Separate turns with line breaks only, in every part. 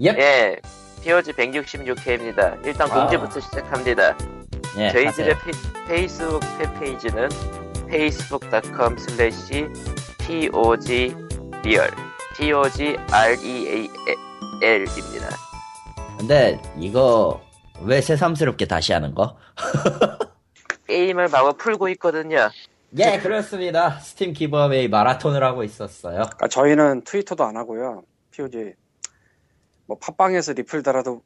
예.
예, POG 166회입니다. 일단
와우.
공지부터 시작합니다.
예.
저희들의
가세요.
페- 페이스북 팬페이지는 facebook.com slash POG 리얼 POG E REAL입니다.
근데 이거 왜 새삼스럽게 다시 하는 거?
게임을 마구 풀고 있거든요.
예, 그렇습니다. 스팀 기브웨이 마라톤을 하고 있었어요.
그러니까 저희는 트위터도 안 하고요. POG 뭐 팟빵에서 리플 달아도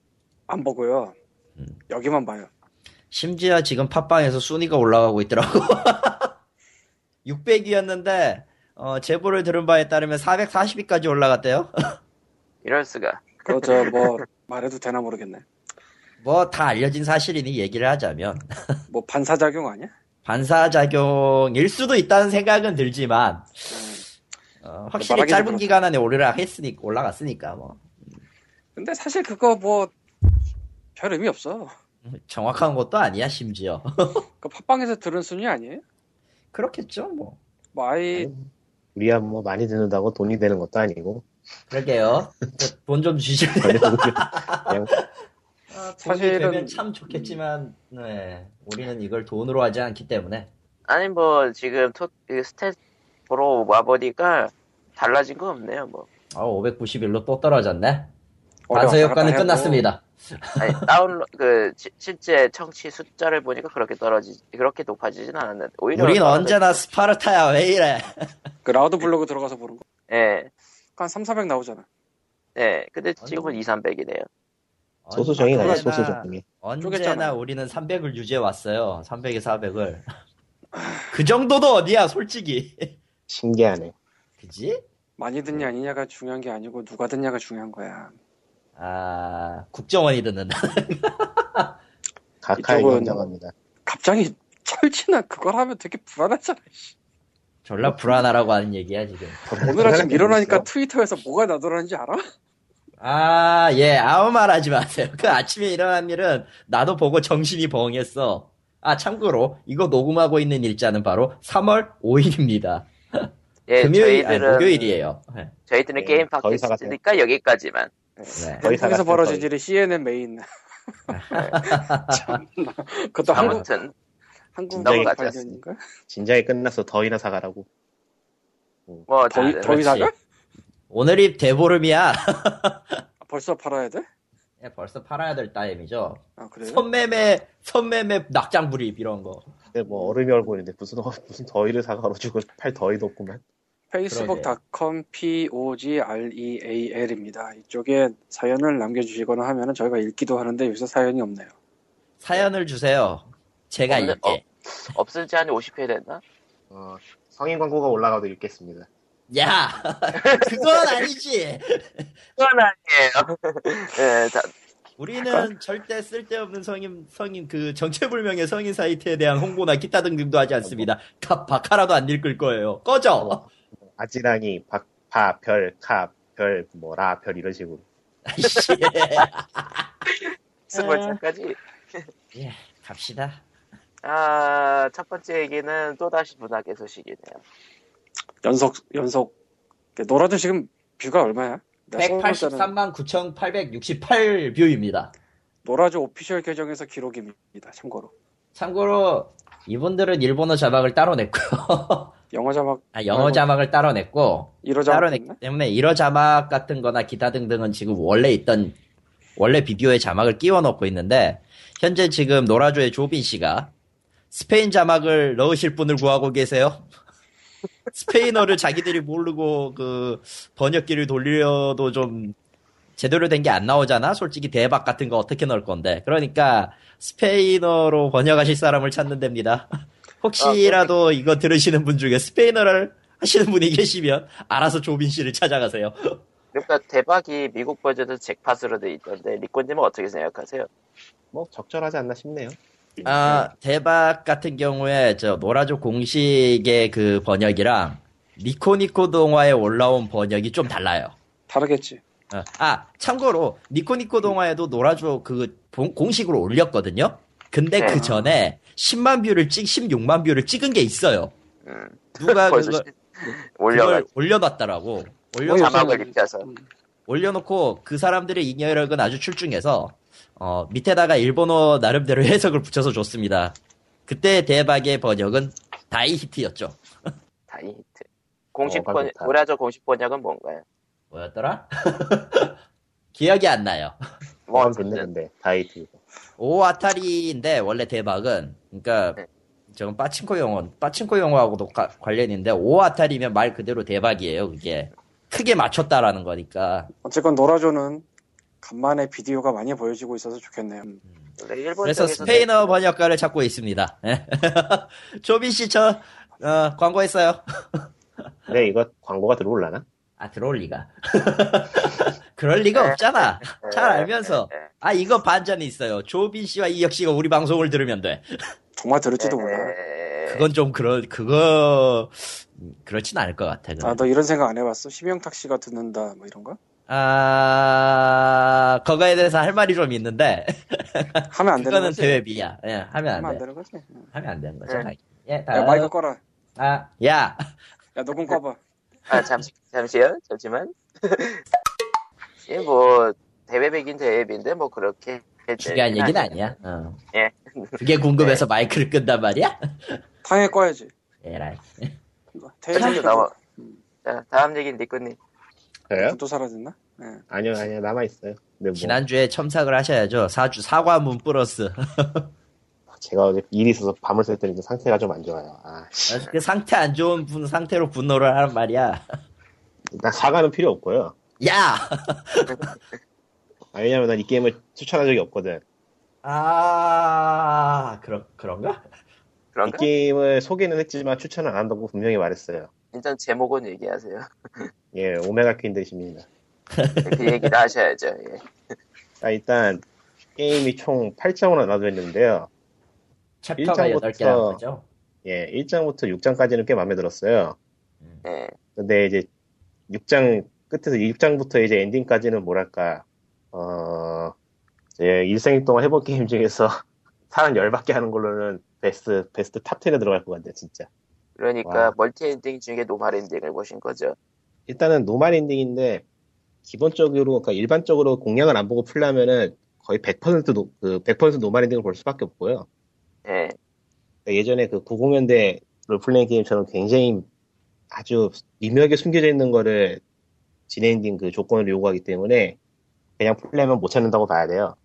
안 보고요.
음.
여기만 봐요.
심지어 지금 팟빵에서 순위가 올라가고 있더라고. 600위였는데 어, 제보를 들은 바에 따르면 440위까지 올라갔대요.
이럴 수가.
그저 뭐 말해도 되나 모르겠네.
뭐 다 알려진 사실이니 얘기를 하자면
뭐 반사작용 아니야?
반사작용일 수도 있다는 생각은 들지만
네.
어, 확실히
말하기는
짧은
그렇다.
기간 안에 올라갔으니 올라갔으니까 뭐
근데 사실 그거 뭐 별 의미 없어.
정확한 것도 아니야 심지어
그 팟빵에서 들은 순위 아니에요?
그렇겠죠 뭐
뭐 아이
우리야 뭐 많이 듣는다고 돈이 되는 것도 아니고
그러게요 돈 좀 주실래요?
그냥 그냥
아, 돈이
사실은-
되면 참 좋겠지만 네, 우리는 이걸 돈으로 하지 않기 때문에
아니 뭐 지금 토, 그 스탯 보러 와보니까 달라진 거 없네요. 뭐
아 591로 또 떨어졌네
어려
반사
왔다 갔다
효과는
해도
끝났습니다
아니 다운로 그 시- 실제 청취 숫자를 보니까 그렇게 떨어지 그렇게 높아지진 않았는데 오히려
우린
떨어졌-
언제나 스파르타야 왜 이래
그 라우드 블로그 들어가서 보는 거.
예.
한 3, 400 나오잖아.
예. 근데 지금은
뭐.
2, 300이네요.
소수정이 가요
언제나-
소수정이
언제나
쪼갰잖아요.
우리는 300을 유지해왔어요 300에 400을 그 정도도 어디야 솔직히
신기하네
그지?
많이 듣냐 아니냐가 중요한 게 아니고 누가 듣냐가 중요한 거야.
아 국정원이 듣는다
가카이
이쪽은-
인정합니다
갑자기 철치나 그걸 하면 되게 불안하잖아.
졸라 불안하라고 하는 얘기야 지금
오늘 아침 일어나니까
있어? 네.
트위터에서 뭐가 나돌았는지 알아?
아, 예, 아무 말 하지 마세요. 그 아침에 일어난 일은 나도 보고 정신이 벙했어. 아, 참고로, 이거 녹음하고 있는 일자는 바로 3월 5일입니다.
예,
금요일, 아니,
저희들은
목요일이에요. 네.
저희들은
예,
게임
거의
팟캐스트니까 여기까지만.
네.
거의 다
한국에서
갔어요,
벌어진
거의.
일이 CNN 메인. 참나. 그것도 한국,
아무튼
한국
너무
낮았어.
발견- 발견인가?
진작에 끝났어 더위나 사가라고
뭐
더위,
다들
더위 사가?
오늘이 대보름이야.
벌써 팔아야 돼?
예, 벌써 팔아야 될 따임이죠.
아, 그래요?
선매매, 선매매 낙장 불입 이런 거.
근데 뭐 얼음이 얼고 있는데 무슨 어- 무슨 더위를 사가로 주고 팔 더위도 없구만
facebook.com p-o-g-r-e-a-l입니다. E 이쪽에 사연을 남겨주시거나 하면은 저희가 읽기도 하는데 요새 사연이 없네요.
사연을 주세요. 제가
오늘-
읽게.
없은 지 한 50회 됐나?
어, 성인 광고가 올라가도 읽겠습니다
야! 그건 아니지!
그건 아니에요. 예, 다,
우리는 절대 쓸데없는 성인, 성인, 그 정체불명의 성인 사이트에 대한 홍보나 기타 등등도 하지 않습니다. 다 박하라도 안 읽을 거예요. 꺼져!
아지랑이 박파 별카별뭐라별 이런 식으로
아이씨.
스몰차까지.
예, 갑시다.
아, 첫 번째 얘기는 또다시 문학의 소식이네요.
연속, 연속. 네, 노라도 지금 뷰가 얼마야? 내가 생각보다는
183만 9,868 뷰입니다.
노라조 오피셜 계정에서 기록입니다. 참고로.
참고로, 이분들은 일본어 자막을 따로 냈고요.
영어 자막,
아, 영어 자막을 따로 냈고,
이러
따로
자막
냈기
있나?
때문에 1어 자막 같은 거나 기타 등등은 지금 원래 있던 원래 비디오에 자막을 끼워 넣고 있는데 현재 지금 노라조의 조빈 씨가 스페인 자막을 넣으실 분을 구하고 계세요. 스페인어를 자기들이 모르고 그 번역기를 돌려도 좀 제대로 된 게 안 나오잖아. 솔직히 대박 같은 거 어떻게 넣을 건데. 그러니까 스페인어로 번역하실 사람을 찾는 됩니다. 혹시라도 이거 들으시는 분 중에 스페인어를 하시는 분이 계시면 알아서 조빈 씨를 찾아가세요.
그러니까 대박이 미국 버전에서 잭팟으로 돼 있던데 리코님은 어떻게 생각하세요?
뭐 적절하지 않나 싶네요
아, 대박 같은 경우에 저 노라조 공식의 그 번역이랑 니코니코 동화에 올라온 번역이 좀 달라요.
다르겠지.
어, 아, 참고로, 니코니코 동화에도 노라조 그 봉- 공식으로 올렸거든요? 근데
네.
그 전에 10만 뷰를 찍, 16만 뷰를 찍은 게 있어요. 누가
벌써
그걸,
음, 올려가
그걸 올려놨더라고. 올려
뭐
어,
자막을 입혀서
음.
올려놓고 그 사람들의 인여력은 아주 출중해서 어, 밑에다가 일본어 나름대로 해석을 붙여서 줬습니다. 그때 대박의 번역은 다이 히트였죠.
다이히트. 공식
어,
번
그렇다.
우라저 공식 번역은 뭔가요?
뭐였더라? 기억이 안 나요.
뭐
안
어쨌든
됐네 근데 다이트 이거.
오아타리인데 원래 대박은 그러니까
네.
저건 빠친코 용어 빠친코 용어하고도 가- 관련인데 오아타리면 말 그대로 대박이에요 그게 크게 맞췄다라는 거니까
어쨌건 노라조는 간만에 비디오가 많이 보여지고 있어서 좋겠네요. 음.
원래 일본
그래서 네.
쪽에서는-
스페인어 번역가를 찾고 있습니다 조빈 씨저 어, 광고했어요
근데 이거 광고가 들어올라나?
아 들어올 리가 네. 그럴 리가 없잖아
예,
잘 알면서 아 이거 반전이 있어요 조빈 씨와 이혁 씨가 우리 방송을 들으면 돼
정말 들을지도
예,
몰라.
에,
그건 좀 그런 그거 음, 그렇진 않을 것 같아 그건.
아, 너 이런 생각 안 해봤어? 심영탁 씨가 듣는다, 뭐 이런 거?
아, 그거에 대해서 할 말이 좀 있는데,
하면 안 되는
그거는
거지.
대회비야. 예, 하면
하면
안
안
돼.
되는 거지. 야,
하면 안 되는 거죠.
네.
예, 다음.
마이크 꺼라. 네,
아, 야.
야,
네.
녹음 꺼봐.
아 잠시 잠시요 잠시만 예뭐 대회백인 대회비인데 뭐 그렇게
중요한 얘기는
아니-
아니야. 어.
예.
그게 궁금해서
네.
마이크를 끈단 말이야? 예,
당연히 꺼야지.
에라이.
뭐.
그래도
테이블
네, 나와 자 다음 얘기는 니꺼님
그래요?
또 사라졌나? 예.
아니요 아니요 남아있어요 근데 뭐
지난주에 첨삭을 하셔야죠. 사주, 사과문 플러스.
제가 어제 일이 있어서 밤을 샜더니 상태가 좀 안 좋아요 아, 씨.
그 상태 안 좋은 분 상태로 분노를 하란 말이야.
난 사과는 필요 없고요
야!
아, 왜냐면 난 이 게임을 추천한 적이 없거든
아, 그런, 그런가?
이
그런가?
게임을 소개는 했지만 추천을 안 한다고 분명히 말했어요
일단 제목은 얘기하세요
예 오메가 퀸 대신입니다
그 얘기를 하셔야죠 예.
아, 일단 게임이 총 8장으로 나눠져 있는데요
챕터가 8개라는 거죠?
예 1장부터 6장까지는 꽤 마음에 들었어요
예.
근데 이제 6장 끝에서 6장부터 이제 엔딩까지는 뭐랄까 어, 제 일생 동안 해본 게임 중에서 사람 열받게 하는 걸로는 베스트 베스트 탑 10에 들어갈 것 같아요 진짜
그러니까
와.
멀티 엔딩 중에 노말 엔딩을 보신 거죠
일단은 노말 엔딩인데 기본적으로 그러니까 일반적으로 공략을 안 보고 풀려면은 거의 100% 노, 그100% 노말 엔딩을 볼 수밖에 없고요
예.
그러니까 예전에 그 90년대 롤플레잉 게임처럼 굉장히 아주 미묘하게 숨겨져 있는 거를 진행된 그 조건을 요구하기 때문에 그냥 플레이하면 못 찾는다고 봐야 돼요.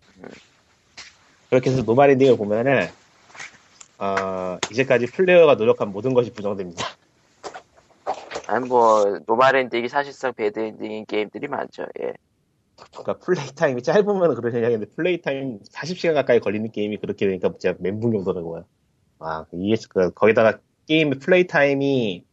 그렇게 해서 노말 엔딩을 보면은 어, 이제까지 플레이어가 노력한 모든 것이 부정됩니다.
아뭐 노말 엔딩이 사실상 배드 엔딩인 게임들이 많죠 예.
그러니까 플레이 타임이 짧으면 그런 현상인데 플레이 타임 40시간 가까이 걸리는 게임이 그렇게 되니까 진짜 멘붕이 오더라고요. 아 이게 그 거기다가 게임의 플레이 타임이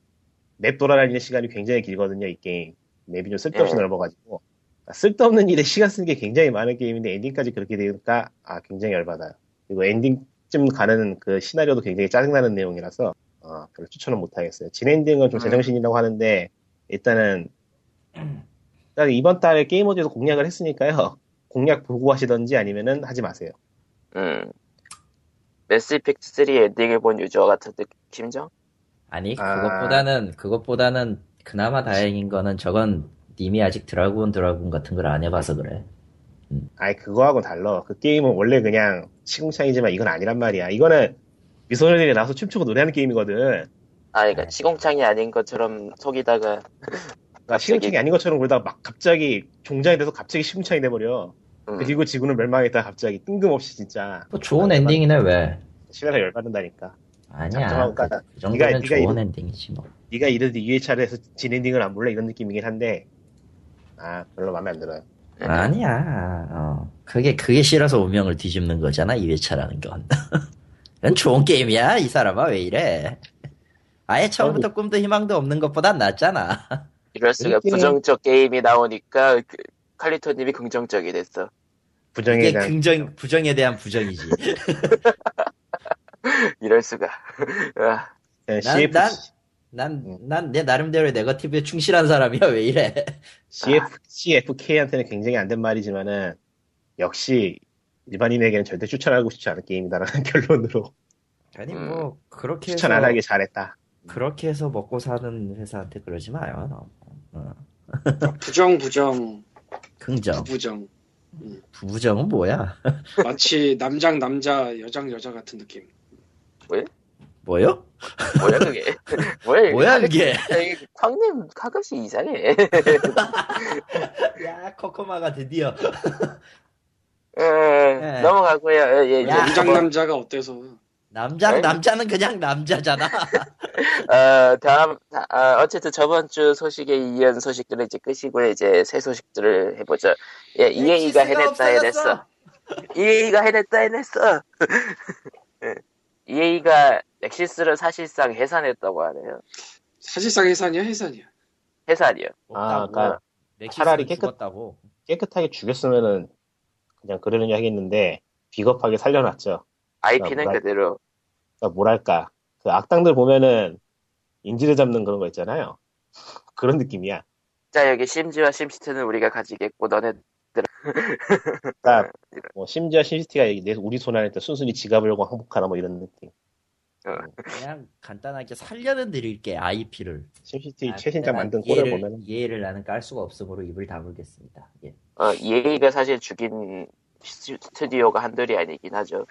맵 돌아다니는 시간이 굉장히 길거든요. 이 게임 맵이 좀 쓸데없이
예.
넓어가지고 그러니까 쓸데없는 일에 시간 쓰는 게 굉장히 많은 게임인데 엔딩까지 그렇게 되니까 아 굉장히 열받아요. 그리고 엔딩쯤 가는 그 시나리오도 굉장히 짜증나는 내용이라서 어, 별로 추천은 못하겠어요. 진엔딩은
음.
좀 제정신이라고 하는데 일단은 일단 이번 달에 게이머즈에서 공략을 했으니까요. 공략 보고 하시던지 아니면은 하지 마세요.
음. 매스 이펙트 3 엔딩을 본 유저 같은 느낌정?
아니
아.
그것보다는 그것보다는 그나마 다행인 거는 저건 님이 아직 드라군 드라군 같은 걸 안 해봐서 그래.
아이 그거하고는 달라. 그 게임은 원래 그냥 시궁창이지만 이건 아니란 말이야. 이거는 미소년들이 나와서 춤추고 노래하는 게임이거든.
아, 그러니까
네.
시공창이 아닌 것처럼 속이다가
그러니까 시궁창이 아닌 것처럼 그러다가 막 갑자기 종장이 돼서 갑자기 시궁창이 돼버려.
음.
그리고 지구는 멸망했다 갑자기 뜬금없이 진짜
뭐 좋은 엔딩이네 왜?
시간을 열받는다니까.
아니야.
잠깐만,
그,
그러니까
그 정도면
네가
좋은
이런-
엔딩이지 뭐.
네가 이래도 2회차를 해서 진엔딩을 안 볼래 이런 느낌이긴 한데 아 별로 마음에 안 들어요.
아니야. 어. 그게 그게 싫어서 운명을 뒤집는 거잖아 이 회차라는 건. 넌 좋은 게임이야 이 사람아 왜 이래? 아예
어.
처음부터 꿈도 희망도 없는 것보단 낫잖아.
이럴 수가
엔딩은-
부정적 게임이 나오니까 그, 칼리토님이 긍정적이 됐어.
부정에
이게 그-
대한
긍정 부정에 대한 부정이지.
이럴 수가. 아,
난-
그냥 CF
난- 난
음.
난 내 나름대로의 네거티브에 충실한 사람이야 왜 이래?
CF, CFK한테는 굉장히 안 된 말이지만은 역시 일반인에게는 절대 추천하고 싶지 않은 게임이다라는 결론으로
아니
음.
뭐 그렇게 해서
추천 안 하길 잘했다.
그렇게 해서 먹고 사는 회사한테 그러지 마요. 너무. 어.
부정, 부정.
긍정.
부부정.
부부정은 뭐야?
마치 남장 남자, 여장 여자 같은 느낌.
뭐요?
뭐야 그게? 뭐야
네,
이게?
뭐야 이게?
이게 광님 가끔씩 이상해.
야 코코마가 드디어
예, 넘어가고요. 예, 예, 이제
야.
남장
넘어-
남자가 어때서?
남자
에이.
남자는 그냥 남자잖아.
어, 다음 다- 아, 어쨌든 저번 주 소식에 이은 소식들을 이제 끄시고 이제 새 소식들을 해보죠. 예, EA가 해냈다 해냈어. EA가 해냈다 해냈어. EA가 엑시스를 사실상 해산했다고 하네요.
사실상 해산이야 해산이야.
해산이요.
아,
없다고.
그러니까
차라리
차라리 깨끗-
깨끗다고.
깨끗하게 죽였으면은 그냥 그러느냐 하겠는데 비겁하게 살려놨죠.
IP는
뭐라-
그대로.
그러니까 뭐랄까 그 악당들 보면은 인질을 잡는 그런 거 있잖아요. 그런 느낌이야.
자 여기 심지와 심시트는 우리가 가지겠고 너네
그러니까 뭐 심지어 심시티가 얘기- 내 우리 손 안에 있다 순순히 지갑을고 항복하라 뭐 이런 느낌.
그냥 간단하게 살려는 드릴게 아이피를. 그러니까
심시티 최신작 만든 꼴을
예를,
보면은
예를 나는 깔 수가 없으므로 입을 다물겠습니다. 예.
어, EA가 사실 죽인 시- 스튜디오가 한둘이 아니긴 하죠.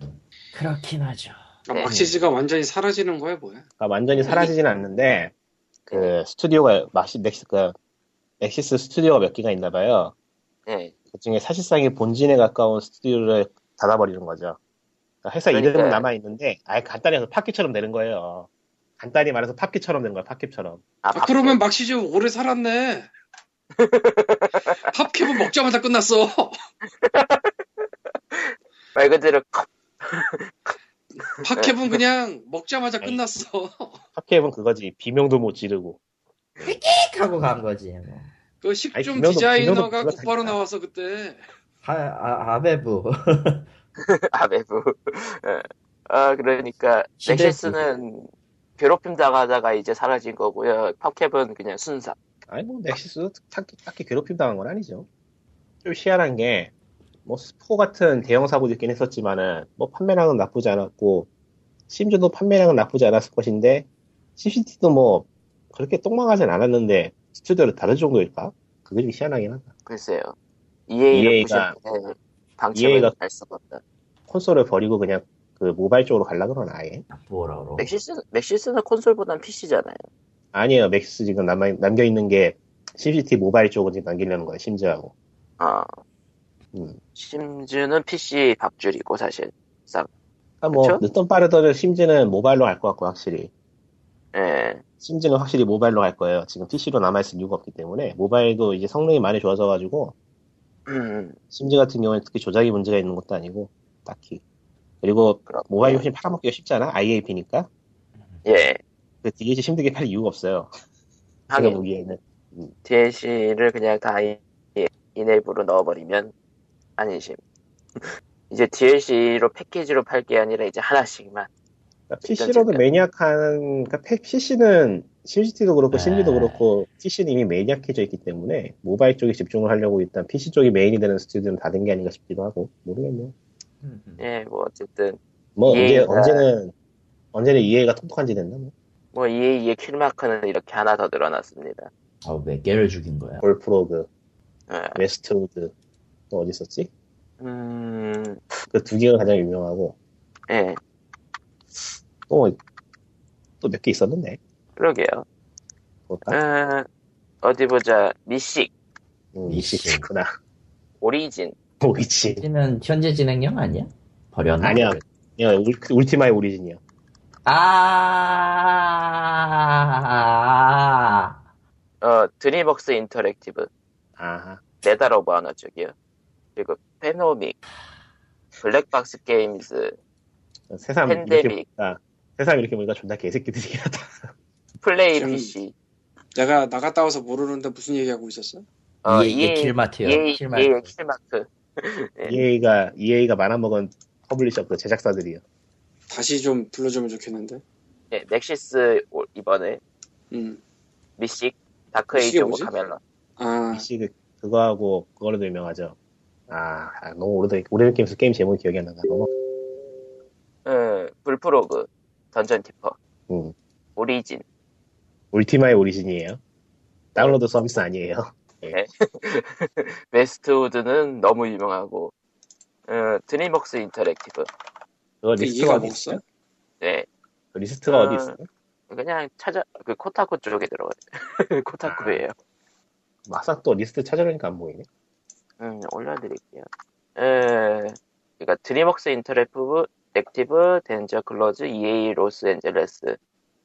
네.
그렇긴 하죠.
아,
네.
막시즈가 완전히 사라지는 거야 뭐야?
그러니까 완전히 사라지진 않는데 그 스튜디오가 마시 넥시 그 넥시스 스튜디오가 몇 개가 있나 봐요.
예.
그 중에 사실상의 본진에 가까운 스튜디오를 닫아버리는 거죠. 그러니까 회사 이름은
그러니까요.
남아 있는데 아예 간단히 해서 팝기처럼 되는 거예요. 간단히 말해서 팝기처럼 된 거야. 팝기처럼.
아,
아, 그러면 막시즈 오래 살았네. 팝캡은 먹자마자 끝났어.
말 그대로 컵.
네.
팝캡은 그냥 먹자마자 끝났어.
팝기앱은 그거지. 비명도 못 지르고.
킥 하고 간 거지. 뭐.
그
아니,
식좀
김명도-
디자이너가
김명도
곧바로
불렀다니까.
나와서 그때
하, 아, 아베부.
아베부. 예. 아, 그러니까
시대지.
넥시스는 괴롭힘 당하다가 이제 사라진 거고요. 팝캡은 그냥 순삭.
아니 뭐 넥시스 딱히, 딱히 괴롭힘 당한 건 아니죠. 좀 희한한 게 뭐 스포 같은 대형 사고도 있긴 했었지만은 뭐 판매량은 나쁘지 않았고 심지어도 판매량은 나쁘지 않았을 것인데 CCT도 뭐 그렇게 똥망하진 않았는데 스튜디오를 다른 정도일까? 그게 좀 희한하긴 하다.
글쎄요. EA를 네.
EA 가-
방침을
EA 가-
알 수가 없다.
콘솔을 버리고 그냥 그 모바일 쪽으로 가려 그러나 아예?
뭐라고?
네.
맥시스, 맥시스는 콘솔보단 PC잖아요.
아니에요. 맥스 지금 남아, 남겨있는 게 CCT 모바일 쪽으로 지금 남기려는 거예요. 심지어하고.
아,
음.
심즈는 PC 밥줄이고 사실.
그러니까 뭐
그쵸?
늦든 빠르든 심지는 모바일로 갈 것 같고 확실히.
예.
심지는 확실히 모바일로 갈 거예요. 지금 PC로 남아있을 이유가 없기 때문에 모바일도 이제 성능이 많이 좋아져가지고
음,
심지 같은 경우에 특히 조작이 문제가 있는 것도 아니고 딱히 그리고
그렇-
모바일 훨씬 팔아먹기가 쉽잖아 IAP니까
예.
그 DLC 힘들게 팔 이유가 없어요. 제가
하긴
보기에는
DLC를 그냥 다 이- 예, 인앱으로 넣어버리면 안심. 이제 DLC로 패키지로 팔 게 아니라 이제 하나씩만.
그러니까 PC로도
진짜.
매니악한 그러니까 PC는 심지도 그렇고
네.
심지도 그렇고 PC는 이미 매니악해져 있기 때문에 모바일 쪽에 집중을 하려고 일단 PC 쪽이 메인이 되는 스튜디오는 다 된 게 아닌가 싶기도 하고 모르겠네요.
예, 뭐 어쨌든
뭐
예.
언제 언제는 언제는 이해가 통통한지 됐나 뭐.
뭐 EA의 킬마크는 이렇게 하나 더 늘어났습니다.
아, 몇 개를 죽인 거야?
골프로그,
예.
웨스트우드 또 어디 있었지?
음,
그 두 개가 가장 유명하고 뭐,
예.
또 몇 개 있었는데
그러게요.
볼까?
어, 어디 보자. 미식,
음,
미시.
미시 있구나
오리진.
오리진
는 현재 진행형 아니야? 버렸나?
아니야 야, 울- 울티마의 오리진이야
아,
어, 드림웍스 인터랙티브.
아
메달 오브 아너 쪽이요. 그리고 페노믹. 블랙박스 게임즈.
세상 이렇게
팬데믹.
보니까 세상 이렇게 보니까 존나 개새끼들이긴 하다
플레이
좀-
PC.
내가 나갔다 와서 모르는데 무슨 얘기하고 있었어?
아,
어,
이게
예,
EA
예, 킬마트요.
EA,
킬마트.
EA 킬마크. 네.
EA가 EA가 말아먹은 퍼블리셔 그 제작사들이요
다시 좀 불러주면 좋겠는데.
네, 넥시스 올- 이번에.
음.
미식. 다크에이지
미식이
오브
뭐지?
카멜라.
아
미시 그 그거하고 그거로도 유명하죠 아, 아, 너무 오래된 오래된 게임에서 게임 제목이 기억이 안 난다 너무
어, 불프로그. 던전 키퍼.
음.
오리진.
울티마의 오리진이에요 다운로드 서비스 아니에요 네.
웨스트우드는 너무 유명하고 어, 드림웍스 인터랙티브
그거
근데
리스트가
이해가
어디
못
있어?
써.
네
그 리스트가
아.
어디 있어?
그냥 찾아 그 코타쿠 쪽에 들어가요 코타쿠예요
막상 또 리스트 찾으려니까 안 보이네.
음, 올려드릴게요. 에, 그러니까 드림웍스 인터랙티브, 액티브, 덴저 클로즈, EA 로스앤젤레스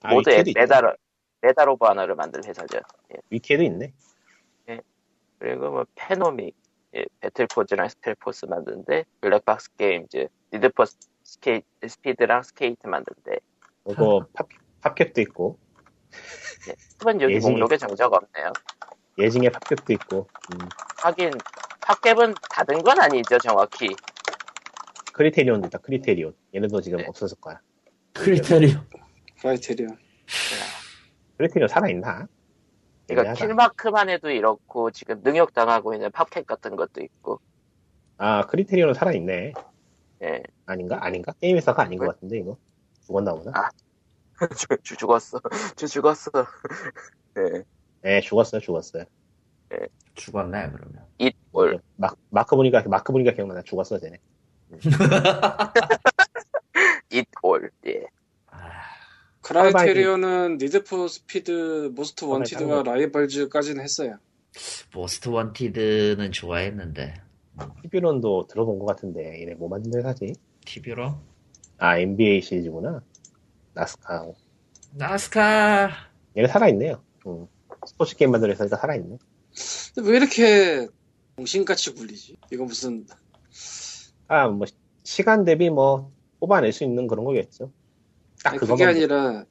아,
모두
위키에도 있네.
메달 메달 오브 하나를 만든 회사죠.
위키에도 있네.
그리고 뭐 페노믹, 예, 배틀포즈랑 스텔포스 만든데 블랙박스 게임즈, 니드포 스케이트, 스피드랑 스케이트 만든데.
어, 그거
아.
팝, 팝캡도 있고
이번 여기
예전에-
목록에 정적 없네요.
예징의 팝캡도 있고 음,
하긴 팝캡은 닫은 건 아니죠 정확히.
크리테리온도 있다. 크리테리온. 얘네도 지금
네.
없어졌을 거야.
크리테리온.
크라이테리온.
아, 크리테리온 살아있나?
그러니까
애매하다.
킬마크만 해도 이렇고 지금 능욕당하고 있는 팝캡 같은 것도 있고.
아 크리테리온은 살아있네.
예.
아닌가? 아닌가? 게임 회사가 아닌
왜?
것 같은데 이거 죽었나 보다.
아. 저, 저 죽었어. 저 죽었어. 네.
네 죽었어요 죽었어요.
죽었네, 그러면.
뭘.
마, 마크 보니까 마크 보니까 기억나나 죽었어 쟤네. 네.
잇올. 예.
아,
크라이테리온은 니드포 스피드, 모스트
네. 아,
원티드와
다른
라이벌즈까지는 했어요.
모스트 원티드는 좋아했는데.
티뷰론도 들어본 것 같은데 얘네 뭐 만든 회사지?
TV로?
아 NBA 시리즈구나. 나스카.
나스카!
얘네 살아있네요. 음. 스포츠 게임 만드는 회사니까 살아있네.
근데 왜 이렇게 정신같이 굴리지? 이거 무슨
아, 뭐, 시- 시간 대비 뭐, 뽑아낼 수 있는 그런 거겠죠. 딱
아니, 그게
그거만.
아니라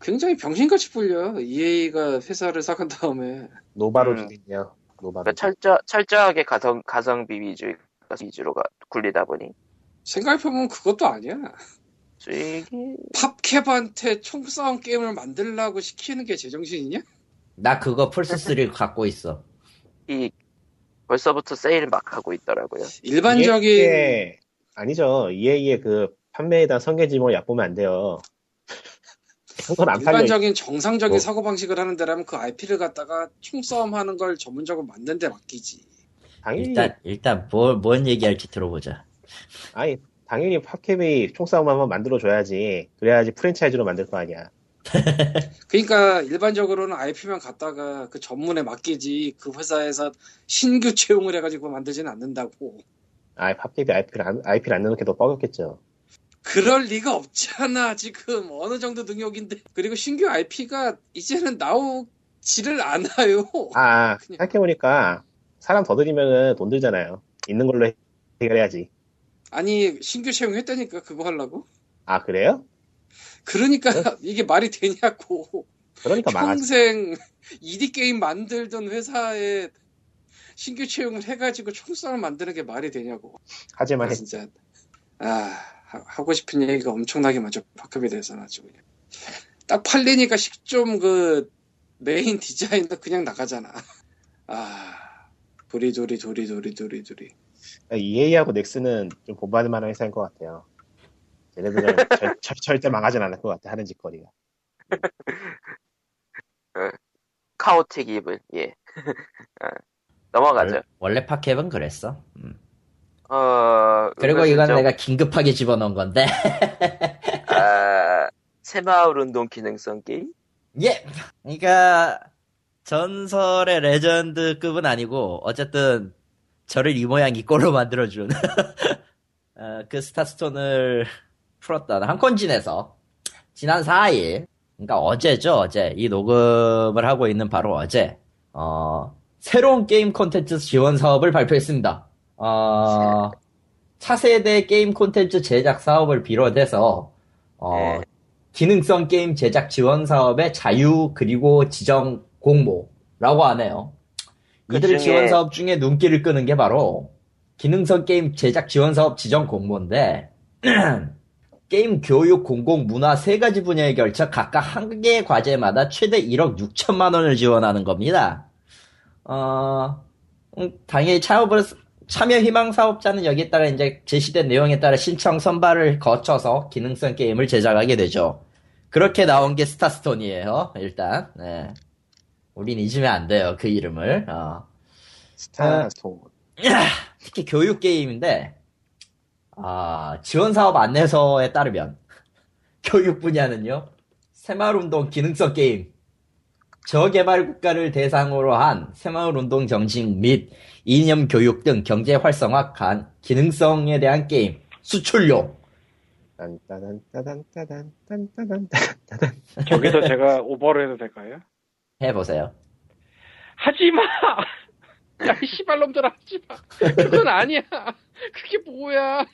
굉장히 병신같이 불려. EA가 회사를 사간 다음에
노바로
음.
주겠네요. 노바로.
그러니까 철저, 철저하게 가성, 가성비 위주, 위주로 가, 굴리다 보니.
생각해보면 그것도 아니야.
수익이.
팝캡한테 총싸움 게임을 만들라고 시키는 게 제정신이냐?
나 그거 플스3 갖고 있어.
이, 벌써부터 세일 막 하고 있더라고요.
일반적인
EA 아니죠. EA의 그, 판매에 대한 성계지목을 뭐 얕보면 안 돼요. 그건 안 팔려.
일반적인 정상적인
뭐.
사고방식을 하는 데라면 그 IP를 갖다가 총싸움하는 걸 전문적으로 만든 데 맡기지.
당연히,
일단, 일단, 뭘, 뭔 얘기할지 들어보자.
아니, 당연히 팝캡이 총싸움 한번 만들어줘야지. 그래야지 프랜차이즈로 만들 거 아니야.
그러니까 일반적으로는 IP만 갖다가 그 전문에 맡기지 그 회사에서 신규 채용을 해가지고 만들진 않는다고.
아, 팝캡이 IP를 안, IP를 안 넣는 게 더 뻑였겠죠.
그럴 리가 없잖아 지금 어느 정도 능력인데 그리고 신규 IP가 이제는 나오지를 않아요.
아,
그냥-
생각해보니까, 사람 더 들이면은 돈 들잖아요. 있는 걸로 해- 해결해야지.
아니 신규 채용했다니까 그거 하려고?
아, 그래요?
그러니까 이게 말이 되냐고.
네? 그러니까 망하지.
평생 ED 게임 만들던 회사에 신규 채용을 해가지고 총선을 만드는 게 말이 되냐고.
하지만
아,
했
진짜 아 하- 하고 싶은 얘기가 엄청나게 많죠 박급에 대해서는 아주 그냥 딱 팔리니까 식좀 그 메인 디자인도 그냥 나가잖아 아 도리 도리 도리 도리 도리 도리
EA하고 넥슨은 좀 본받을 만한 회사인 것 같아요. 얘네들은 절, 절- 절대 망하진 않을 것 같아, 하는 짓거리가.
카오틱 이븐. 예. 아, 넘어가죠.
원래 팝캡은 그랬어. 음.
어,
그리고
은근슬쩍,
이건 내가 긴급하게 집어넣은 건데.
아, 새마을 운동 기능성 게임?
예! 그러니까, 전설의 레전드급은 아니고, 어쨌든, 저를 이 모양 이 꼴로 만들어준, 어, 그 스타스톤을 풀었던 한콘진에서, 지난 4일, 그러니까 어제죠, 어제. 이 녹음을 하고 있는 바로 어제, 어, 새로운 게임 콘텐츠 지원 사업을 발표했습니다. 어, 차세대 게임 콘텐츠 제작 사업을 비롯해서, 어,
네.
기능성 게임 제작 지원 사업의 자유 그리고 지정 공모라고 하네요.
그
이들
중에-
지원 사업 중에 눈길을 끄는 게 바로 기능성 게임 제작 지원 사업 지정 공모인데 게임 교육 공공 문화 세 가지 분야에 결착 각각 한 개의 과제마다 최대 1억 6천만 원을 지원하는 겁니다. 어, 음, 당연히 창업을 참여 희망 사업자는 여기에 따라 이제 제시된 내용에 따라 신청 선발을 거쳐서 기능성 게임을 제작하게 되죠. 그렇게 나온 게 스타스톤이에요. 일단 네. 우린 잊으면 안 돼요 그 이름을. 어.
스타스톤.
특히 교육 게임인데 아 지원 사업 안내서에 따르면 교육 분야는요 새마을운동 기능성 게임 저개발 국가를 대상으로 한 새마을운동 정신 및 이념 교육 등 경제 활성화 간 기능성에 대한 게임 수출용
딴따단 따단 따단 딴따단 따단 따단.
저기서 제가 오버를 해도 될까요?
해보세요
하지마! 야, 이 씨발놈들아, 하지마! 그건 아니야! 그게 뭐야!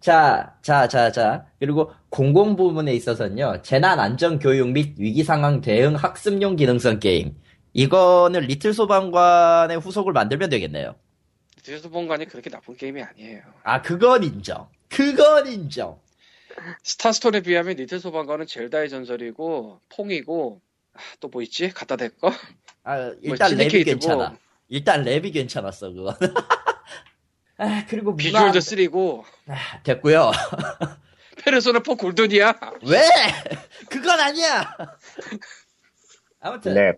자, 자, 자, 자. 그리고 공공 부문에 있어서는요, 재난 안전 교육 및 위기 상황 대응 학습용 기능성 게임. 이거는 리틀 소방관의 후속을 만들면 되겠네요.
뒤에서 본 거니 그렇게 나쁜 게임이 아니에요.
아, 그건 인정. 그건 인정.
스타스톤에 비하면 리틀 소방관은 젤다의 전설이고 퐁이고 또 뭐 있지? 갖다 댈 거?
아, 일단 랩이
뭐 신디케이트고.
괜찮아.
뭐.
일단 랩이 괜찮았어, 그건. 아, 그리고 문화
비주얼도 쓰리고
됐고요.
페르소나 4 골든이야.
왜? 그건 아니야. 아무튼
네.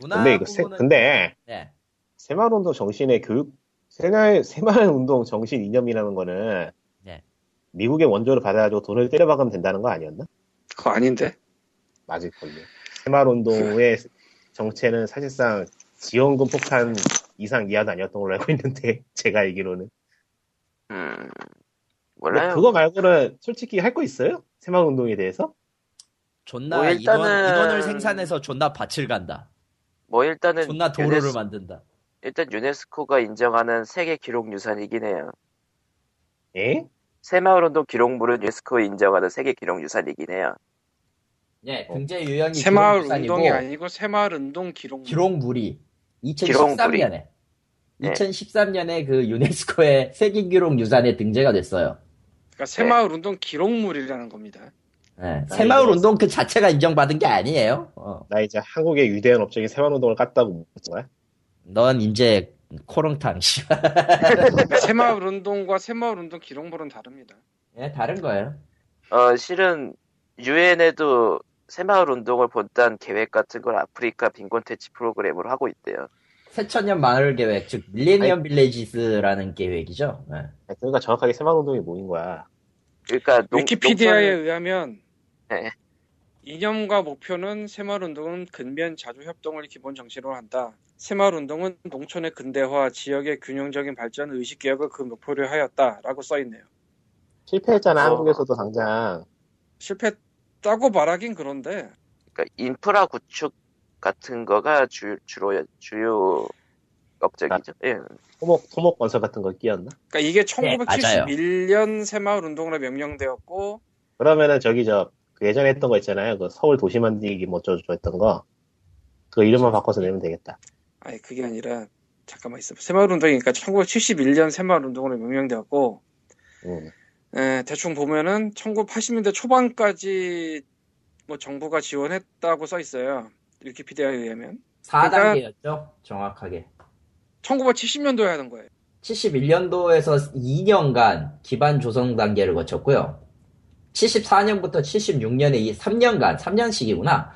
문화
근데 이거 세,
부분은
근데
네.
새마을운동 정신의 교육 새마을 새마을운동 정신 이념이라는 거는
네.
미국의 원조를 받아가지고 돈을 때려박으면 된다는 거 아니었나?
그거 아닌데?
맞을 걸요. 새마을운동의 정체는 사실상 지원금 폭탄 이상 이하도 아니었던 걸로 알고 있는데 제가 알기로는.
음,
근데
뭐
몰라요.
그거 말고는 솔직히 할 거 있어요? 새마을운동에 대해서?
존나
뭐 일단은-
인원, 인원을 생산해서 존나 밭을 간다.
뭐 일단은
존나 도로를
유네스-
만든다.
일단 유네스코가 인정하는 세계 기록 유산이긴 해요.
예?
새마을운동 기록물은 유네스코 인정하는 세계 기록 유산이긴 해요.
예, 등재 유형이
새마을
기록물산이고
운동이 아니고 새마을 운동 기록.
기록물이
기록물이.
2013년에
네.
2013년에 그 유네스코의 세계 기록 유산에 등재가 됐어요.
그러니까
네.
새마을 운동 기록물이라는 겁니다.
예, 새마을 운동 그 자체가 인정받은 게 아니에요. 어.
나 이제 한국의 위대한 업적인 새마을운동을 깠다고 묻는 거야?
넌 이제 코롱탕 씨.
그러니까 새마을 운동과 새마을 운동 기록물은 다릅니다.
예, 다른 거예요.
어, 실은 유엔에도 새마을 운동을 본단 계획 같은 걸 아프리카 빈곤 퇴치 프로그램으로 하고 있대요.
새천년 마을 계획, 즉 밀레니엄 빌레지스라는 계획이죠. 예.
아니, 그러니까 정확하게 새마을운동이 뭐인 거야?
그러니까 농,
위키피디아에
농촌-
의하면
네.
이념과 목표는 새마을 운동은 근면 자주 협동을 기본 정신으로 한다. 새마을 운동은 농촌의 근대화, 지역의 균형적인 발전, 의식 개혁을 그 목표로 하였다라고 써 있네요.
실패했잖아
어.
한국에서도 당장.
실패했다고 말하긴 그런데
그러니까 인프라 구축 같은 거가 주, 주로 주요 업적이죠.
아.
예.
토목, 토목 건설 같은 거 끼었나?
그러니까 이게
네, 맞아요.
1971년 새마을 운동으로 명명되었고
그러면은 저기 저, 그 예전에 했던 거 있잖아요. 그 서울 도시 만들기 뭐 어쩌고저쩌고 했던 거. 그 이름만 바꿔서 내면 되겠다.
아니 그게 아니라 잠깐만 있어. 새마을 운동이니까 1971년 새마을 운동으로 명명되었고
음.
예, 대충 보면은 1980년대 초반까지 뭐 정부가 지원했다고 써 있어요. 위키피디아에 의하면
4단계였죠. 정확하게.
1970년도에 하던 거예요.
71년도에서 2년간 기반 조성 단계를 거쳤고요. 74년부터 76년에 이 3년간, 3년씩이구나.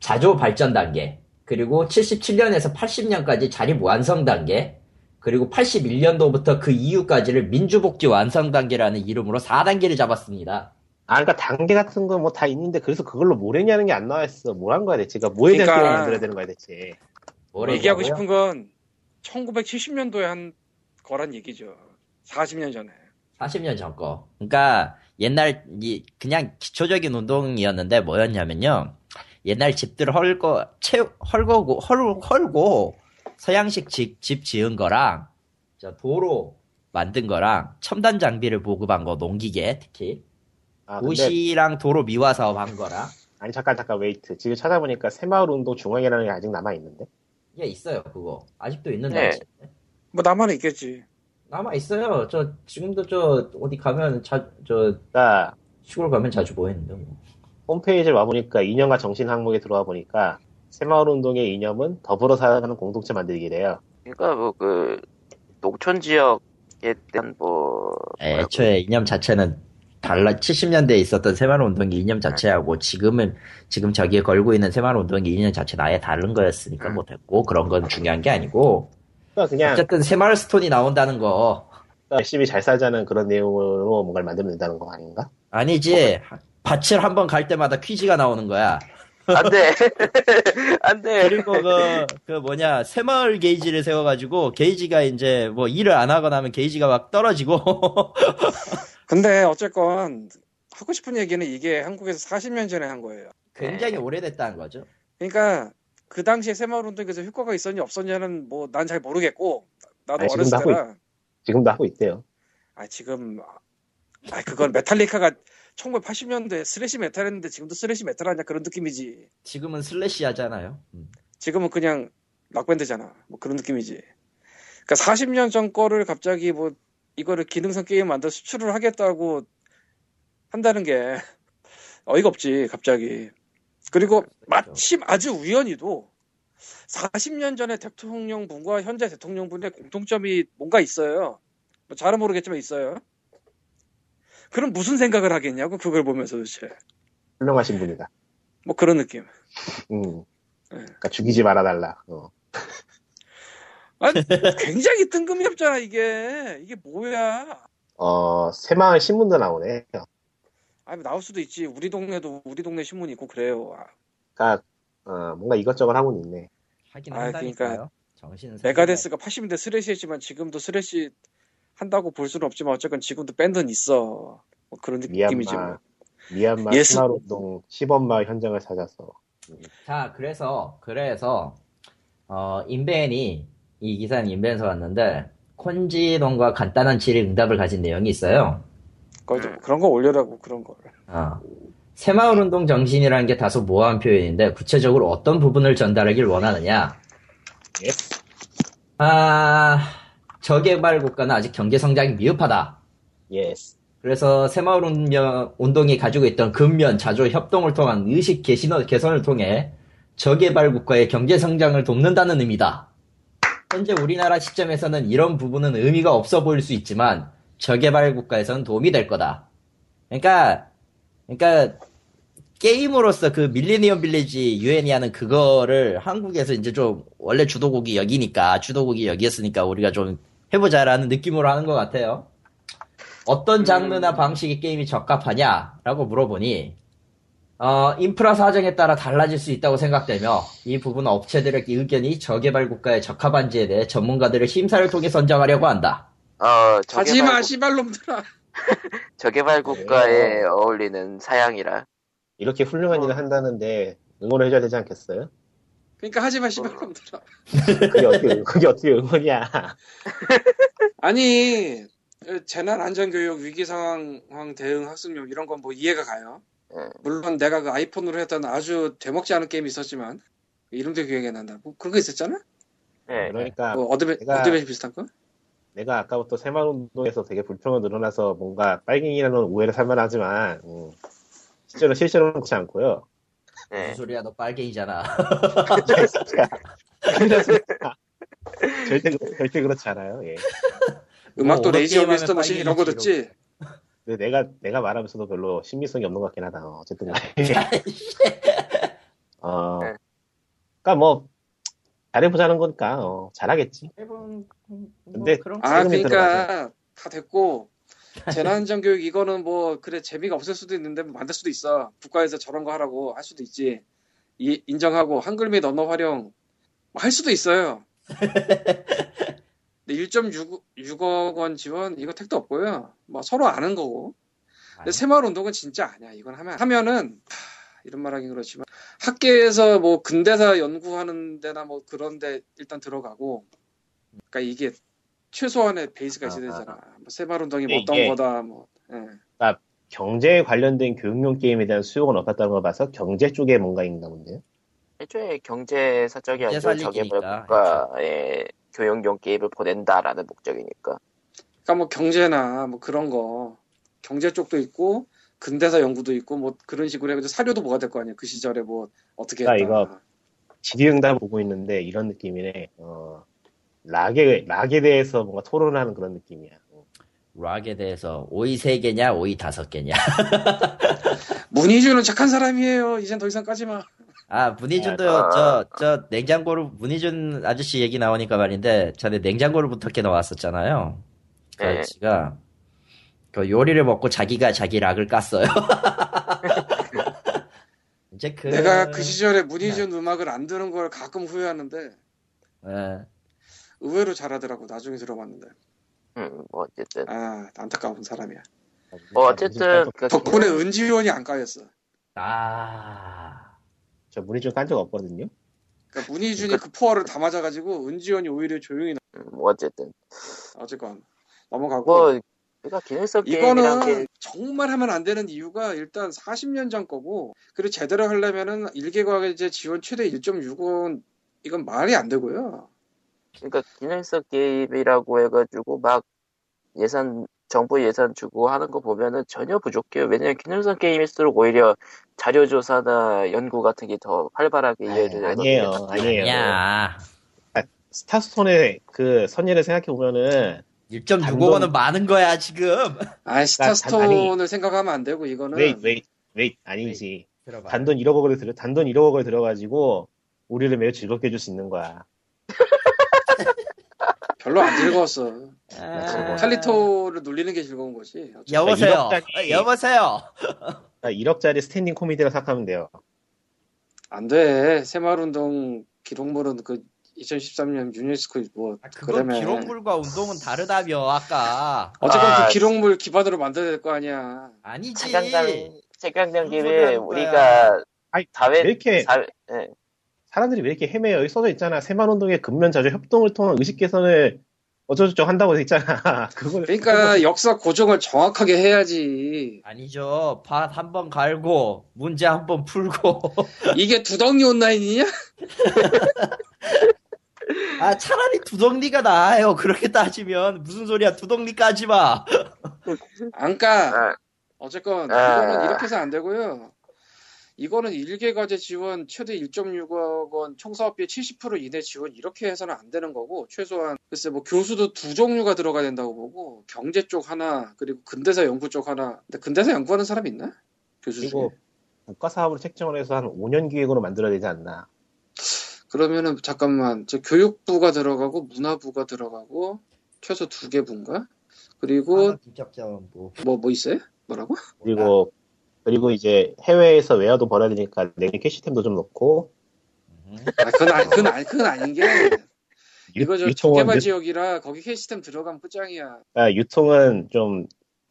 자조 발전 단계. 그리고 77년에서 80년까지 자립 완성 단계. 그리고 81년도부터 그 이후까지를 민주복지 완성 단계라는 이름으로 4단계를 잡았습니다.
아, 그러니까 단계 같은 거 뭐 다 있는데 그래서 그걸로 뭘 했냐는 게 안 나와 있어. 뭘 한 거야 대체? 그러니까 뭐에 대한
그러니까-
게임을 만들어야 되는 거야 대체?
뭐라고요?
얘기하고 싶은 건 1970년도에 한 거란 얘기죠. 40년 전에.
40년 전 거. 그러니까 옛날 이 그냥 기초적인 운동이었는데 뭐였냐면요. 옛날 집들 헐거 채 헐거고 헐 헐고 서양식 집, 집 지은 거랑 저 도로 만든 거랑 첨단 장비를 보급한 거 농기계 특히
아 근데
도시랑 도로 미화 사업 한 거랑
아니 잠깐 잠깐 웨이트. 지금 찾아보니까 새마을 운동 중앙이라는 게 아직 남아 있는데.
이게 있어요 그거 아직도
네.
있는데
뭐 나만 있겠지.
남아 있어요. 저 지금도 저 어디 가면 자 저
그러니까
시골 가면 자주 보이는데 뭐.
홈페이지를 와 보니까 인형과 정신 항목에 들어와 보니까 새마을 운동의 이념은 더불어 살아가는 공동체 만들기래요.
그러니까 뭐 그 농촌 지역에 대한 뭐 뭐라고
아, 예, 애초에 이념 자체는 달라 70년대에 있었던 새마을 운동의 이념 자체하고 지금은 지금 저기에 걸고 있는 새마을 운동의 이념 자체는 아예 다른 거였으니까
음.
못했고 그런 건 중요한 게 아니고
그러니까 그냥
어쨌든 새마을 스톤이 나온다는 거
그러니까 열심히 잘 살자는 그런 내용으로 뭔가를 만들면 된다는 거 아닌가?
아니지. 밭을 한 번 갈 때마다 퀴즈가 나오는 거야.
안 돼. 안 돼.
그리고 그, 그 뭐냐, 새마을 게이지를 세워가지고, 게이지가 이제 뭐 일을 안 하거나 하면 게이지가 막 떨어지고.
근데 어쨌건 하고 싶은 얘기는 이게 한국에서 40년 전에 한 거예요.
굉장히 오래됐다는 거죠.
그러니까 그 당시에 새마을 운동에서 효과가 있었냐 없었냐는 뭐 난 잘 모르겠고 나도
아니,
어렸을
지금도 하고
때라
지금도 하고 있대요.
아 지금 아 그건 메탈리카가 1980년대 스레시 메탈 했는데 지금도 스레시 메탈 하냐 그런 느낌이지
지금은 슬래시 하잖아요. 음.
지금은 그냥 락밴드잖아 뭐 그런 느낌이지 그러니까 40년 전 거를 갑자기 뭐 이거를 기능성 게임 만들어 수출을 하겠다고 한다는 게 어이가 없지 갑자기 그리고 마침 아주 우연히도 40년 전에 대통령분과 현재 대통령분의 공통점이 뭔가 있어요. 뭐 잘은 모르겠지만 있어요. 그럼 무슨 생각을 하겠냐고 그걸 보면서 도대체
훌륭하신 분이다.
뭐 그런 느낌.
음. 그러니까 죽이지 말아달라. 어.
아니, 굉장히 뜬금이 없잖아 이게 이게 뭐야?
어, 새마을 신문도 나오네. 어.
아니 뭐 나올 수도 있지. 우리 동네도 우리 동네 신문 이 있고 그래요. 아,
그러니까 어, 뭔가 이것저것 하고 있네.
하긴
아,
한다니까요.
그러니까
정신은
메가데스가 80인데 스레시했지만 지금도 스레시 한다고 볼 수는 없지만 어쨌건 지금도 밴드는 있어. 뭐 그런 느낌이지. 뭐.
미얀마 미얀마
예스.
스마운동 시범마을 현장을 찾아서
자, 그래서, 그래서, 어, 인벤이, 이 기사는 인벤에서 왔는데, 콘지론과 간단한 질의 응답을 가진 내용이 있어요.
그걸 좀- 그런 거 올려라고 그런 걸.
어. 새마을 운동 정신이라는 게 다소 모호한 표현인데, 구체적으로 어떤 부분을 전달하길 원하느냐.
예.
아, 저개발 국가는 아직 경제 성장이 미흡하다.
예스
그래서 새마을 운명- 운동이 가지고 있던 근면, 자조, 협동을 통한 의식 개신어- 개선을 통해 저개발 국가의 경제 성장을 돕는다는 의미다. 현재 우리나라 시점에서는 이런 부분은 의미가 없어 보일 수 있지만 저개발 국가에서는 도움이 될 거다. 그러니까 그러니까 게임으로서 그 밀레니엄 빌리지 유엔이 하는 그거를 한국에서 이제 좀 원래 주도국이 여기니까 주도국이 여기였으니까 우리가 좀 해보자라는 느낌으로 하는 것 같아요. 어떤 장르나 방식의 게임이 적합하냐라고 물어보니 어, 인프라 사정에 따라 달라질 수 있다고 생각되며 이 부분 업체들의 의견이 저개발 국가에 적합한지에 대해 전문가들의 심사를 통해 선정하려고 한다.
어,
하지마
저개발, 국,
씨발놈들아.
저개발
네.
국가에 어울리는 사양이라.
이렇게 훌륭한 일을 한다는데 응원을 해줘야 되지 않겠어요?
그러니까 하지마 씨발놈들아.
그게 어떻게 응- 그게 어떻게 응원이야?
아니 재난 안전 교육 위기 상황 대응 학습용 이런 건 뭐 이해가 가요.
예.
물론 내가 그 아이폰으로 했던 아주 되먹지 않은 게임이 있었지만 이름도 기억이 안 난다. 뭐 그런 거 있었잖아.
예.
그러니까
뭐 어드벤
내가-
어드벤 비슷한 거?
내가 아까부터 새마을 운동에서 되게 불평을 늘어나서 뭔가 빨갱이라는 오해를 살만하지만 음, 실제로 실제로는 그렇지 않고요.
예.
무슨 소리야 너 빨갱이잖아.
절대 그- 절대 그렇지 않아요. 예.
음악도
뭐
레이지
오버게임
어게인스트
하면
머신 이런 거
빨갱이지,
듣지.
근데 내가 내가 말하면서도 별로 신빙성이 없는 것 같긴 하다. 어, 어쨌든 간에. 어,
네.
그러니까 뭐 잘해보자는 거니까 어, 잘하겠지.
일본 뭐
근데-
그런
아
세금이
그러니까 다 됐고 재난 안전 교육 이거는 뭐 그래 재미가 없을 수도 있는데 뭐 만들 수도 있어. 국가에서 저런 거 하라고 할 수도 있지. 이- 인정하고 한글 및 언어 활용 뭐할 수도 있어요. 근데 1.6억 원 지원 이거 택도 없고요. 뭐 서로 아는 거고. 근데
아니.
새마을 운동은 진짜 아니야. 이건 하면 하면은 하, 이런 말하긴 그렇지만 학계에서 뭐 근대사 연구하는 데나 뭐 그런데 일단 들어가고. 그러니까 이게 최소한의 베이스가 있어야 되잖아. 뭐 새마을 운동이 뭐 어떤
이게-
거다 뭐. 예.
경제에 관련된 교육용 게임에 대한 수요가 높았다는 걸 봐서 경제 쪽에 뭔가 있나 본데요.
애초에 경제 사적이
경제
아니라
살리기니까,
저개발
그렇죠.
국가에 예, 교육용 게임을 보낸다라는 목적이니까.
그러니까 뭐 경제나 뭐 그런 거 경제 쪽도 있고 근대사 연구도 있고 뭐 그런 식으로 해서 사료도 뭐가 될 거 아니야 그 시절에 뭐 어떻게 했다
아, 이거. 질의응답 보고 있는데 이런 느낌이네. 어, 락에 락에 대해서 뭔가 토론하는 그런 느낌이야. 어,
락에 대해서 오이 세개냐 오이 다섯 개냐
문희준은 착한 사람이에요 이젠 더 이상 까지 마
아, 문희준도,
네,
저, 저, 냉장고를, 문희준 아저씨 얘기 나오니까 말인데, 전에 냉장고를 부탁해 나왔었잖아요. 그
네.
아저씨가, 그 요리를 먹고 자기가 자기 락을 깠어요. 이제 그.
네.
내가 그 시절에 문희준 음악을 안 듣는 걸 가끔 후회하는데
예.
의외로 잘하더라고 나중에 들어봤는데
음, 뭐 어쨌든
아 안타까운 사람이야
그렇죠.
뭐 어쨌든 그
덕분에 은지원이 안 까였어
아.
저 문이 좀 깐 적 없거든요.
그러니까 문희준이 그 포화를 다 맞아가지고 은지원이 오히려 조용히 나
음, 뭐 어쨌든
어쨌건 넘어가고
뭐 우리가 기능성 게임이란 게
이거는 정말 하면 안 되는 이유가 일단 40년 전 거고 그리고 제대로 하려면은 일개과제 지원 최대 1.6원 이건 말이 안 되고요
그러니까 기능성 게임이라고 해가지고 막 예산 정부 예산 주고 하는 거 보면은 전혀 부족해요. 왜냐면 기능성 게임일수록 오히려 자료 조사나 연구 같은 게 더 활발하게
아이,
이어져요.
아니에요, 아니에요.
예.
야
스타스톤의 그 선예를 생각해 보면은
1.65원은 많은 거야, 지금.
아
단-
스타스톤을 생각하면 안 되고 이거는
웨이 웨이 웨이 아니지.
들어봐.
뭐 단돈 1억 원을 들어 단돈 1억 원을 들어가지고 우리를 매우 즐겁게 해줄 수 있는 거야.
별로 안 즐거웠어
아.
칼리토를 아, 놀리는 게 즐거운 거지
여보세요.
이력까지.
여보세요.
그 1억짜리 스탠딩 코미디라 생각하면 돼요.
안 돼 새마을운동 기록물은 그 2013년 유네스코 뭐
아, 그건
그러면
기록물과 운동은 다르다며, 아까.
어쨌건
아,
그 기록물 기반으로 만들어야 될 거 아니야
아니지.
최강당 최강당
무슨 소리
김에
하는
우리가
아니,
사회
왜 이렇게
사
네.
예.
사람들이 왜 이렇게 헤매요? 여기 써져 있잖아. 새만운동의 근면 자주 협동을 통한 의식 개선을 어쩌고저쩌고 한다고 돼 있잖아. 그걸
그러니까 역사 고정을 정확하게 해야지
아니죠. 밭 한 번 갈고, 문제 한 번 풀고.
이게 두덩이 온라인이냐?
아, 차라리 두덩리가 나아요. 그렇게 따지면. 무슨 소리야. 두덩리 까지 마.
안 까.
아.
어쨌건
아.
이거는 이렇게 해서 안 되고요. 이거는 일개 과제 지원 최대 1.6억 원 총사업비의 70% 이내 지원 이렇게 해서는 안 되는 거고 최소한 글쎄 뭐 교수도 두 종류가 들어가야 된다고 보고 경제 쪽 하나 그리고 근대사 연구 쪽 하나 근데 근대사 연구하는 사람 있나? 교수 중에
그리고 국가 사업으로 책정을 해서 한 5년 기획으로 만들어야 되지 않나.
그러면은 잠깐만 저 교육부가 들어가고 문화부가 들어가고 최소 두 개 부인가?
아,
그리고
직접자원부.
뭐 뭐 있어요? 뭐라고?
그리고 그리고 이제 해외에서 외화도 벌어야 되니까 내게 캐시템도 좀 넣고
아, 그건, 아, 그건, 아, 그건 아닌 게 이거 저
유통은
개발 지역이라 거기 캐시스템 들어가면 끝장이야.
아, 유통은 좀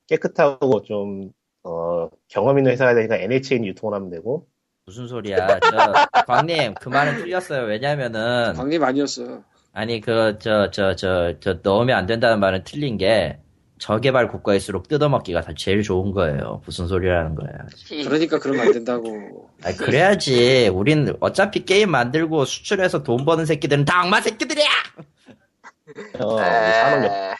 깨끗하고 좀 어, 경험 있는 회사가 되니까 NHN 유통을 하면 되고
무슨 소리야. 저, 광님, 그 말은 틀렸어요. 왜냐면은,
광립 아니었어.
아니, 그, 저, 저, 저, 저, 넣으면 안 된다는 말은 틀린 게, 저개발 국가일수록 뜯어먹기가 다 제일 좋은 거예요. 무슨 소리라는 거예요.
그러니까 그러면 안 된다고.
아, 그래야지. 우린 어차피 게임 만들고 수출해서 돈 버는 새끼들은 다 악마 새끼들이야!
어,
네.
산업 역-
에,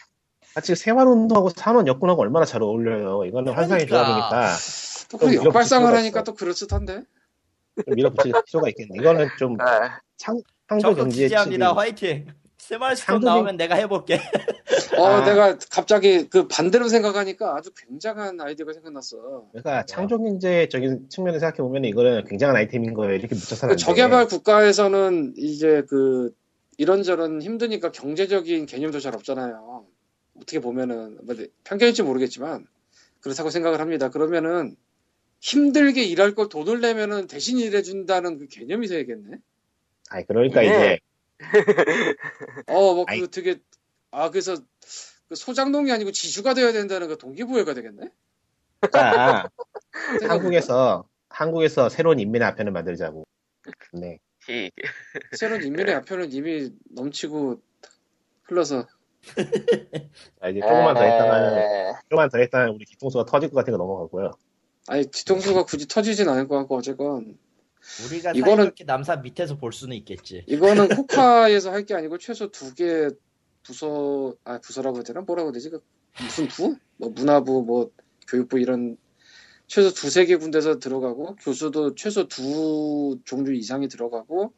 아, 지금 생활운동하고 산업 여건하고 얼마나 잘 어울려요. 이거는 환상의
그러니까.
조합이니까
또 그래
좀 밀어붙일
역발상을
필요가
하니까
있어.
또 그럴듯한데.
좀 밀어붙일 필요가 있겠네. 이거는 좀
아,
창, 창조
적극
경제
지지합니다. 화이팅! 스마일스톤
상금이-
나오면 내가 해볼게.
어,
아.
내가 갑자기 그 반대로 생각하니까 아주 굉장한 아이디어가 생각났어.
그러니까 창조 경제적인 측면에서 생각해 보면 이거는 굉장한 아이템인 거예요. 이렇게
그
묻혀서는 안 돼.
저개발 국가에서는 이제 그 이런저런 힘드니까 경제적인 개념도 잘 없잖아요. 어떻게 보면은 뭐, 편견일지 모르겠지만 그렇다고 생각을 합니다. 그러면은 힘들게 일할 걸 돈을 내면은 대신 일해준다는 그 개념이 생기겠네.
아니, 그러니까
네.
예.
이제
어, 뭐
아이.
그 되게 아 그래서 그 소장동이 아니고 지주가 되어야 된다는 그 동기부여가 되겠네.
그러니까
생각해보니까.
한국에서 한국에서 새로운 인민의 아편을 만들자고.
그,
네.
히.
새로운 인민의
예.
아편은 이미 넘치고 흘러서
자, 이제 조금만
네.
더 했다가는
에,
조금만 더 했다가 우리 뒤통수가 터질 것 같은 거 넘어가고요.
아니 뒤통수가 굳이 터지진 않을 것 같고 어쨌건
우리가
이거는-
사이좋게 남산 밑에서 볼 수는 있겠지.
이거는 코카에서 할 게 아니고 최소 두 개 부서 아 부서라고 해야 되나 뭐라고 해야 되지 그 무슨 부? 뭐 문화부 뭐 교육부 이런 최소 두세 개 군데서 들어가고 교수도 최소 두 종류 이상이 들어가고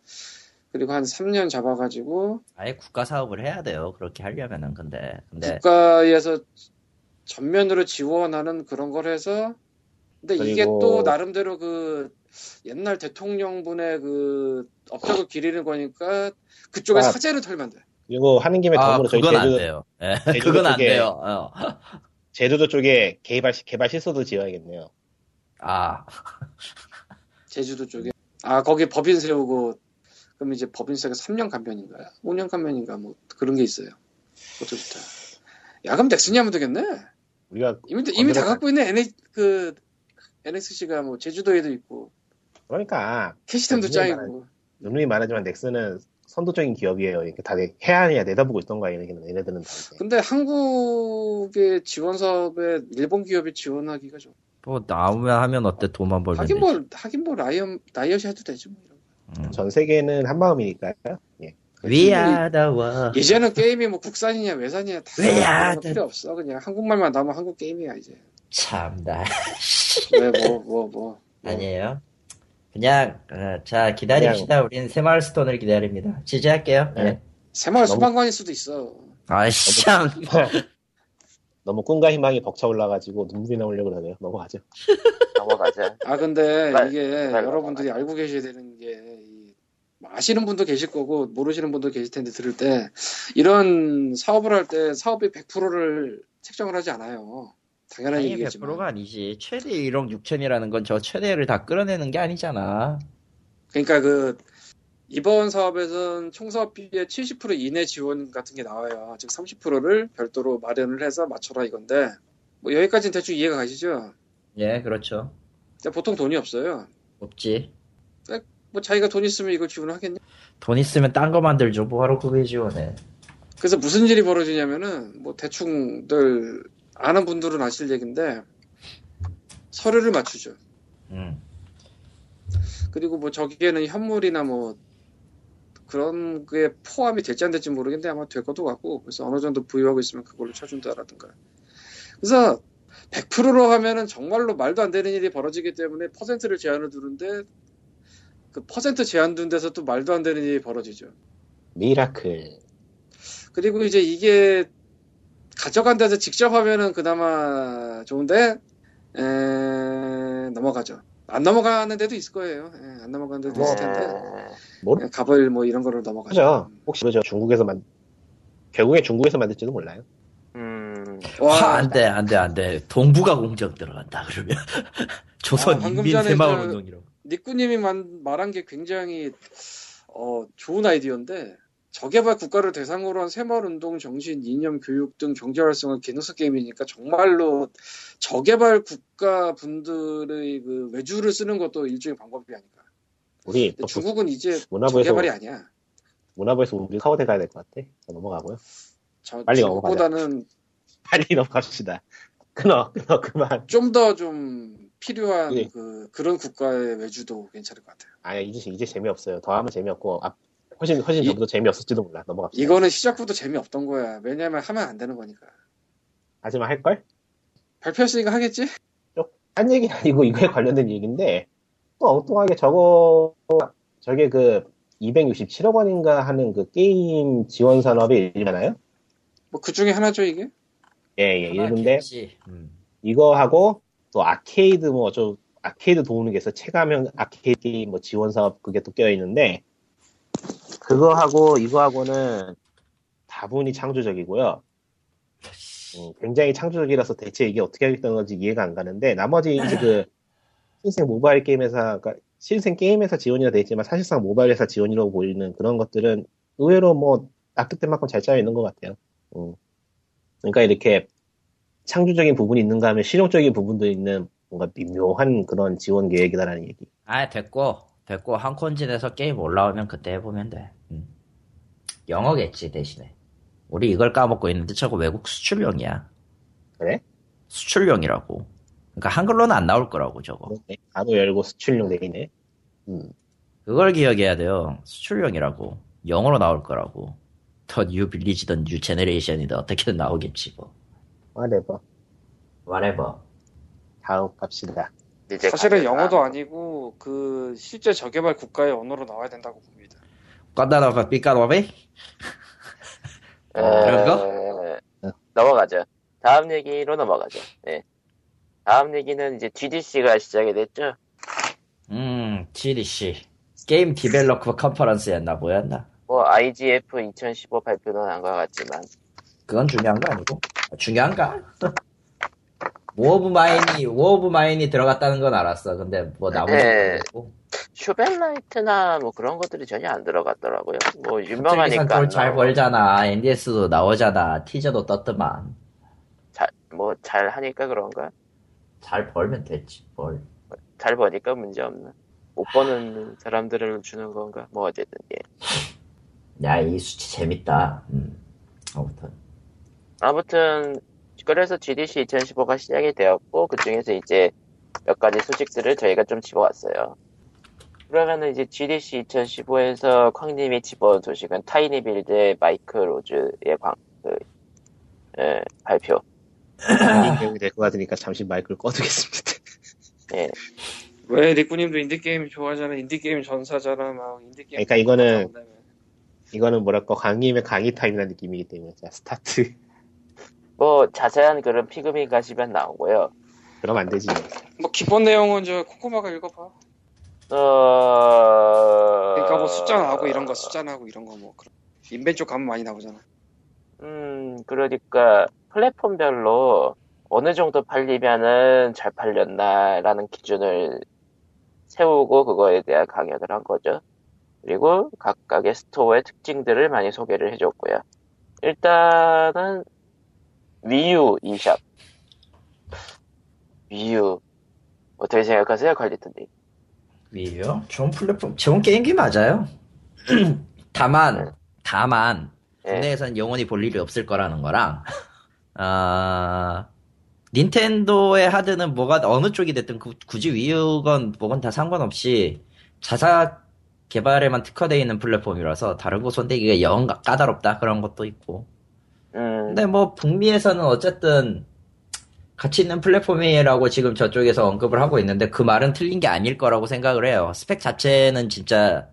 그리고 한 3년 잡아가지고
아예 국가 사업을 해야 돼요. 그렇게 하려면은 근데
네.
근데
국가에서 전면으로 지원하는 그런 걸 해서 근데 이게
그리고-
또 나름대로 그 옛날 대통령분의 그 업적을 기리는 거니까 그쪽에
아.
사제를 털면 돼.
그리고 하는 김에
아,
덤으로 저희
그건 안
제주도,
돼요. 예,
제주도
그건 안
쪽에-
돼요. 어.
제주도 쪽에 개발, 시- 개발 실소도 지어야겠네요.
아,
제주도 쪽에. 아 거기 법인 세우고 그럼 이제 법인세가 3년 감면인가요? 5년 감면인가 뭐 그런 게 있어요. 그것도 좋다. 야 그럼 넥슨이 하면 되겠네.
우리가
이미 이미 다
거기로
갖고 있는 NH 그 NXC가 뭐 제주도에도 있고
그러니까
캐시템도
넥슨이
짱이고.
누누이 말하지만 넥슨은 선도적인 기업이에요. 그러니까 다 해안이야 내다보고 있던 거야 얘네들은. 얘네들은 다 이제.
근데 한국의 지원 사업에 일본 기업이 지원하기가 좀
뭐 나오면 하면 어때? 돈만 벌면
하긴
되지.
뭐 하긴 뭐 라이언 라이엇이 해도 되지 뭐. 이런 거.
음.
전 세계는 한 마음이니까요. 예.
We are the world.
이제는 게임이 뭐 국산이냐 외산이냐 다
아, 왜, 아,
그런 거 필요 없어 그냥 한국말만 나오면 한국 게임이야 이제
참나.
왜 뭐 뭐 뭐
아니에요. 그냥 어, 자 기다립시다. 우리는 새마을 스톤을 기다립니다. 지지할게요.
네.
예.
새마을
너무-
소방관일 수도 있어
아이씨 참.
너무 꿈과 희망이 벅차 올라가지고 눈물이 나오려고 그러네요. 넘어가죠.
넘어가자.
아 근데
말-
이게
말-
여러분들이 알고 계셔야 되는 게이뭐 아시는 분도 계실 거고 모르시는 분도 계실 텐데 들을 때 이런 사업을 할 때 사업의 100%를 책정을 하지 않아요 당연한
아니
얘기겠지만
100%가 아니지. 최대 1억 6천이라는 건 저 최대를 다 끌어내는 게 아니잖아.
그러니까 그 이번 사업에선 총사업비의 70% 이내 지원 같은 게 나와요. 즉 30%를 별도로 마련을 해서 맞춰라 이건데 뭐 여기까지는 대충 이해가 가시죠?
예, 그렇죠.
근데 보통 돈이 없어요.
없지.
뭐 자기가 돈 있으면 이걸 지원하겠냐?
돈 있으면 딴 거 만들죠. 뭐하러 그게 지원해.
그래서 무슨 일이 벌어지냐면은 뭐 대충 늘 아는 분들은 아실 얘긴데 서류를 맞추죠.
음.
그리고 뭐 저기에는 현물이나 뭐 그런 게 포함이 될지 안 될지 모르겠는데 아마 될 것도 같고 그래서 어느 정도 부여하고 있으면 그걸로 쳐준다라든가 그래서 100%로 하면은 정말로 말도 안 되는 일이 벌어지기 때문에 퍼센트를 제한을 두는데 그 퍼센트 제한 둔 데서 또 말도 안 되는 일이 벌어지죠
미라클.
그리고 이제 이게 가져간 데서 직접 하면은 그나마 좋은데 에, 넘어가죠 안 넘어가는 데도 있을 거예요 예, 안 넘어가는 데도 있을 텐데
네.
모르
그냥 갑을 뭐 이런 거로 넘어가죠.
그죠? 혹시 그죠? 중국에서 만 결국에 중국에서 만들지도 몰라요.
음,
화,
와,
안 돼, 안 돼, 안 돼. 동북아 공정 들어간다, 그러면. 조선
아, 방금
인민
전에
새마을
저-
운동이라고.
니꾸님이 만- 말한 게 굉장히 어, 좋은 아이디어인데 저개발 국가를 대상으로 한 새마을 운동, 정신, 이념, 교육 등 경제 활성화 기능성 게임이니까 정말로 저개발 국가 분들의 그 외주를 쓰는 것도 일종의 방법이 아닐까.
우리
근데
또
중국은 이제
어, 그 문화부에서-
저개발이 아니야.
문화부에서 우리 사워대 가야 될 것 같아. 자, 넘어가고요.
저,
빨리
저보다는
빨리 넘어갑시다. 끊어, 끊어, 그만.
좀 더 좀 필요한
예.
그, 그런 국가의 외주도 괜찮을 것 같아요.
아, 이제, 이제 재미없어요. 더 하면 재미없고, 앞, 훨씬, 훨씬
이-
전부터 재미없을지도 몰라. 넘어갑시다.
이거는 시작부터 재미없던 거야. 왜냐면 하면 안 되는 거니까.
하지만 할걸?
발표했으니까 하겠지?
딴 얘기는 아니고, 이거에 관련된 얘기인데, 또 엉뚱하게 저거, 저게 그, 267억 원인가 하는 그 게임 지원 산업의 일이잖아요?
뭐 그 중에 하나죠 이게?
예,
아,
예, 일인데,
하겠지. 음.
이거하고, 또 아케이드 뭐, 저, 아케이드 도우는 게 있어. 체감형 아케이드 게임 뭐 지원 사업 그게 또 껴있는데, 그거하고, 이거하고는 다분히 창조적이고요. 음, 굉장히 창조적이라서 대체 이게 어떻게 하겠다는 건지 이해가 안 가는데, 나머지 이제 그, 신생 모바일 게임 회사, 그 신생 게임 회사 지원이라 돼 있지만, 사실상 모바일 회사 지원이라고 보이는 그런 것들은 의외로 뭐, 납득된 만큼 잘 짜여 있는 것 같아요. 음. 그러니까 이렇게 창조적인 부분이 있는가 하면 실용적인 부분도 있는 뭔가 미묘한 그런 지원 계획이다라는 얘기.
아, 됐고. 됐고. 한콘진에서 게임 올라오면 그때 해보면 돼. 음. 영어겠지, 대신에. 우리 이걸 까먹고 있는데 저거 외국 수출용이야.
그래?
수출용이라고. 그러니까 한글로는 안 나올 거라고, 저거.
그렇네. 바로 열고 수출용 되기네.
그걸 기억해야 돼요. 수출용이라고. 영어로 나올 거라고. 더 뉴 빌리지든 뉴 제네레이션이든 어떻게든 나오겠지 뭐.
whatever.
whatever.
다음 갑시다.
이제
사실은
가게가
영어도 아니고 그 실제 저개발 국가의 언어로 나와야 된다고 봅니다.
까다라바 삐까라베?
에,
그런
넘어가죠. 다음 얘기로 넘어가죠. 네. 다음 얘기는 이제 DDC가 시작이 됐죠.
음, GDC 게임 디벨로퍼 컨퍼런스였나 뭐였나
뭐 IGF 2015 발표는 안 것 같지만
그건 중요한 거 아니고 중요한가? 워 오브 마인이 워 오브 마인이 들어갔다는 건 알았어. 근데 뭐 나머지
네.
고
슈벨라이트나 뭐 그런 것들이 전혀 안 들어갔더라고요. 뭐 유명하니까
갑자기
안
돈잘
나오고.
벌잖아. NDS도 나오잖아. 티저도 떴더만.
잘, 뭐, 잘 하니까 그런가?
잘 벌면 됐지 뭘.
잘 버니까 문제 없나? 못 버는 사람들을 주는 건가? 뭐, 어쨌든, 예.
야 이 수치 재밌다. 음. 아무튼
아무튼, 그래서 GDC 2015가 시작이 되었고, 그 중에서 이제 몇 가지 소식들을 저희가 좀 집어왔어요. 그러면은 이제 GDC 2015에서 콩님이 집어온 소식은 타이니 빌드의 마이크 로즈의 광, 그, 예, 발표.
인디게임이 될 것 같으니까 잠시 마이크를 꺼두겠습니다.
예.
왜 리꾸님도 인디게임 좋아하잖아. 인디게임 전사잖아. 막 인디게임.
그러니까 이거는- 이거는 뭐랄까 강의의 강의 타임이라는 느낌이기 때문에 자 스타트
뭐, 자세한 그런 피그민 가시면 나오고요.
그럼 안 되지.
뭐 기본 내용은 저 코코마가 읽어봐.
어.
그러니까 뭐 숫자 나오고 이런 거 숫자 나오고 이런 거 뭐 그런. 인벤 쪽 가면 많이 나오잖아.
음, 그러니까 플랫폼별로 어느 정도 팔리면은 잘 팔렸나라는 기준을 세우고 그거에 대한 강연을 한 거죠. 그리고 각각의 스토어의 특징들을 많이 소개를 해줬고요. 일단은 위유 이샵 위유 어떻게 생각하세요, 관리터님?
위요? 좋은 플랫폼, 좋은 게임기 맞아요. 다만, 다만
예.
국내에선 영원히 볼 일이 없을 거라는 거랑 아 닌텐도의 하드는 뭐가 어느 쪽이 됐든 구- 굳이 위유건 뭐건 다 상관없이 자사 개발에만 특화되어 있는 플랫폼이라서 다른 곳 손대기가 영 까다롭다 그런 것도 있고
음,
근데 뭐 북미에서는 어쨌든 같이 있는 플랫폼이라고 지금 저쪽에서 언급을 하고 있는데 그 말은 틀린 게 아닐 거라고 생각을 해요. 스펙 자체는 진짜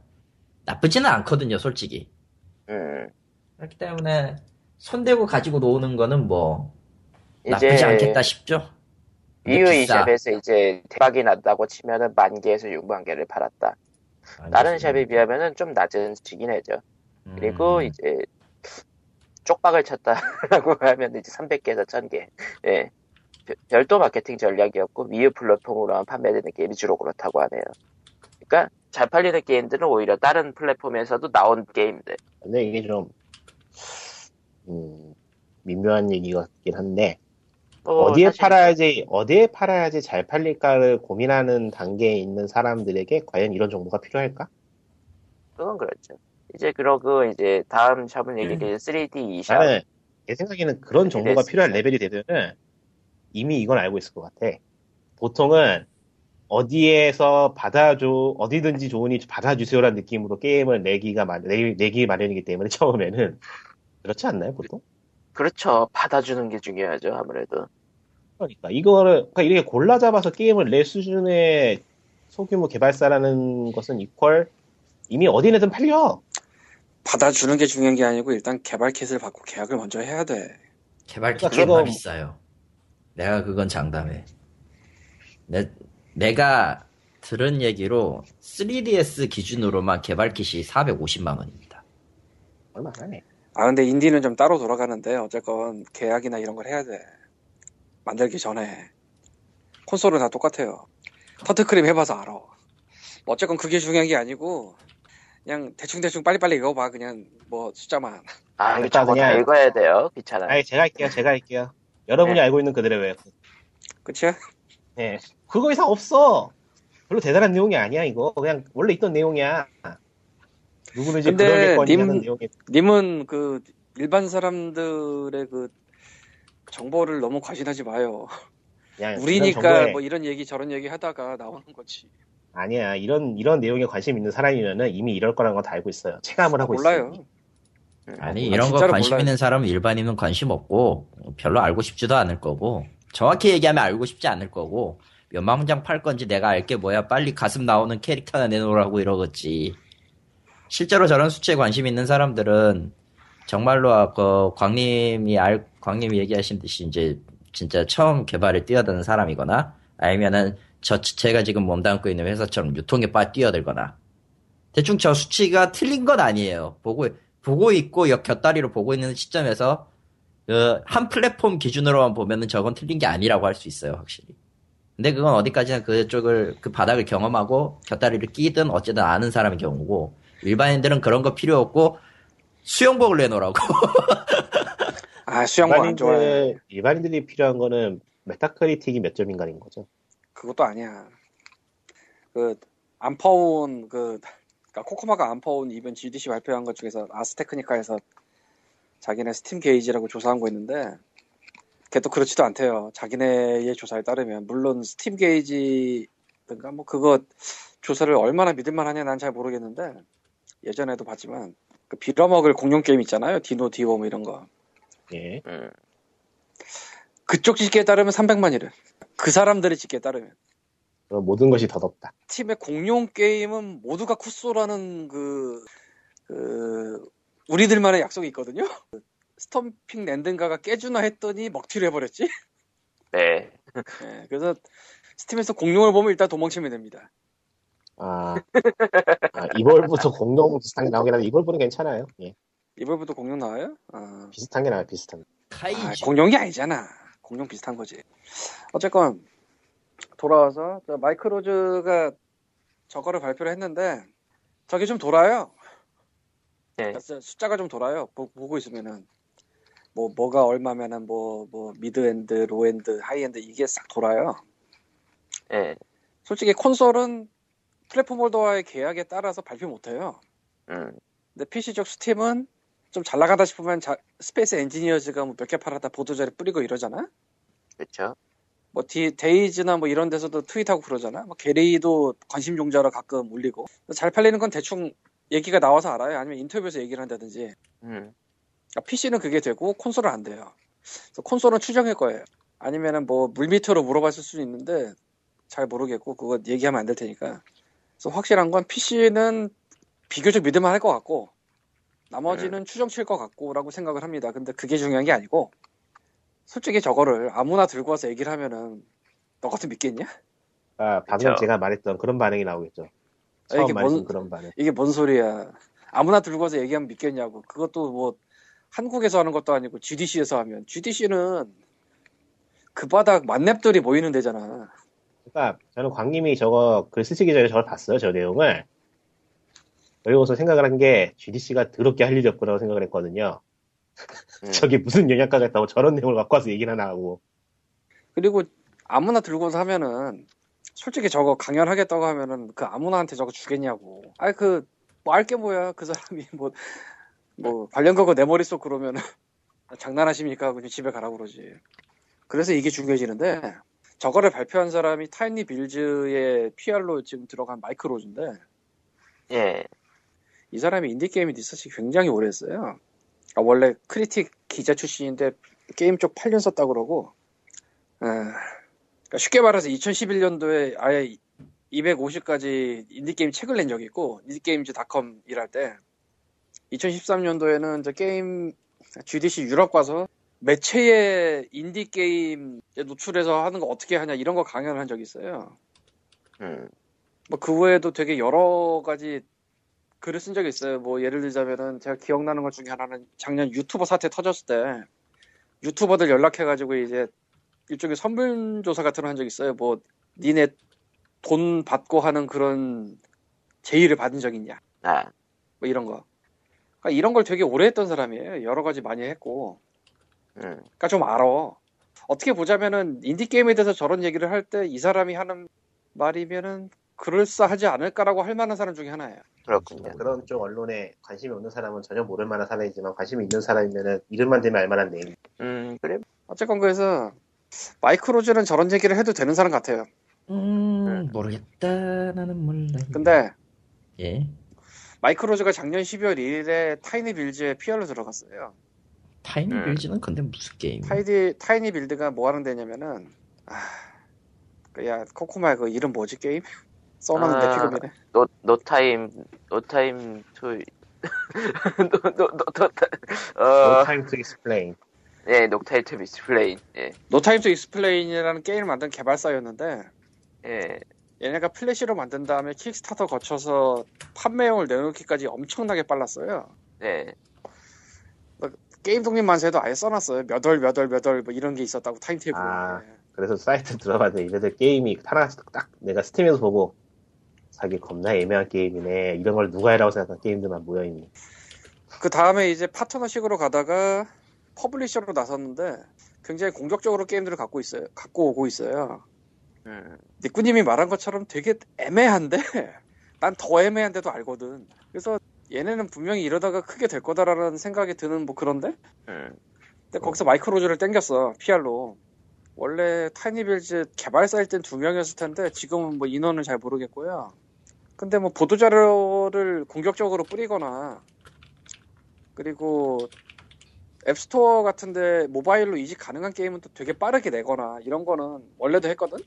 나쁘지는 않거든요, 솔직히.
음.
그렇기 때문에 손대고 가지고 노는 거는 뭐
이제
나쁘지 않겠다 싶죠. 근데
위유
비싸.
이샵에서 이제 대박이 났다고 치면은 만 개에서 6만 개를 팔았다.
아니,
다른
지금.
샵에 비하면은 좀 낮은 수치긴 해죠.
음,
그리고 이제 쪽박을 쳤다라고 하면 이제 300개에서 1000개. 예. 별- 별도 마케팅 전략이었고 위유 플랫폼으로 한 판매되는 게임이 주로 그렇다고 하네요. 그러니까 잘 팔리는 게임들은 오히려 다른 플랫폼에서도 나온 게임들.
근데 이게 좀 음, 미묘한 얘기 같긴 한데
뭐
어디에
사실
팔아야지 어디에 팔아야지 잘 팔릴까를 고민하는 단계에 있는 사람들에게 과연 이런 정보가 필요할까?
그건 그렇죠. 이제 그러고 이제 다음 샵은 얘기 이제 3D 이샵.
나는 내 생각에는 그런 정보가
됐습니다.
필요한 레벨이 되면은 이미 이건 알고 있을 것 같아. 보통은 어디에서 받아줘 어디든지 좋으니 받아주세요라는 느낌으로 게임을 내기가 마, 내, 내기 마련이기 때문에 처음에는 그렇지 않나요 보통?
그렇죠. 받아주는 게 중요하죠. 아무래도.
그러니까 이거를 그러니까 이렇게 골라 잡아서 게임을 낼 수준의 소규모 개발사라는 것은 이퀄 이미 어디에든 팔려.
받아주는 게 중요한 게 아니고 일단 개발 킷을 받고 계약을 먼저 해야 돼.
개발 키
그러니까
존나
그거-
비싸요. 내가 그건 장담해. 내, 내가 들은 얘기로 3DS 기준으로만 개발 킷이 450만 원입니다.
얼마 안 하네.
아 근데 인디는 좀 따로 돌아가는데 어쨌건 계약이나 이런 걸 해야 돼. 만들기 전에 콘솔은 다 똑같아요. 터트크림 해봐서 알아. 뭐 어쨌건 그게 중요한 게 아니고 그냥 대충 대충 빨리빨리 읽어봐 그냥 뭐 숫자만.
아, 이거
그러니까
저거 다
그냥-
읽어야 돼요. 귀찮아요.
아니 제가 할게요. 제가 할게요. 여러분이
네.
알고 있는 그대로 왜
그치?
예. 그거 이상 없어. 별로 대단한 내용이 아니야, 이거. 그냥 원래 있던 내용이야. 누구는 이제
근데
그러겠거니라는
님-
내용이.
님은 그 일반 사람들의 그 정보를 너무 과신하지 마요.
그냥 이런
우리니까
네, 정보에-
뭐 이런 얘기 저런 얘기 하다가 나오는 거지.
아니야, 이런, 이런 내용에 관심 있는 사람이면은 이미 이럴 거라는 건 다 알고 있어요. 체감을 하고
몰라요.
있어요.
아니
아,
이런 거
진짜로
관심
몰라요.
있는 사람은 일반인은 관심 없고 별로 알고 싶지도 않을 거고 정확히 얘기하면 알고 싶지 않을 거고 몇만 장 팔 건지 내가 알게 뭐야 빨리 가슴 나오는 캐릭터나 내놓으라고 이러겠지 실제로 저런 수치에 관심 있는 사람들은 정말로 아까 그 광님이 알 광님이 얘기하신 듯이 이제 진짜 처음 개발에 뛰어드는 사람이거나 아니면은 저 제가 지금 몸담고 있는 회사처럼 유통에 빠 뛰어들거나 대충 저 수치가 틀린 건 아니에요. 보고 보고 있고 역 곁다리로 보고 있는 시점에서 그 한 플랫폼 기준으로만 보면은 저건 틀린 게 아니라고 할 수 있어요, 확실히. 근데 그건 어디까지나 그쪽을 그 바닥을 경험하고 곁다리를 끼든 어쨌든 아는 사람의 경우고 일반인들은 그런 거 필요 없고 수영복을 내놓으라고.
아 수영복 안 좋아해.
일반인들이 필요한 거는 메타크리틱이 몇 점인가인 거죠.
그것도 아니야. 그, 안 퍼온, 그, 그러니까 코코마가 안 퍼온 이번 GDC 발표한 것 중에서 아스테크니카에서 자기네 스팀 게이지라고 조사한 거 있는데, 걔도 그렇지도 않대요. 자기네의 조사에 따르면. 물론 스팀 게이지든가 뭐 그거 조사를 얼마나 믿을만 하냐 난 잘 모르겠는데, 예전에도 봤지만, 그 빌어먹을 공룡 게임 있잖아요. 디노, 디오 뭐 이런 거.
예.
음.
그쪽 집계에 따르면 300만이래. 그 사람들의 집계에 따르면.
그럼 모든 것이 더덥다.
팀의 공룡 게임은 모두가 쿠소라는 그, 그, 우리들만의 약속이 있거든요? 그 스톰핑 랜든가가 깨주나 했더니 먹튀를 해버렸지?
네.
예, 그래서 스팀에서 공룡을 보면 일단 도망치면 됩니다.
아, 아, 이벌부터 공룡 비슷한 게 나오긴 하는데 이벌부는 괜찮아요. 예.
이번부터 공룡 나와요? 아,
비슷한 게 나와요. 비슷한. 게.
아,
카이지.
공룡이 아니잖아. 공룡 비슷한 거지. 어쨌건, 돌아와서, 저 마이크로즈가 저거를 발표를 했는데, 저게 좀 돌아요.
네.
그래서 숫자가 좀 돌아요. 보, 고 있으면은 뭐 뭐가 얼마면은 뭐 뭐 미드엔드, 로엔드, 하이엔드 이게 싹 돌아요.
네.
솔직히 콘솔은 플랫폼 홀더와의 계약에 따라서 발표 못해요.
음.
근데 PC쪽 스팀은 좀 잘 나가다 싶으면 자- 스페이스 엔지니어즈가 뭐 몇 개 팔았다 보도자료 뿌리고 이러잖아.
그쵸.
뭐 디, 데이즈나 뭐 이런 데서도 트윗하고 그러잖아. 뭐 게리도 관심 종자로 가끔 올리고 잘 팔리는 건 대충 얘기가 나와서 알아요. 아니면 인터뷰에서 얘기를 한다든지.
음.
PC는 그러니까 그게 되고 콘솔은 안 돼요. 그래서 콘솔은 추정일 거예요. 아니면은 뭐 물밑으로 물어봤을 수도 있는데 잘 모르겠고 그거 얘기하면 안 될 테니까. 그래서 확실한 건 PC는 비교적 믿을만 할 것 같고 나머지는 추정칠 것 같고라고 생각을 합니다. 근데 그게 중요한 게 아니고 솔직히 저거를 아무나 들고 와서 얘기를 하면은 너 같은 믿겠냐?
아, 방금
그쵸.
제가 말했던 그런 반응이 나오겠죠. 처음
이게 뭔-
말했던 그런 반응.
네. 이게 뭔 소리야? 아무나 들고 와서 얘기하면 믿겠냐고. 그것도 뭐 한국에서 하는 것도 아니고 GDC에서 하면 GDC는 그 바닥 만렙들이 모이는 데잖아.
그러니까 저는 광님이 저거 글 쓰시기 전에 저걸 봤어요. 저 내용을. 그리고서 생각을 한 게 GDC가 더럽게 할 일이 없구나 생각을 했거든요.
음.
저게 무슨 영향가가 있다고 저런 내용을 갖고 와서 얘기를 하나 하고.
그리고 아무나 들고 와서 하면은 솔직히 저거 강연하겠다고 하면은 그 아무나한테 저거 주겠냐고. 아니 그 뭐 알 게 뭐야 그 사람이 뭐 뭐 관련 거고 내 머릿속 그러면은 장난하십니까 하고 그냥 집에 가라고 그러지. 그래서 이게 중요해지는데 저거를 발표한 사람이 타이니 빌즈의 PR로 지금 들어간 마이크로즈인데
예.
이 사람이 인디게임 리서치 굉장히 오래 했어요. 아, 원래 크리틱 기자 출신인데 게임 쪽 8년 썼다 그러고, 에, 그러니까 쉽게 말해서 2011년도에 아예 250까지 인디게임 책을 낸 적이 있고, 인디게임즈닷컴 일할 때, 2013년도에는 이제 게임 GDC 유럽 가서 매체에 인디게임에 노출해서 하는 거 어떻게 하냐 이런 거 강연을 한 적이 있어요.
음.
뭐 그 외에도 되게 여러 가지 글을 쓴 적이 있어요. 뭐 예를 들자면은 제가 기억나는 것 중에 하나는 작년 유튜버 사태 터졌을 때 유튜버들 연락해가지고 이제 일종의 선물 조사 같은 걸 한 적이 있어요. 뭐 니네 돈 받고 하는 그런 제의를 받은 적 있냐?
아.
뭐 이런 거. 그러니까 이런 걸 되게 오래 했던 사람이에요. 여러 가지 많이 했고.
음.
그러니까 좀 알아. 어떻게 보자면은 인디 게임에 대해서 저런 얘기를 할 때 이 사람이 하는 말이면은 그럴싸하지 않을까라고 할 만한 사람 중에 하나예요.
그렇군요.
그러니까 그런 쪽 언론에 관심이 없는 사람은 전혀 모를 만한 사람이지만 관심이 있는 사람이면은 이름만 되면 알만한 내용.
음. 그래.
어쨌건 그래서 마이크로즈는 저런 얘기를 해도 되는 사람 같아요.
음, 모르겠다. 나는 몰라.
근데
예.
마이크로즈가 작년 12월 1일에 타이니 빌즈의 PR로 들어갔어요.
타이니
음.
빌즈는 근데 무슨 게임?
타이디, 타이니 빌드가 뭐 하는 데냐면은 아, 그 야, 코코마 그 이름 뭐지 게임? 써놨는데
아.
피금이네.
노, 노타임, 노타임 투, 노, 노, 노, 노,
No
어,
time to explain.
예, 노타임 투 미스플레인. 예,
노타임 투 익스플레인이라는 게임을 만든 개발사였는데
예.
얘네가 플래시로 만든 다음에 킥스타터 거쳐서 판매용을 내놓기까지 엄청나게 빨랐어요.
네.
게임 독립만세도 아예 써놨어요. 몇 월, 몇 월, 몇 월 뭐 이런 게 있었다고 타임테이블.
아.
예.
그래서 사이트 들어봤는데 이래서 게임이 하나 딱 내가 스팀에서 보고 자기 겁나 애매한 게임이네 이런 걸 누가 해라고 생각한 게임들만 모여있니
그 다음에 이제 파트너식으로 가다가 퍼블리셔로 나섰는데 굉장히 공격적으로 게임들을 갖고 있어요. 갖고 오고 있어요.
음.
니꾸님이 말한 것처럼 되게 애매한데 난 더 애매한데도 알거든. 그래서 얘네는 분명히 이러다가 크게 될 거다라는 생각이 드는 뭐 그런데
음.
근데 거기서 마이크로즈를 땡겼어 PR로 원래 타이니빌즈 개발사일 땐 두 명이었을 텐데 지금은 뭐 인원을 잘 모르겠고요. 근데 뭐 보도자료를 공격적으로 뿌리거나 그리고 앱스토어 같은데 모바일로 이직 가능한 게임은 또 되게 빠르게 내거나 이런 거는 원래도 했거든.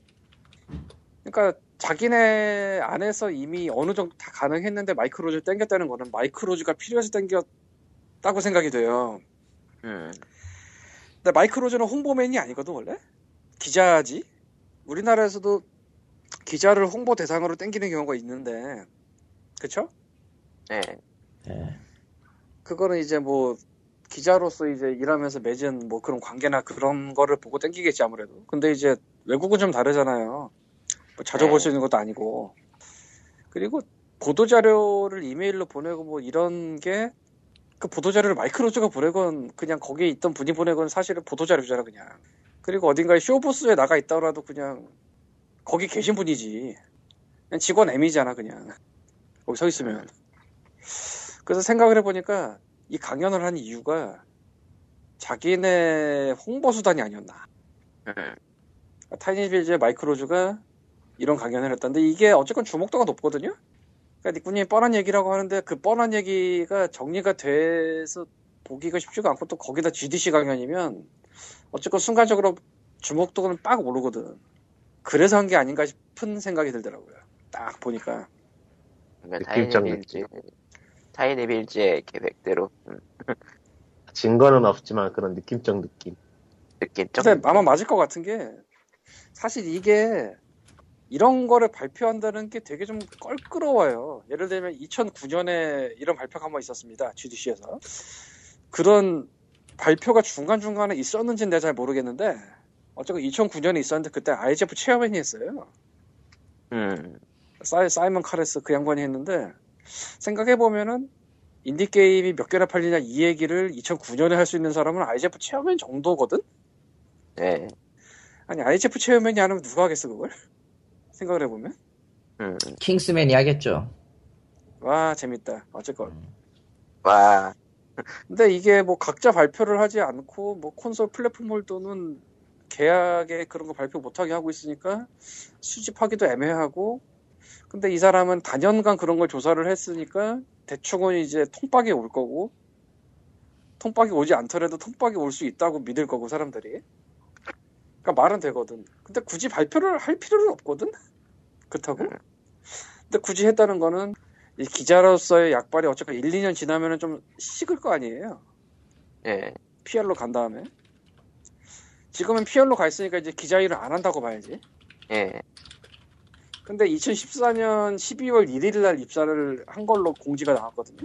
그러니까 자기네 안에서 이미 어느 정도 다 가능했는데 마이크로즈를 땡겼다는 거는 마이크로즈가 필요해서 땡겼다고 생각이 돼요.
음.
근데 마이크로즈는 홍보맨이 아니거든 원래 기자지 우리나라에서도 기자를 홍보 대상으로 땡기는 경우가 있는데 그쵸?
네.
그거는 이제 뭐 기자로서 이제 일하면서 맺은 뭐 그런 관계나 그런 거를 보고 땡기겠지 아무래도 근데 이제 외국은 좀 다르잖아요 뭐 자주 볼 수 있는 것도 아니고 그리고 보도자료를 이메일로 보내고 뭐 이런 게 그 보도자료를 마이크로즈가 보내건 그냥 거기에 있던 분이 보내건 사실은 보도자료잖아 그냥 그리고 어딘가에 쇼부스에 나가 있다라도 그냥 거기 계신 분이지 그냥 직원 M이잖아 그냥 거기 서 있으면 그래서 생각을 해보니까 이 강연을 한 이유가 자기네 홍보 수단이 아니었나 그러니까
음.
타이니빌즈의 마이크로즈가 이런 강연을 했다는데 이게 어쨌건 주목도가 높거든요. 그러니까 니꾸님이 뻔한 얘기라고 하는데 그 뻔한 얘기가 정리가 돼서 보기가 쉽지가 않고 또 거기다 GDC 강연이면 어쨌건 순간적으로 주목도는 빡 오르거든. 그래서 한 게 아닌가 싶은 생각이 들더라고요. 딱 보니까.
그러니까
느낌적
타이니빌즈. 타이니빌즈의 계획대로 음.
증거는 없지만 그런 느낌적 느낌
느낌적.
근데 아마 맞을 것 같은 게 사실 이게 이런 거를 발표한다는 게 되게 좀 껄끄러워요. 예를 들면 2009년에 이런 발표가 한 번 있었습니다. GDC에서. 그런 발표가 중간중간에 있었는지는 내가 잘 모르겠는데 어쨌건 2009년에 있었는데 그때 IGF 체어맨이 했어요.
음.
사이, 사이먼 카레스 그 양반이 했는데 생각해보면은 인디게임이 몇 개나 팔리냐 이 얘기를 2009년에 할 수 있는 사람은 IGF 체어맨 정도거든?
네.
아니 IGF 체험맨이 안 하면 누가 하겠어 그걸? 생각을 해보면
음.
킹스맨이 하겠죠.
와 재밌다 어쨌건
와.
근데 이게 뭐 각자 발표를 하지 않고 뭐 콘솔 플랫폼 홀더는 계약에 그런 거 발표 못하게 하고 있으니까 수집하기도 애매하고 근데 이 사람은 단연간 그런 걸 조사를 했으니까 대충은 이제 통박이 올 거고 통박이 오지 않더라도 통박이 올 수 있다고 믿을 거고 사람들이 그러니까 말은 되거든 근데 굳이 발표를 할 필요는 없거든 그렇다고 근데 굳이 했다는 거는 이 기자로서의 약발이 어쨌건 1, 2년 지나면은 좀 식을 거 아니에요.
네.
PR로 간 다음에. 지금은 PR로 가 있으니까 이제 기자 일을 안 한다고 봐야지.
예.
근데 2014년 12월 1일 날 입사를 한 걸로 공지가 나왔거든요.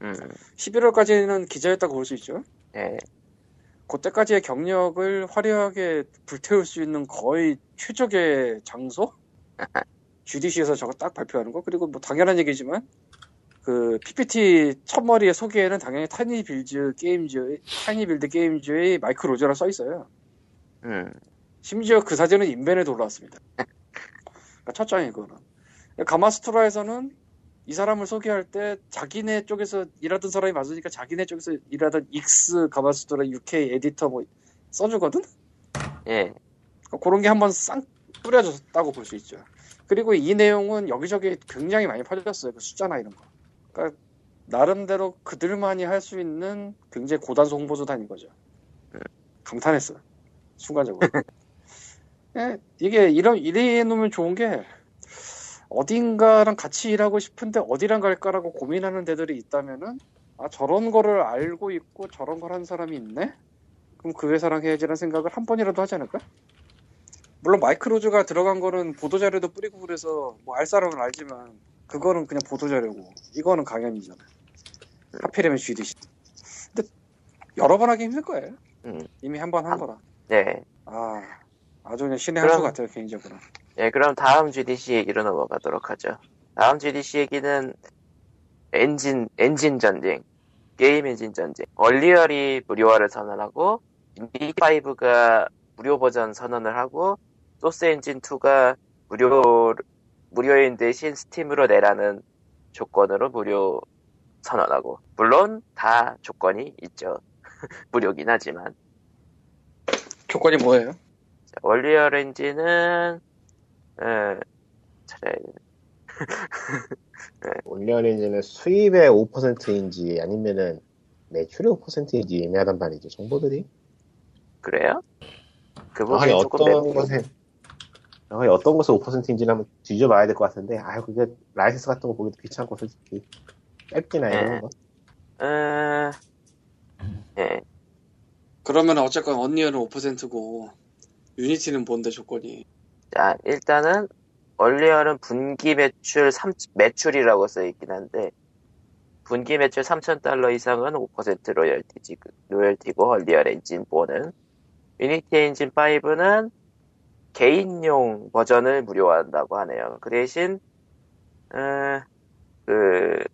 음.
11월까지는 기자였다고 볼 수 있죠.
예.
그때까지의 경력을 화려하게 불태울 수 있는 거의 최적의 장소? GDC에서 저거 딱 발표하는 거? 그리고 뭐 당연한 얘기지만, 그, PPT 첫머리에 소개에는 당연히 타니 빌즈 게임즈의, 타니 빌드 게임즈의 마이크 로저라 써 있어요.
음.
심지어 그 사진은 인벤에도 올라왔습니다. 그러니까 첫 장이 그거는. 가마스토라에서는 이 사람을 소개할 때 자기네 쪽에서 일하던 사람이 맞으니까 자기네 쪽에서 일하던 익스 가마스토라 UK 에디터 뭐 써주거든?
예.
그러니까 그런 게 한번 쌍 뿌려졌다고 볼 수 있죠. 그리고 이 내용은 여기저기 굉장히 많이 퍼졌어요. 그 숫자나 이런 거. 그러니까 나름대로 그들만이 할 수 있는 굉장히 고단소 홍보 수단인 거죠. 감탄했어. 순간적으로. 예, 이게 이런 이래 놓으면 좋은 게 어딘가랑 같이 일하고 싶은데 어디랑 갈까라고 고민하는 데들이 있다면은 아 저런 거를 알고 있고 저런 걸 한 사람이 있네. 그럼 그 회사랑 해야지라는 생각을 한 번이라도 하지 않을까?
물론 마이크로즈가 들어간 거는 보도자료도 뿌리고 그래서 뭐 알 사람은 알지만 그거는 그냥 보도자료고 이거는 강연이잖아. 하필이면 GDC. 근데 여러 번 하기 힘들 거예요.
음.
이미 한 번 한 거라.
네.
아 아주 그냥 신의 한 수
그럼-
같아요 개인적으로.
예, 그럼 다음 GDC 얘기로 넘어가도록 하죠. 다음 GDC 얘기는 엔진, 엔진 전쟁. 게임 엔진 전쟁. 얼리얼이 무료화를 선언하고, 니5가 무료 버전 선언을 하고, 소스 엔진 2가 무료, 무료인 대신 스팀으로 내라는 조건으로 무료 선언하고. 물론, 다 조건이 있죠. 무료긴 하지만.
조건이 뭐예요?
자, 얼리얼 엔진은 예, 잘해야 되네.
올리언인지는 수입의 5%인지 아니면은 매출의 5%인지 애매하단 말이죠. 정보들이.
그래요? 그 부분이
정확히
조금
어떤
맵네요.
것에 정확히 어떤 것에 5%인지는 한번 뒤져봐야 될 것 같은데 아유 그게 라이센스 같은 거 보기도 귀찮고 솔직히 짧긴 해
네.
이런 거.
어, 예,
그러면 어쨌건 언리얼은 5%고 유니티는 뭔데 조건이
자 일단은 얼리얼은 분기 매출 3 매출이라고 써 있긴 한데 분기 매출 3천 달러 이상은 5% 로열티지 로열티고 얼리얼 엔진 4는 유니티 엔진 5는 개인용 버전을 무료화한다고 하네요. 그 대신 어, 그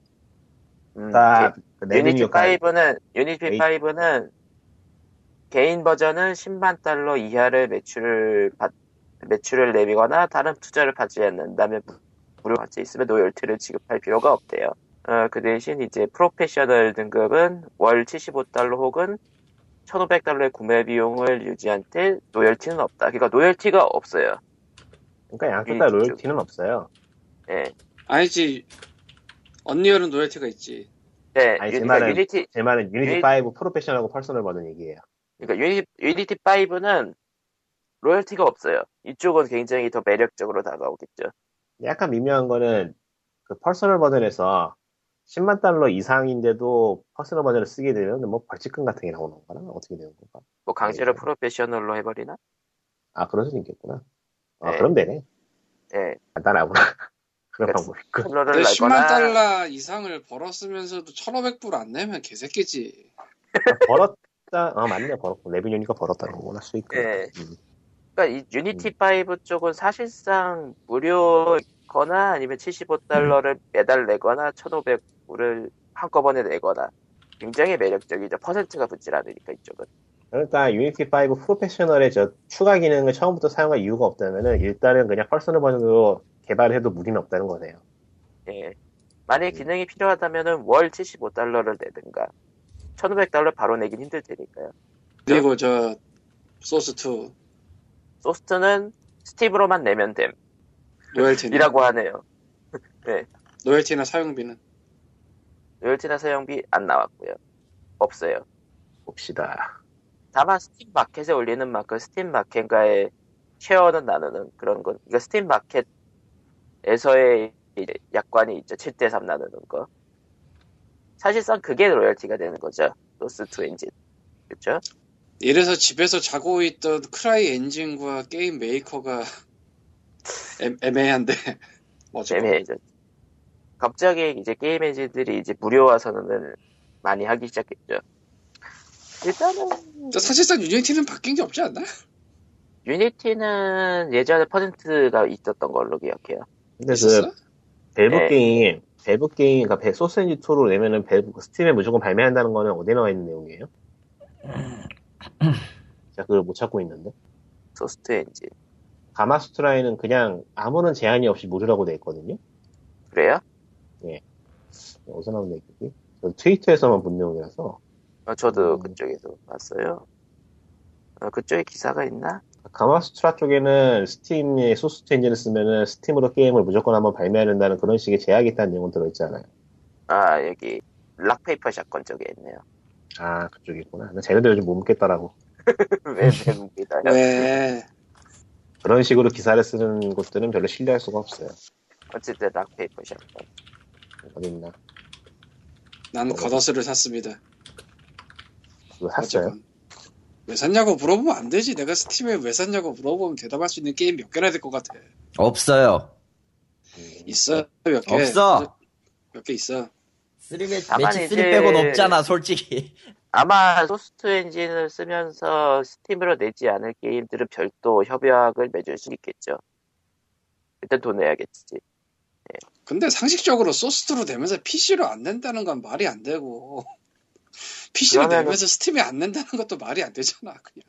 음,
다그
유니티
레비뉴 가
5는 유니티
에이.
5는 개인 버전은 10만 달러 이하를 매출을 받 매출을 내비거나 다른 투자를 받지 않는다면 무- 무료 받지 있으면 노열티를 지급할 필요가 없대요. 어, 그 대신 이제 프로페셔널 등급은 월 75달러 혹은 1,500달러의 구매 비용을 유지한 때 노열티는 없다. 그러니까 노열티가 없어요.
그러니까 양쪽 다
유니티 쪽.
로열티는 없어요.
예.
아니지 언리얼은 로열티가 있지
네,
아니,
유-
제
그러니까
말은-
유니티
제 말은 유니티
유니-
5 프로페셔널하고 퍼스널 버전 얘기예요.
그러니까 유니티, 유니티 5는 로열티가 없어요. 이쪽은 굉장히 더 매력적으로 다가오겠죠.
약간 미묘한 거는 그 퍼스널 버전에서 10만 달러 이상인데도 퍼스널 버전을 쓰게 되면 뭐 벌칙금 같은 게 나오는 거나 어떻게 되는 건가?
뭐 강제로
네.
프로페셔널로 해버리나?
아 그럴 수도 있겠구나. 아
네.
그럼 되네.
예,
간단하구나. 그런
그치.
방법. 그
플러를
근데 10만
날거나
달러 이상을 벌었으면서도 1500불 안 내면 개새끼지
벌었다. 아 맞네 벌었고 레비뉴니까 벌었다는 거구나 수익금.
네.
음.
그러니까 이 유니티 5 쪽은 사실상 무료거나 아니면 75달러를 매달 내거나 1,500불을 한꺼번에 내거나 굉장히 매력적이죠. 퍼센트가 붙질 않으니까 이쪽은.
그러니까 유니티 5 프로페셔널의 저 추가 기능을 처음부터 사용할 이유가 없다면은 일단은 그냥 퍼스널 버전으로 개발해도 무리는 없다는 거네요.
예. 만약에
음.
기능이 필요하다면은 월 75달러를 내든가 1,500달러 바로 내긴 힘들 테니까요.
그리고 저 소스2
소스트는 스팀으로만 내면 됨.
로열티는
이라고 하네요.
로열티나 사용비는
로열티나 사용비 안 나왔고요. 없어요.
봅시다.
다만 스팀 마켓에 올리는 만큼 스팀 마켓과의 쉐어는 나누는 그런 건. 그러니까 스팀 마켓에서의 이제 약관이 있죠. 7대3 나누는 거. 사실상 그게 로열티가 되는 거죠. 소스 투 엔진. 그렇죠? 그쵸?
이래서 집에서 자고 있던 크라이 엔진과 게임 메이커가 애, 애매한데 뭐 어쨌건
애매해져. 갑자기 이제 게임 엔진들이 이제 무료화 선언을 많이 하기 시작했죠. 일단은
근데 사실상 유니티는 바뀐 게 없지 않나?
유니티는 예전에 퍼센트가 있었던 걸로 기억해요.
근데 그
있었어?
벨브
네.
게임, 벨브 게임, 그러니까 소스엔지 2로 내면은 벨브, 스팀에 무조건 발매한다는 거는 어디 나와 있는 내용이에요? 제가 그걸 못 찾고 있는데.
소스트 엔진.
가마스트라이는 그냥 아무런 제한이 없이 무료라고 돼 있거든요.
그래요?
어디서 나온 얘기지? 저 트위터에서만 본 내용이라서
어, 저도
음.
그쪽에서 봤어요. 어, 그쪽에 기사가 있나?
가마스트라 쪽에는 스팀의 소스 엔진을 쓰면은 스팀으로 게임을 무조건 한번 발매해야 된다는 그런 식의 제약이 있다는 내용은 들어있잖아요.
아, 여기 락페이퍼 샷건 쪽에 있네요.
아 그쪽이 있구나. 나 쟤네들 요즘 못 묻겠더라고.
왜 외국이다.
네. 왜
그런 식으로 기사를 쓰는 곳들은 별로 신뢰할 수가 없어요.
어쨌든 락페이퍼 샷건.
어딨나?
나는 겉옷을 샀습니다.
그거 어. 샀어요?
어쨌건 왜 샀냐고 물어보면 안 되지. 내가 스팀에 왜 샀냐고 물어보면 대답할 수 있는 게임 몇 개나 될 것 같아.
없어요.
그렇죠.
있어 몇 개. 그
없어.
몇 개 있어.
3매,
다만
매치 3
이제-
빼고는 없잖아, 솔직히.
아마 소스트 엔진을 쓰면서 스팀으로 내지 않을 게임들은 별도 협약을 맺을 수 있겠죠. 일단 돈 내야겠지.
근데 상식적으로 소스트로 되면서 PC로 안 낸다는 건 말이 안 되고 PC로
그러면은-
내면서 스팀에 안 낸다는 것도 말이 안 되잖아. 그냥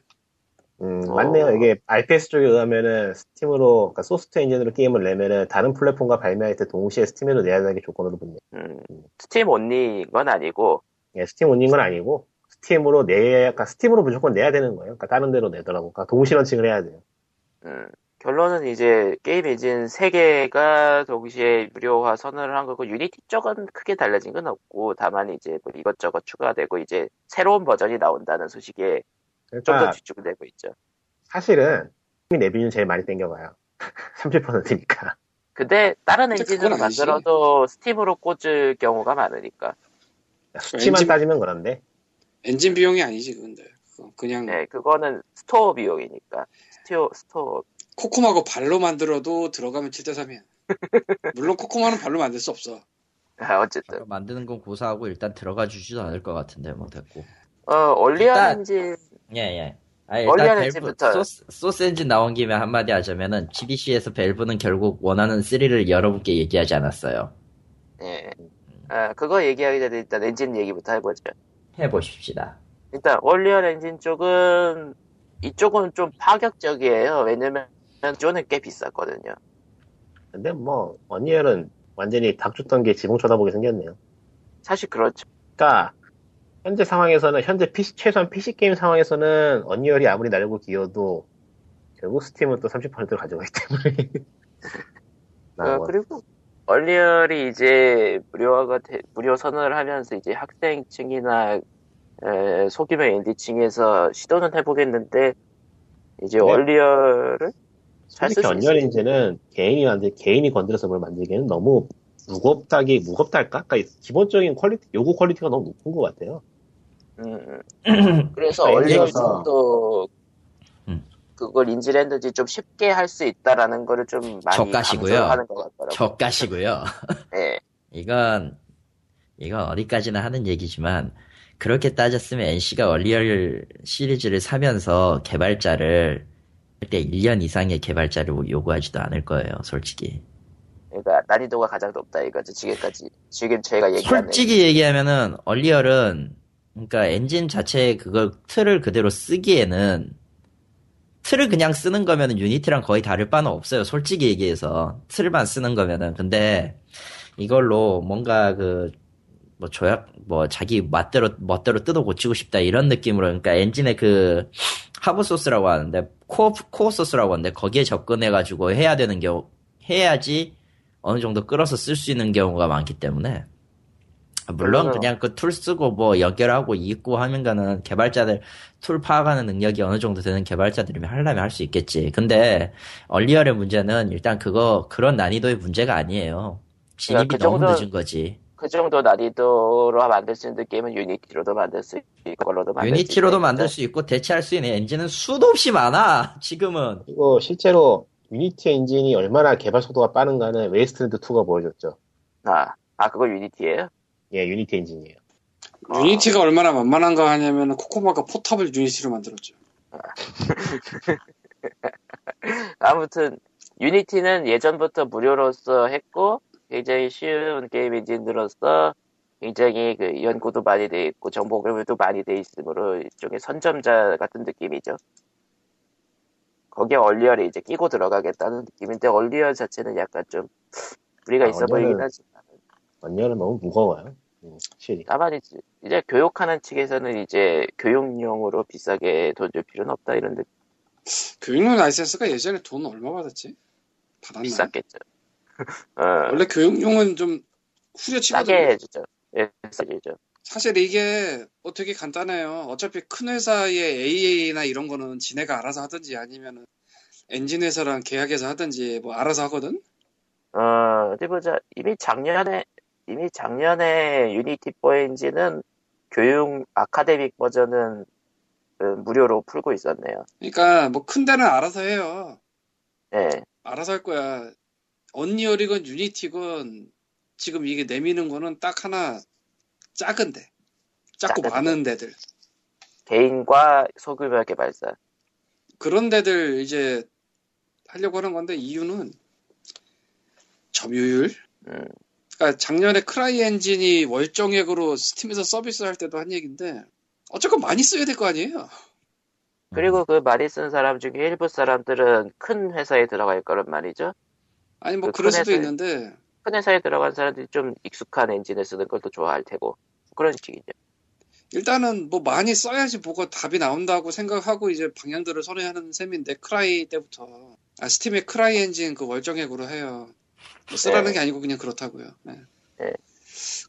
음,
어.
맞네요. 이게 RPS 쪽에 의하면은 스팀으로, 그러니까 소프트 엔진으로 게임을 내면은 다른 플랫폼과 발매할 때 동시에 스팀에도 내야 되는 게 조건으로 붙네요.
음, 스팀 온리인 건 아니고
예, 스팀 온인 건 아니고, 스팀으로 내야, 그러니까 스팀으로 무조건 내야 되는 거예요. 그러니까 다른 데로 내더라고. 그러니까 동시 런칭을 해야 돼요.
음, 결론은 이제 게임 엔진 3개가 동시에 무료화 선언을 한 거고 유니티 쪽은 크게 달라진 건 없고 다만 이제 뭐 이것저것 추가되고 이제 새로운 버전이 나온다는 소식에 좀 더
아.
그러니까
집중되고 있죠.
사실은 팀이 내비는 제일 많이 땡겨가요. 30%니까.
근데 다른
근데
엔진으로
그건 아니지.
만들어도 스팀으로 꽂을 경우가 많으니까.
수치만
엔진-
따지면 그런데.
엔진 비용이 아니지 근데 그건 그냥
네, 그거는 스토어 비용이니까. 스토어, 스토어.
코코마고 발로 만들어도 들어가면 7대 3이야. 물론 코코마는 발로 만들 수 없어.
아, 어쨌든.
만드는 건 고사하고 일단 들어가 주지도 않을 것 같은데, 뭐, 됐고.
어, 얼리한
일단-
엔진,
예, 예. 아,
얼리
일단
하는
벨브,
집부터요.
소스, 소스 엔진 나온 김에 한마디 하자면은, GDC에서 벨브는 결국 원하는 3를 여러분께 얘기하지 않았어요.
예.
음.
아, 그거 얘기하기 전에 일단 엔진 얘기부터 해보죠.
해보십시다.
일단 월리얼 엔진 쪽은 이쪽은 좀 파격적이에요. 왜냐면 이쪽은 꽤 비쌌거든요.
근데 뭐, 언리얼은 완전히 닭 줬던 게 지붕 쳐다보게 생겼네요.
사실 그렇죠.
그러니까 현재 상황에서는 현재 PC 최소한 PC 게임 상황에서는 언리얼이 아무리 날고 기어도 결국 스팀은 또 30%를 가져가기 때문에 나
어,
뭐,
그리고 얼리얼이 이제 무료화가 돼- 무료 선언을 하면서 이제 학생층이나 에, 소규모 인디층에서 시도는 해보겠는데 이제
네.
얼리얼을 잘 쓸수
솔직히 그러니까 언리얼
있어요.
엔진은 개인이 만들 개인이 건드려서 뭘 만들기에는 너무 무겁다기 무겁달까? 그러니까 기본적인 퀄리티 요구 퀄리티가 너무 높은 것 같아요.
음, 음. 그래서
그러니까
얼리얼
엔진에서-
쪽도
음.
그걸 인지를 했는지 좀 쉽게 할 수 있다라는 거를 좀 많이
저가시고요.
강조하는 것 같더라고요.
저가시고요.
예.
이건, 이건 어디까지나 하는 얘기지만, 그렇게 따졌으면 NC가 얼리얼 시리즈를 사면서 개발자를, 그때 1년 이상의 개발자를 요구하지도 않을 거예요, 솔직히.
그러니까 난이도가 가장 높다 이거죠 지금까지 지금 저희가 얘기하는
솔직히 얘기하면은, 얼리얼은, 그러니까 엔진 자체의 그걸, 틀을 그대로 쓰기에는, 틀을 그냥 쓰는 거면은 유니티랑 거의 다를 바는 없어요, 솔직히 얘기해서. 틀만 쓰는 거면은. 근데, 이걸로 뭔가 그, 뭐 조약 뭐 자기 맛대로 멋대로 뜯어 고치고 싶다 이런 느낌으로 그러니까 엔진의 그 하브 소스라고 하는데 코어 코어 소스라고 하는데 거기에 접근해 가지고 해야 되는 경우 해야지 어느 정도 끌어서 쓸 수 있는 경우가 많기 때문에
그러면은-
물론 그냥 그 툴 쓰고 뭐 연결하고 읽고 하면가는 개발자들 툴 파악하는 능력이 어느 정도 되는 개발자들이면 하려면 할 수 있겠지 근데 얼리얼의 문제는 일단 그거 그런 난이도의 문제가 아니에요 진입이
그러니까 그
너무
정도는-
늦은 거지
그 정도 난이도로 만들 수 있는 게임은 유니티로도 만들 수 있고 이걸로도 만들 수
유니티로도
있다,
만들
이거죠.
수 있고 대체할 수 있는 엔진은 수도 없이 많아 지금은
그리고 실제로 유니티 엔진이 얼마나 개발 속도가 빠른가는 웨이스트랜드 2가 보여줬죠.
아, 아 그거 유니티예요?
예, 유니티 엔진이에요.
어.
유니티가 얼마나 만만한가 하냐면 코코마가 포탑을 유니티로 만들었죠.
아무튼 유니티는 예전부터 무료로서 했고 굉장히 쉬운 게임 엔진으로서 굉장히 그 연구도 많이 돼 있고 정보 개발도 많이 돼 있으므로 일종의 선점자 같은 느낌이죠. 거기에 얼리얼이 이제 끼고 들어가겠다는 느낌인데 얼리얼 자체는 약간 좀 무리가
아,
있어 보이긴
얼리얼은-
하지만
언리얼은 너무 무거워요. 음, 확실히.
다만 이제, 이제 교육하는 측에서는 이제 교육용으로 비싸게 돈 줄 필요는 없다 이런 데
교육용 라이센스가 예전에 돈 얼마 받았지? 받았나?
비쌌겠죠. 어,
원래 교육용은 좀 후려치거든요.
싸게 해주죠. 예, 싸게 해주죠.
사실 이게 어떻게 간단해요. 어차피 큰 회사의 AA나 이런 거는 지네가 알아서 하든지 아니면 엔진 회사랑 계약해서 하든지 뭐 알아서 하거든.
어, 어디 보자. 이미 작년에, 이미 작년에 유니티 4 엔진은 교육 아카데믹 버전은 음, 무료로 풀고 있었네요.
그러니까 뭐 큰 데는 알아서 해요.
예.
알아서 할 거야. 언리얼이건 유니티건 지금 이게 내미는 거는 딱 하나 작은데 작고
작은데.
많은 데들
개인과 소규모 개발사.
그런 데들 이제 하려고 하는 건데 이유는 점유율.
음.
그러니까 작년에 크라이 엔진이 월정액으로 스팀에서 서비스할 때도 한 얘긴데 어쨌건 많이 써야 될 거 아니에요.
음.
그리고 그 많이 쓴 사람 중에 일부 사람들은 큰 회사에 들어갈 거란 말이죠.
아니 뭐
그
그럴 수도
폰에서의-
있는데
큰 회사에 들어간 사람들이 좀 익숙한 엔진을 쓰는 걸 더 좋아할 테고 그런 식이죠.
일단은 뭐 많이 써야지 뭐가 답이 나온다고 생각하고 이제 방향들을 선회하는 셈인데 크라이 때부터 아 스팀의 크라이 엔진 그 월정액으로 해요 뭐 쓰라는
네.
게 아니고 그냥 그렇다고요 네.
네.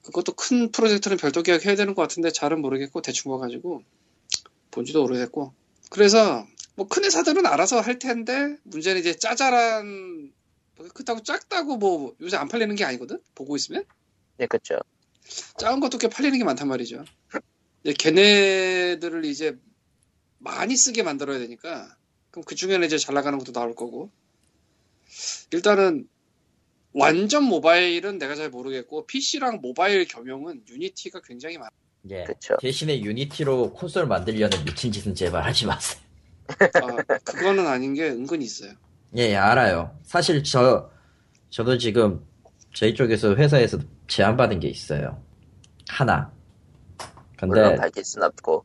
그것도 큰 프로젝트는 별도 계약해야 되는 것 같은데 잘은 모르겠고 대충 봐가지고 본지도 오래됐고 그래서 뭐 큰 회사들은 알아서 할 텐데 문제는 이제 짜잘한 그렇다고 작다고 뭐 요새 안 팔리는 게 아니거든 보고 있으면
네, 그렇죠.
작은 것도 꽤 팔리는 게 많단 말이죠. 근데 걔네들을 이제 많이 쓰게 만들어야 되니까 그럼 그 중에는 이제 잘 나가는 것도 나올 거고 일단은 완전 모바일은 내가 잘 모르겠고 PC랑 모바일 겸용은 유니티가 굉장히 많아.
예.
그쵸.
대신에 유니티로 콘솔 만들려는 미친 짓은 제발 하지 마세요.
아, 그거는 아닌 게 은근히 있어요.
예, 예, 알아요. 사실 저 저도 지금 저희 쪽에서 회사에서 제안 받은 게 있어요. 하나.
물론
네.
근데
밝힐 순 없고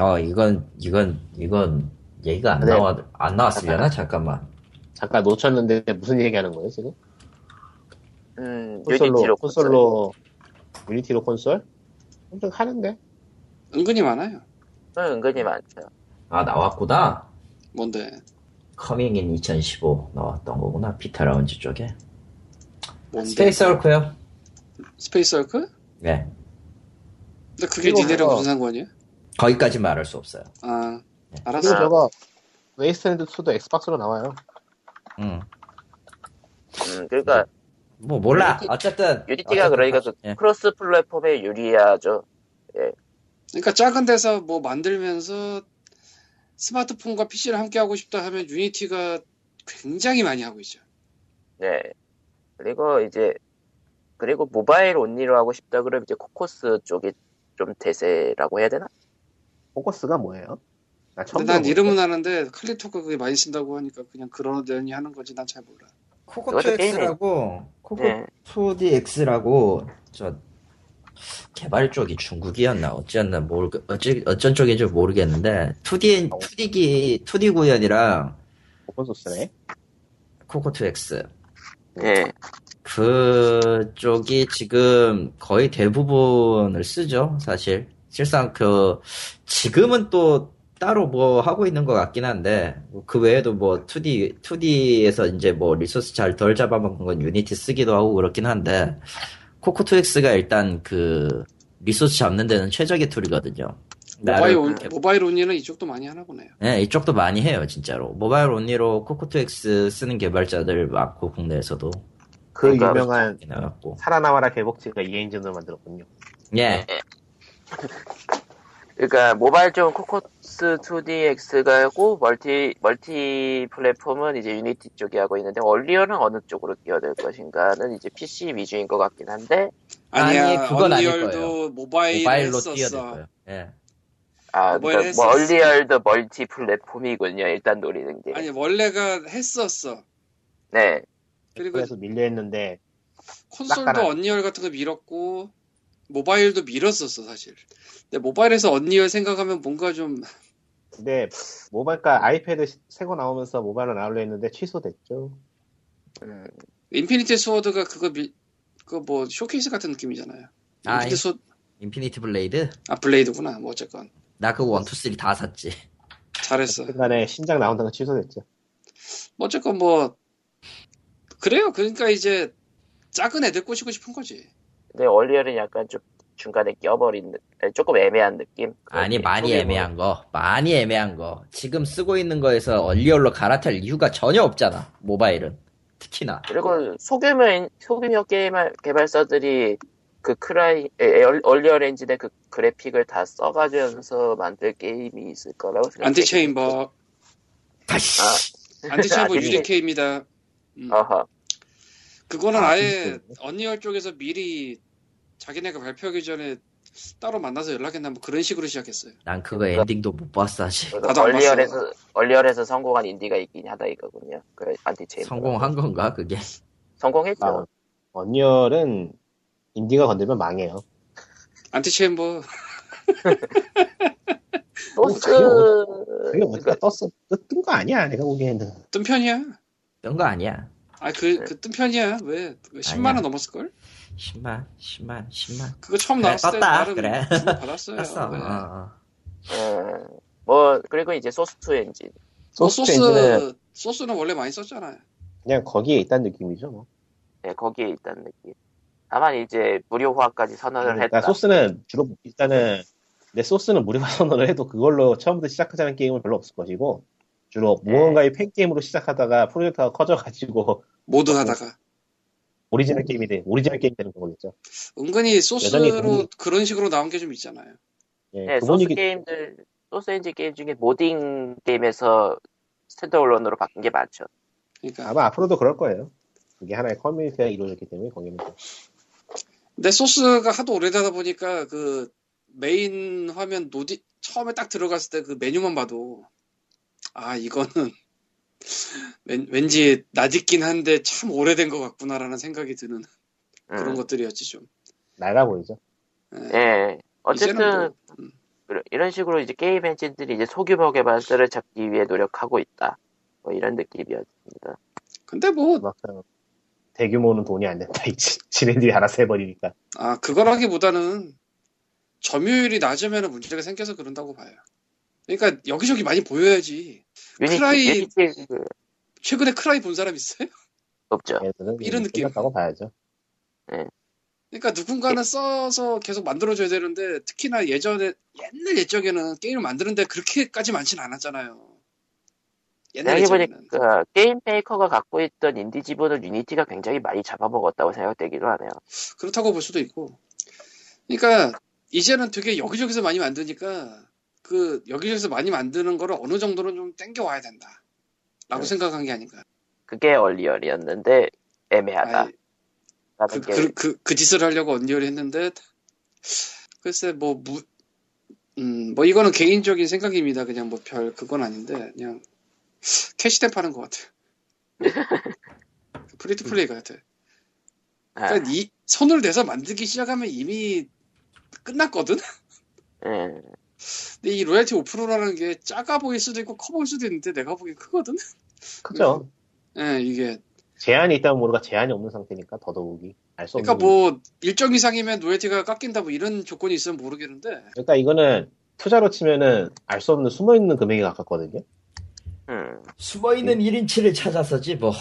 어 이건 이건 이건 얘기가 안
네.
근데-
나와 안
아,
나왔으려나 잠깐만.
잠깐 놓쳤는데 무슨 얘기하는 거예요 지금?
음,
콘솔로
유니티로
콘솔로 유니티로 콘솔? 엄청 하는데
은근히 많아요.
콘솔은 은근히 많죠.
아 나왔구나.
뭔데?
커밍인 2015 나왔던 거구나 피타 라운지 쪽에.
뭔데?
스페이스 얼크요.
스페이스 얼크?
네.
근데 그게
이거
니네랑
뭐야?
무슨 상관이야?
거기까지 말할 수 없어요.
아,
그리고
알았어.
아.
저거 웨이스트랜드 2도 엑스박스로 나와요.
음.
음, 그러니까
뭐 몰라.
유니티-
어쨌든
유니티가 그러니까 그
예.
크로스 플랫폼에 유리하죠.
그러니까 작은 데서 뭐 만들면서 스마트폰과 PC를 함께 하고 싶다 하면 유니티가 굉장히 많이 하고 있죠.
네. 그리고 이제 그리고 모바일 온리로 하고 싶다 그러면 이제 코코스 쪽이 좀 대세라고 해야 되나?
포커스가 뭐예요? 나 처음
근데 난
들어보는데.
이름은 아는데 칼리토가 그게 많이 쓴다고 하니까 그냥 그러려니 하는 거지 난 잘 몰라.
그것도 게임이-
코코2X라고
네.
코코2DX라고 저 개발 쪽이 중국이었나 어찌였나 모르 어찌 어쩐 쪽인지 모르겠는데 2D 2D기 2D 구현이랑
오픈 소스네.
코코2X
네.
그 쪽이 지금 거의 대부분을 쓰죠 사실 실상 그 지금은 또 따로 뭐 하고 있는 것 같긴 한데 그 외에도 뭐 2D 2D에서 이제 뭐 리소스 잘 덜 잡아먹은 건 유니티 쓰기도 하고 그렇긴 한데 코코2X가 일단 그 리소스 잡는 데는 최적의 툴이거든요.
모바일
나를
온,
그렇게-
모바일 온리는 이쪽도 많이 하나 보네요.
네, 이쪽도 많이 해요 진짜로 모바일 온리로 코코2X 쓰는 개발자들 많고 국내에서도
그
그러니까
유명한
나왔고
살아남아라 개복지가 이 엔진으로 만들었군요.
예
그러니까 모바일 쪽은 코코스 2DX가고 멀티 멀티 플랫폼은 이제 유니티 쪽이 하고 있는데 얼리얼은 어느 쪽으로 뛰어들 것인가는 이제 PC 위주인 것 같긴 한데
아니야,
아니, 그건 아닐
언리얼도 모바일
모바일로 뛰어들
뛰었어.
거예요. 예.
아
모바일
그러니까 뭐
했었어.
얼리얼도 멀티 플랫폼이군요 일단 노리는 게.
아니 원래가 했었어.
네.
그리고
그래서 밀려있는데
콘솔도
깎아라.
언리얼 같은 거 밀었고 모바일도 밀었었어 사실. 근데 모바일에서 언리얼 생각하면 뭔가 좀
근데 모바일가 아이패드 시- 새거 나오면서 모바일로 나오려 했는데 취소됐죠.
음,
인피니티 스워드가 그거 밀, 그거 뭐 쇼케이스 같은 느낌이잖아요.
아,
인피니티
인-
스워드
인피니티 블레이드
아 블레이드구나. 뭐 어쨌건
나 그거 원투 쓰리 다 샀지.
잘했어.
중간에 신작 나온다는 건 취소됐죠.
뭐 어쨌건 뭐 그래요. 그러니까 이제 작은 애들 꼬시고 싶은 거지.
근데 네, 얼리얼은 약간 좀 중간에 껴버린 느- 아니, 조금 애매한 느낌.
아니
그런
많이
느낌.
애매한 거, 많이 애매한 거. 지금 쓰고 있는 거에서 얼리얼로 갈아탈 이유가 전혀 없잖아. 모바일은 특히나.
그리고 소규모 인- 소규모 게임 개발사들이 그 크라이 에, 얼- 얼리어 렌진의 그 그래픽을 다 써가면서 만들 게임이 있을 거라고 생각.
안티체인버
다시.
안티체인버
아,
유리케입니다. 음.
어허.
그거는
아,
아, 예
그렇군요.
언리얼 쪽에서 미리 자기네가 발표하기 전에 따로 만나서 연락했나 뭐 그런 식으로 시작했어요.
난 그거 엔딩도 못 봤어 아직.
나도 안
얼리얼에서 얼리얼에서 성공한 인디가 있긴 하다 이거군요. 그 안티체인.
성공한 건가 그게?
성공했죠.
아, 언리얼은 인디가 건들면 망해요.
안티체인버
소스
그게 어디가 떴어? 뜬 거 아니야, 내가 보기에는.
뜬 편이야.
뜬거 아니야.
아그그뜬 편이야. 왜? 그 10만
아니야.
원 넘었을 걸?
10만, 10만, 10만.
그거 처음
그래,
나왔을 때
떴다.
나름
그래.
주목 받았어요.
땄어.
네.
어, 어.
예. 뭐 그리고 이제 소스 투 엔진.
뭐 소스
소스 엔진은
소스는 원래 많이 썼잖아요.
그냥 거기에 있다는 느낌이죠. 뭐.
예, 거기에 있다는 느낌. 다만 이제 무료화까지 선언을
그러니까
아, 했다.
소스는 주로 일단은 내 소스는 무료 선언을 해도 그걸로 처음부터 시작하자는 게임은 별로 없을 것이고 주로
네.
무언가의 팬 게임으로 시작하다가 프로젝트가 커져가지고
모드 하다가
오리지널 게임이 돼 오리지널 게임이 되는 거겠죠.
은근히
여전히
소스로
그런-
그런 식으로 나온 게 좀 있잖아요.
예,
네,
그
소스
분위기-
게임들 소스 엔진 게임 중에 모딩 게임에서 스탠드얼론으로 바뀐 게 많죠.
그러니까
아마 뭐 앞으로도 그럴 거예요. 그게 하나의 커뮤니티가 이루어졌기 때문에 거기는 좀-
근데 소스가 하도 오래되다 보니까 그 메인 화면 노디 처음에 딱 들어갔을 때 그 메뉴만 봐도 아 이거는 왠, 왠지 낯익긴 한데 참 오래된 것 같구나라는 생각이 드는
음.
그런 것들이었지 좀.
낡아 보이죠.
예.
이제는
어쨌든
또, 음,
그런- 이런 식으로 이제 게임 엔진들이 이제 소규모 개발자를 잡기 위해 노력하고 있다. 뭐 이런 느낌이었습니다.
근데 뭐
그만큼 대규모는 돈이 안 된다. 이 지- 지네들이 알아서 해버리니까.
아, 그거라기보다는 점유율이 낮으면 문제가 생겨서 그런다고 봐요. 그러니까 여기저기 많이 보여야지.
유니티,
크라이-
유니티 그-
최근에 크라이 본 사람 있어요?
없죠.
얘들은
이런 느낌.
끝났다고 봐야죠.
그러니까 누군가는 써서 계속 만들어줘야 되는데 특히나 예전에 옛날 옛적에는 게임을 만드는데 그렇게까지 많진 않았잖아요. 옛날 옛적에는.
생각해보니까 그 게임 메이커가 갖고 있던 인디 지분을 유니티가 굉장히 많이 잡아먹었다고 생각되기도 하네요.
그렇다고 볼 수도 있고. 그러니까 이제는 되게 여기저기서 많이 만드니까 그 여기저기서 많이 만드는 거를 어느 정도는 좀 땡겨와야 된다. 라고
네.
생각한 게 아닌가.
그게 얼리얼이었는데 애매하다라는
아이, 그,
게
그, 그, 그 짓을 하려고 언리얼 했는데, 글쎄, 뭐, 무, 음, 뭐, 이거는 개인적인 생각입니다. 그냥 뭐, 별, 그건 아닌데, 그냥, 캐시댄 파는 것 같아요. 프리트 플레이 같아.
아,
그러니까 이, 손을 대서 만들기 시작하면 이미 끝났거든?
예.
근데 이 로얄티 5%라는 게 작아 보일 수도 있고 커 보일 수도 있는데 내가 보기엔 크거든?
그죠.
예, 이게.
제한이 있다면 모르가 제한이 없는 상태니까 더더욱이 알 수 없는.
그러니까 뭐, 일정 이상이면 로얄티가 깎인다 뭐 이런 조건이 있으면 모르겠는데,
그러니까 이거는 투자로 치면은 알 수 없는 숨어있는 금액이 가깝거든요.
음.
숨어있는 1인치를 찾아서지 뭐.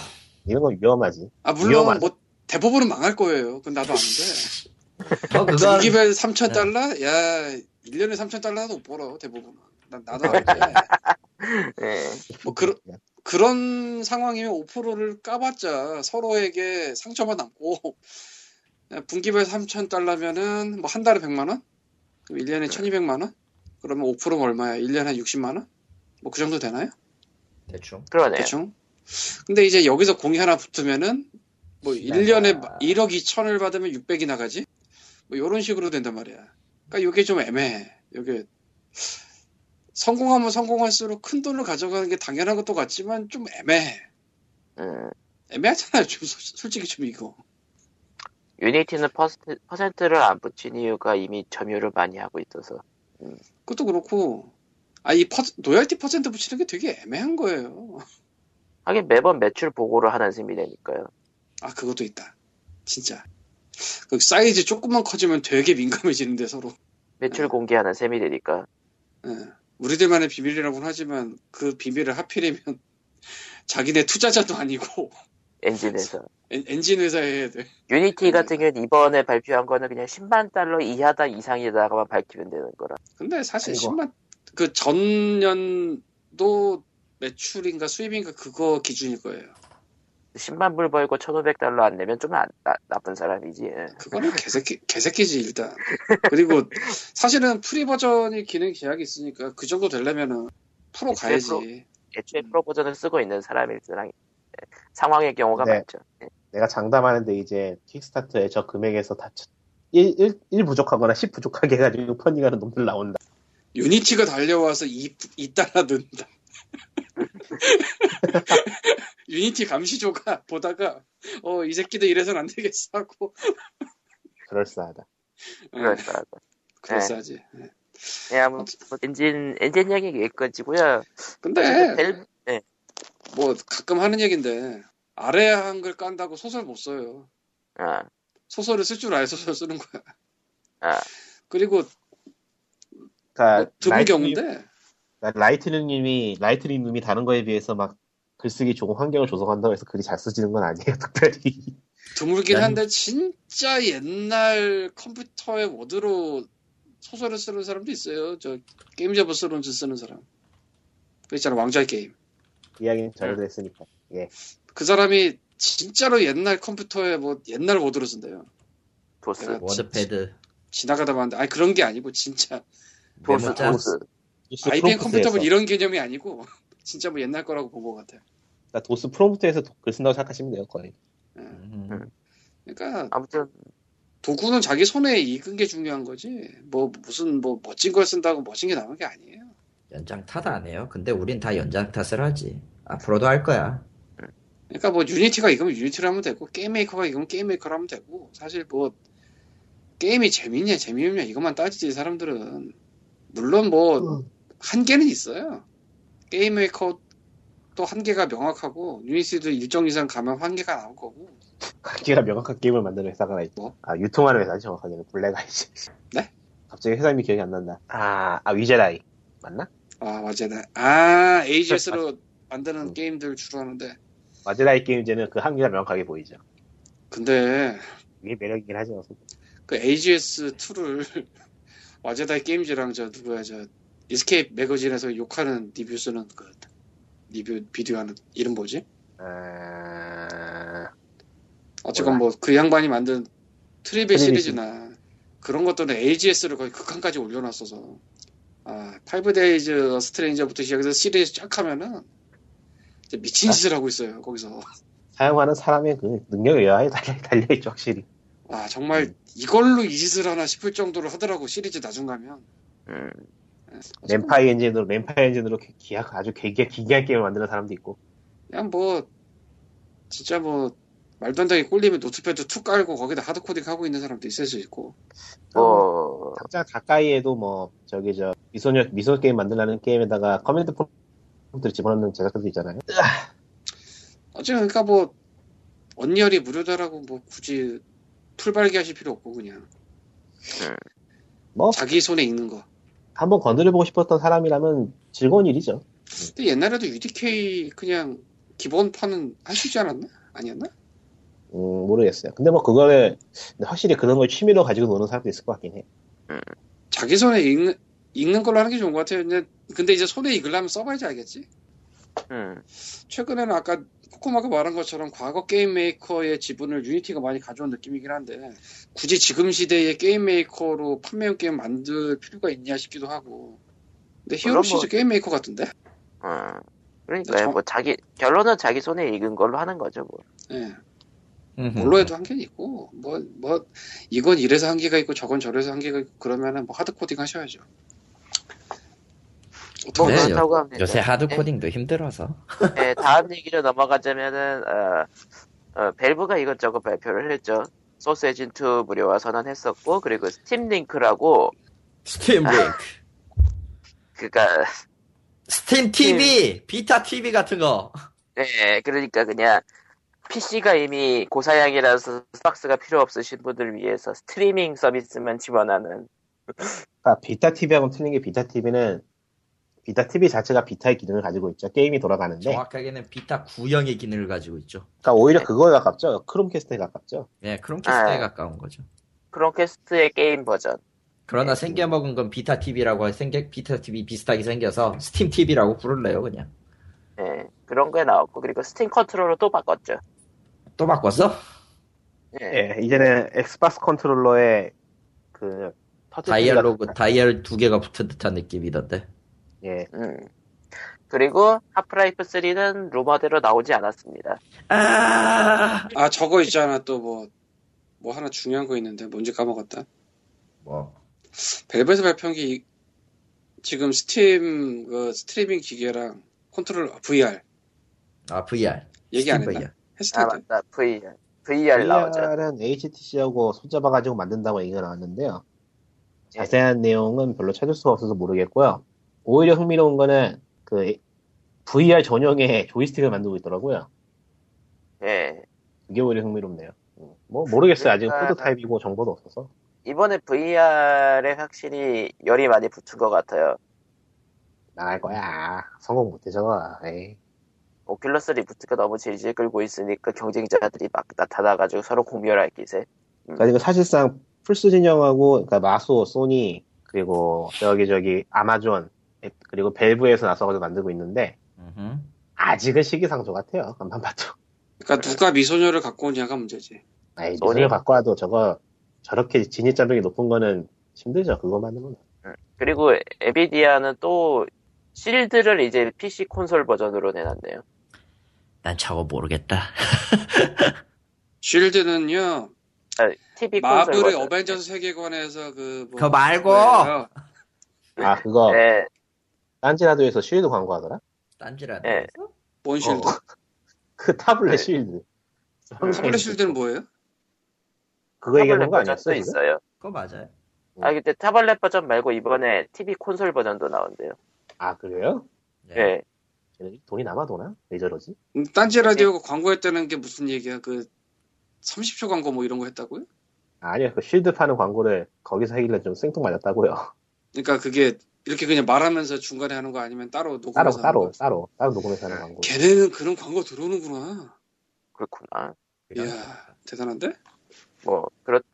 이런 건 위험하지.
아, 물론
위험하죠.
뭐, 대부분은 망할 거예요. 그건 나도 아는데. 그러니까
뭐 그건
등기별 3천 달러? 야, 1년에 3천 달러도 못 벌어, 대부분. 난, 나도 알지.
예.
뭐 그런- 그런 상황이면 5%를 까봤자 서로에게 상처만 남고, 야, 분기별 3천 달러면은 뭐 한 달에 100만 원? 그럼 1년에 1200만 원? 그러면 5%면 얼마야? 1년에 한 60만 원? 뭐 그 정도 되나요?
대충.
그러네요.
대충. 근데 이제 여기서 공이 하나 붙으면은 뭐 1년에 1억 2천을 받으면 600이 나가지? 뭐 이런 식으로 된단 말이야. 그러니까 이게 좀 애매해. 이게 성공하면 성공할수록 큰 돈을 가져가는 게 당연한 것도 같지만 좀 애매해.
음.
애매하잖아요. 좀 솔- 솔직히 좀 이거.
유니티는 퍼센트, 퍼센트를 안 붙인 이유가 이미 점유를 많이 하고 있어서
그것도 그렇고 아 이 로열티 퍼센트 붙이는 게 되게 애매한 거예요.
하긴 매번 매출 보고를 하는 셈이 되니까요.
아 그것도 있다. 진짜. 그 사이즈 조금만 커지면 되게 민감해지는데 서로.
매출 공개하는 셈이 되니까
예. 우리들만의 비밀이라고는 하지만 그 비밀을 하필이면 자기네 투자자도 아니고
엔진에서
엔, 엔진 회사에 해야 돼.
유니티 같은 경우는 이번에 발표한 거는 그냥 10만 달러 이하다 이상이다가만 밝히면 되는 거라.
근데 사실
아이고.
10만 그 전년도 매출인가 수입인가 그거 기준일 거예요.
10만 불 벌고 1,500달러 안 내면 좀 안- 나, 나쁜 사람이지. 예.
그거는 개새끼, 개새끼지, 일단. 그리고 사실은 프리 버전이 기능 제약이 있으니까 그 정도 되려면은 프로
네,
그치,
가야지.
애초에
음.
프로 버전을 쓰고 있는 사람일 때랑 상황의 경우가
네.
많죠. 예.
내가 장담하는데 이제 킥스타터에 저 금액에서 다 1, 일일 부족하거나 10 부족하게 해가지고 펀딩하는 놈들 나온다.
유니티가 달려와서 2, 이달러 는다. 유니티 감시조가 보다가 어 이 새끼들 이래선 안 되겠어 하고 어,
그럴싸하다.
그럴 줄 알고.
그럴싸하지. 예.
예, 아무 엔진 엔진 얘기 여기까지고요.
근데
벨- 예.
뭐 가끔 하는 얘긴데 아래 한글 깐다고 소설 못 써요.
아,
소설을 쓸 줄 알아야 소설 쓰는 거야.
아.
그리고 뭐
그러니까
드문
라이트닝-
경우인데
라이트닝님이 라이트닝님이 다른 거에 비해서 막 글쓰기 좋은 환경을 조성한다고 해서 글이 잘 쓰지는 건 아니에요. 특별히
드물긴
난-
한데 진짜 옛날 컴퓨터의 워드로 소설을 쓰는 사람도 있어요. 저 게임 잡브 스론즈 쓰는 사람. 그 있잖아 왕좌의 게임.
이야기는 전혀
네.
됐으니까. 예.
그 사람이 진짜로 옛날 컴퓨터에 뭐 옛날 워드로 쓴대요.
네.
도스,
워드패드
지나가다 봤는데 아니 그런 게 아니고 진짜
도스,
메모장
도스.
IBM 컴퓨터는
그 프롬프트에서.
이런 개념이 아니고 진짜 뭐 옛날 거라고 본 것 같아요.
그러니까 도스 프롬프트에서 도- 글 쓴다고 생각하시면 돼요, 거의.
음,
그러니까
아무튼
도구는 자기 손에 익은 게 중요한 거지. 뭐 무슨 뭐 멋진 걸 쓴다고 멋진 게 나오는 게 아니에요.
연장 탓 안 해요 근데 우린 다 연장 탓을 하지 앞으로도 할 거야
그러니까 뭐 유니티가 이거면 유니티를 하면 되고 게임 메이커가 이거면 게임 메이커를 하면 되고 사실 뭐 게임이 재밌냐 재미없냐 이것만 따지지 사람들은 물론 뭐 한계는 있어요. 게임 메이커도 한계가 명확하고 유니티도 일정 이상 가면 한계가 나올 거고
각기가 명확한 게임을 만드는 회사가 하나 있고.
뭐?
아, 유통하는 회사지, 정확하게는. 블랙아이지.
네?
갑자기 회사 이름이 기억이 안 난다. 아, 아, 위제라이. 맞나?
아 맞아요. 아 AGS로 만드는 게임들 주로 하는데
와제라이 게임제는 그 한계가 명확하게 보이죠.
근데
이게 매력이긴 하지만.
그 AGS 2를 와제다이 게임즈랑 저 누구야 저 이스케이프 매거진에서 욕하는 리뷰 쓰는 그 리뷰 비디오 하는 이름 뭐지?
아,
어쨌건 뭐 그 양반이 만든 트리벨
트리벨
시리즈나 그런 것들은 AGS를 거의 극한까지 올려놨어서 아 파이브 데이즈 스트레인저부터 시작해서 시리즈 쫙 하면은 진짜 미친 짓을 하고 있어요 거기서
사용하는 사람의 그 능력 여하에 달려, 달려있죠, 확실히.
와 아, 정말 이걸로 이 짓을 하나 싶을 정도로 하더라고 시리즈 나중 가면
음,
램파이 엔진으로, 램파이 엔진으로 기- 기악, 아주 기괴, 기괴한 게임을 만드는 사람도 있고.
그냥 뭐 진짜 뭐 말도 안 되게 꼴리면 노트패드 툭 깔고 거기다 하드코딩 하고 있는 사람도 있을 수 있고
뭐
당장 가까이에도 뭐, 저기, 저, 미소녀, 미소 게임 만들라는 게임에다가 커맨드 프롬프트를 집어넣는 제작자도 있잖아요.
어쨌든 그러니까 뭐 언리얼이 무료다라고 뭐 굳이 풀발기 하실 필요 없고 그냥
뭐,
자기 손에 있는 거
한번 건드려보고 싶었던 사람이라면 즐거운 일이죠.
근데 옛날에도 UDK 그냥 기본판은 할 수 있지 않았나? 아니었나?
음, 모르겠어요. 근데 뭐, 그거를, 근데 확실히 그런 걸 취미로 가지고 노는 사람도 있을 것 같긴 해.
자기 손에 읽는, 읽는 걸로 하는 게 좋은 것 같아요 근데, 근데 이제 손에 읽으려면 써봐야지 알겠지?
음,
최근에는 아까 코코마가 말한 것처럼 과거 게임 메이커의 지분을 유니티가 많이 가져온 느낌이긴 한데 굳이 지금 시대의 게임 메이커로 판매용 게임 만들 필요가 있냐 싶기도 하고 근데 히어로
물론
시즈
뭐-
게임 메이커 같은데?
어.
네,
그러니까
저-
뭐 자기 결론은 자기 손에 익은 걸로 하는 거죠 뭐.
예.
음흠.
뭘로 해도 한계는 있고 뭐 뭐 이건 이래서 한계가 있고 저건 저래서 한계가 있고 그러면은 뭐 하드코딩 하셔야죠
뭐
네,
어떡하지?
요-
그렇다고 합니다.
요새 하드코딩도 힘들어서
네, 다음 얘기로 넘어가자면은 어, 어, 벨브가 이것저것 발표를 했죠. 소스 에진 2 무료화 선언했었고 그리고 스팀 링크라고
스팀 링크
그니까
스팀 TV 비타 TV 같은 거
네, 그러니까 그냥 PC가 이미 고사양이라서 스박스가 필요 없으신 분들을 위해서 스트리밍 서비스만 지원하는
그러니까 비타 TV하고 틀린 게 비타 TV는 비타 TV 자체가 비타의 기능을 가지고 있죠. 게임이
네.
돌아가는데.
정확하게는 비타 구형의 기능을 가지고 있죠
그러니까 오히려 그거에 가깝죠. 크롬캐스트에 가깝죠.
예 크롬캐스트에
아.
가까운 거죠
크롬캐스트의 게임 버전.
그러나 생겨먹은 건 비타 TV라고 생겨 비타 TV 비슷하게 생겨서 스팀 TV라고 부를래요 그냥.
예, 네, 그런 게 나왔고 그리고 스팀 컨트롤로 또 바꿨죠.
또 바꿨어?
예.
예, 이제는 엑스박스 컨트롤러에 그 터치
다이얼로그 다이얼 두 개가 붙은 듯한 느낌이던데.
예,
음. 그리고 하프라이프 3는 루머대로 나오지 않았습니다.
아,
아 저거 있잖아 또 뭐 뭐 하나 중요한 거 있는데 뭔지 까먹었다.
뭐
벨벳에 발표한 게 이- 지금 스팀 그 스트리밍 기계랑 컨트롤 러 VR
아, VR.
얘기 안
스팀
했나? 했을
아
텐데.
맞다. VR. VR 나오죠.
VR은 HTC하고 손잡아가지고 만든다고 얘기가 나왔는데요.
예.
자세한 내용은 별로 찾을 수가 없어서 모르겠고요. 오히려 흥미로운 거는 그 VR 전용의 조이스틱을 만들고 있더라고요.
예.
그게 오히려 흥미롭네요. 음, 뭐 모르겠어요. 아직
그러니까-
프로토타입이고 정보도 없어서.
이번에 VR에 확실히 열이 많이 붙은 것 같아요.
나갈 거야. 성공 못해서. 에이.
오큘러스 리프트가 너무 질질 끌고 있으니까 경쟁자들이 막 나타나가지고 서로 공멸할 기세.
그러니까 이거 사실상 플스 진영하고 그러니까 마소, 소니 그리고 저기 저기 아마존 그리고 벨브에서 나서가지고 만들고 있는데
음흠.
아직은 시기상조 같아요. 간만 봐도.
그러니까 누가 미소녀를 갖고 오냐가 문제지.
아이
소니.
소니를 바꿔 와도 저거 저렇게 진입장벽이 높은 거는 힘들죠. 그거 만드는
그리고 에비디아는 또 실드를 이제 PC 콘솔 버전으로 내놨네요.
난 저거 모르겠다.
쉴드는요
아, TV 콘솔
마블의
버전.
어벤져스 세계관에서 그뭐
그거 말고!
아 그거
네,
딴지라도에서 쉴드 광고하더라.
딴지라도.
예.
뭔 쉴드?
어. 그 타블렛
네.
쉴드.
타블렛 쉴드는 뭐예요?
그거 얘기하는
타블렛
거
버전도
아니었어? 지금?
있어요.
그거 맞아요.
아 근데 타블렛 버전 말고 이번에 TV 콘솔 버전도 나온대요.
아 그래요?
예.
예.
돈이 남아 도나? 왜 저러지?
음, 딴지 라디오가 광고했다는 게 무슨 얘기야? 그 30초 광고 뭐 이런 거 했다고요?
아, 아니요 그 쉴드 파는 광고를 거기서 하길래 좀 생뚱맞았다고요.
그러니까 그게 이렇게 그냥 말하면서 중간에 하는 거 아니면 따로 녹음해서 뭐
따로
하는
따로
거야?
따로 따로 녹음해서 하는 광고. 아,
걔네는 그런 광고 들어오는구나.
그렇구나.
이야 대단한데?
뭐 그렇죠.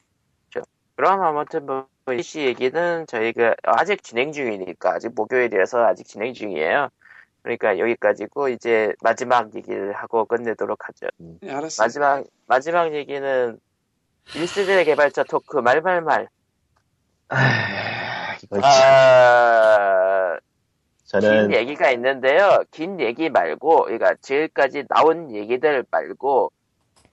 그럼 아무튼 뭐 PC 얘기는 저희가 아직 진행 중이니까 아직 목요일이라서 아직 진행 중이에요. 그러니까 여기까지고 이제 마지막 얘기를 하고 끝내도록 하죠.
네, 알았어.
마지막 마지막 얘기는 일세대 개발자 토크 말말말.
아, 이거
아, 긴
저는
얘기가 있는데요. 긴 얘기 말고, 그러니까 지금까지 나온 얘기들 말고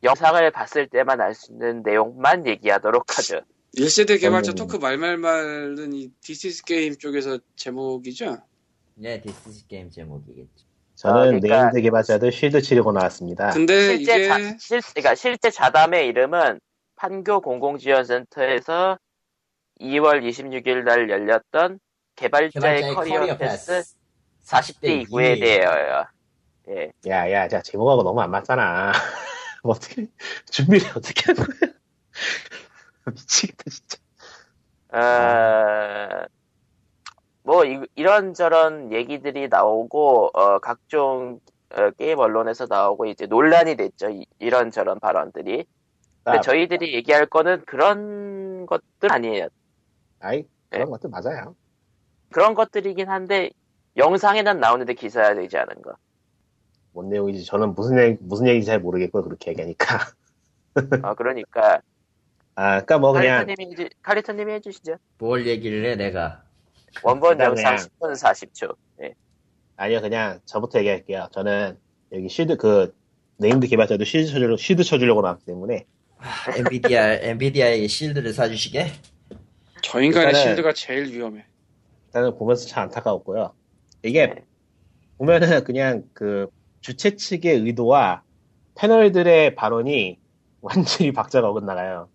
영상을 봤을 때만 알 수 있는 내용만 얘기하도록 하죠.
1세대 개발자
저는-
토크 말말말은 이 디스 게임 쪽에서 제목이죠?
네, 디스시 게임 제목이겠죠.
저는
아, 그러니까-
네임드 개발자들 쉴드 치르고 나왔습니다.
근데
실제
그 이게
자, 실, 그러니까 실제 자담의 이름은 판교 공공지원센터에서 2월 26일 날 열렸던 개발자의, 커리어, 패스 40대 이후에 대해요. 예.
야야, 자 제목하고 너무 안 맞잖아. 뭐 어떻게 준비를 어떻게 한 거야? 미치겠다 진짜. 아.
어, 뭐 이, 런저런 얘기들이 나오고 어, 각종 어, 게임 언론에서 나오고 이제 논란이 됐죠 이, 런저런 발언들이 근데
아,
저희들이 얘기할 거는 그런 것들 아니에요
아이
네.
그런 것도 맞아요.
그런 것들이긴 한데 영상에는 나오는데 기사야 되지 않은 거
뭔 내용인지 저는 무슨 얘기 무슨 얘기인지 잘 모르겠고 그렇게 얘기하니까.
어, 그러니까
아, 그러니까 뭐 그냥
카리터님이 이제- 카리터님이 해주시죠
뭘 얘기를 해, 내가.
원본
그냥
영상 10분
그냥.
40초 예.
아니요 그냥 저부터 얘기할게요. 저는 여기 쉴드 그 네임드 개발자도 쉴드 쳐주려고 쉴드 쳐주려고 나왔기 때문에
엔비디아, 엔비디아의 실드를 사주시게?
저 인간의
일단은-
실드가 제일 위험해.
일단은 보면서 참 안타까웠고요. 이게
네.
보면은 그냥 그 주최 측의 의도와 패널들의 발언이 완전히 박자가 어긋나가요.